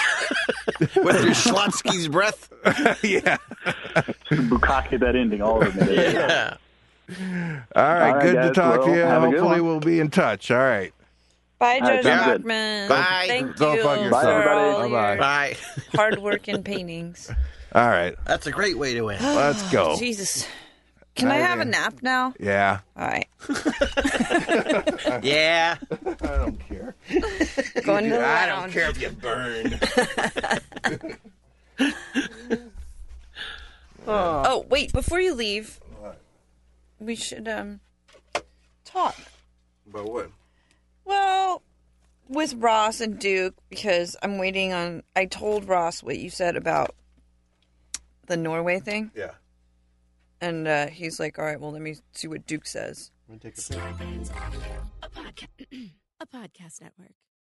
[SPEAKER 2] with your Schlotsky's breath.
[SPEAKER 1] yeah.
[SPEAKER 21] Bukkake that ending all of it.
[SPEAKER 2] Yeah.
[SPEAKER 1] All right.
[SPEAKER 21] All right,
[SPEAKER 1] good to
[SPEAKER 21] guys.
[SPEAKER 1] talk to
[SPEAKER 21] Well,
[SPEAKER 1] you.
[SPEAKER 21] have a good
[SPEAKER 1] Hopefully,
[SPEAKER 21] one.
[SPEAKER 1] we'll be in touch. All right.
[SPEAKER 4] Bye,
[SPEAKER 21] All
[SPEAKER 4] Judge
[SPEAKER 21] right, sounds good.
[SPEAKER 4] Bachman.
[SPEAKER 2] Bye.
[SPEAKER 4] Thank
[SPEAKER 1] Go
[SPEAKER 4] you
[SPEAKER 1] fuck
[SPEAKER 4] for
[SPEAKER 1] yourself.
[SPEAKER 21] Bye, everybody.
[SPEAKER 4] all
[SPEAKER 1] Bye-bye.
[SPEAKER 4] your
[SPEAKER 2] Bye.
[SPEAKER 4] hard work and paintings.
[SPEAKER 1] All right.
[SPEAKER 2] That's a great way to end.
[SPEAKER 1] Let's go.
[SPEAKER 4] Jesus. Can I
[SPEAKER 1] Bye,
[SPEAKER 4] have a
[SPEAKER 1] man.
[SPEAKER 4] nap now?
[SPEAKER 1] Yeah.
[SPEAKER 4] All right.
[SPEAKER 2] Yeah.
[SPEAKER 1] I don't care.
[SPEAKER 4] Going to the
[SPEAKER 1] Oh, I don't
[SPEAKER 4] lounge.
[SPEAKER 1] care if you burn.
[SPEAKER 4] Oh, wait, before you leave, we should um talk.
[SPEAKER 1] But what?
[SPEAKER 4] Well, with Ross and Duke because I'm waiting on I told Ross what you said about the Norway thing
[SPEAKER 28] Yeah.
[SPEAKER 4] and uh, he's like, "All right, well, let me see what Duke says."
[SPEAKER 13] Star Bands Audio, a, podca- a podcast network.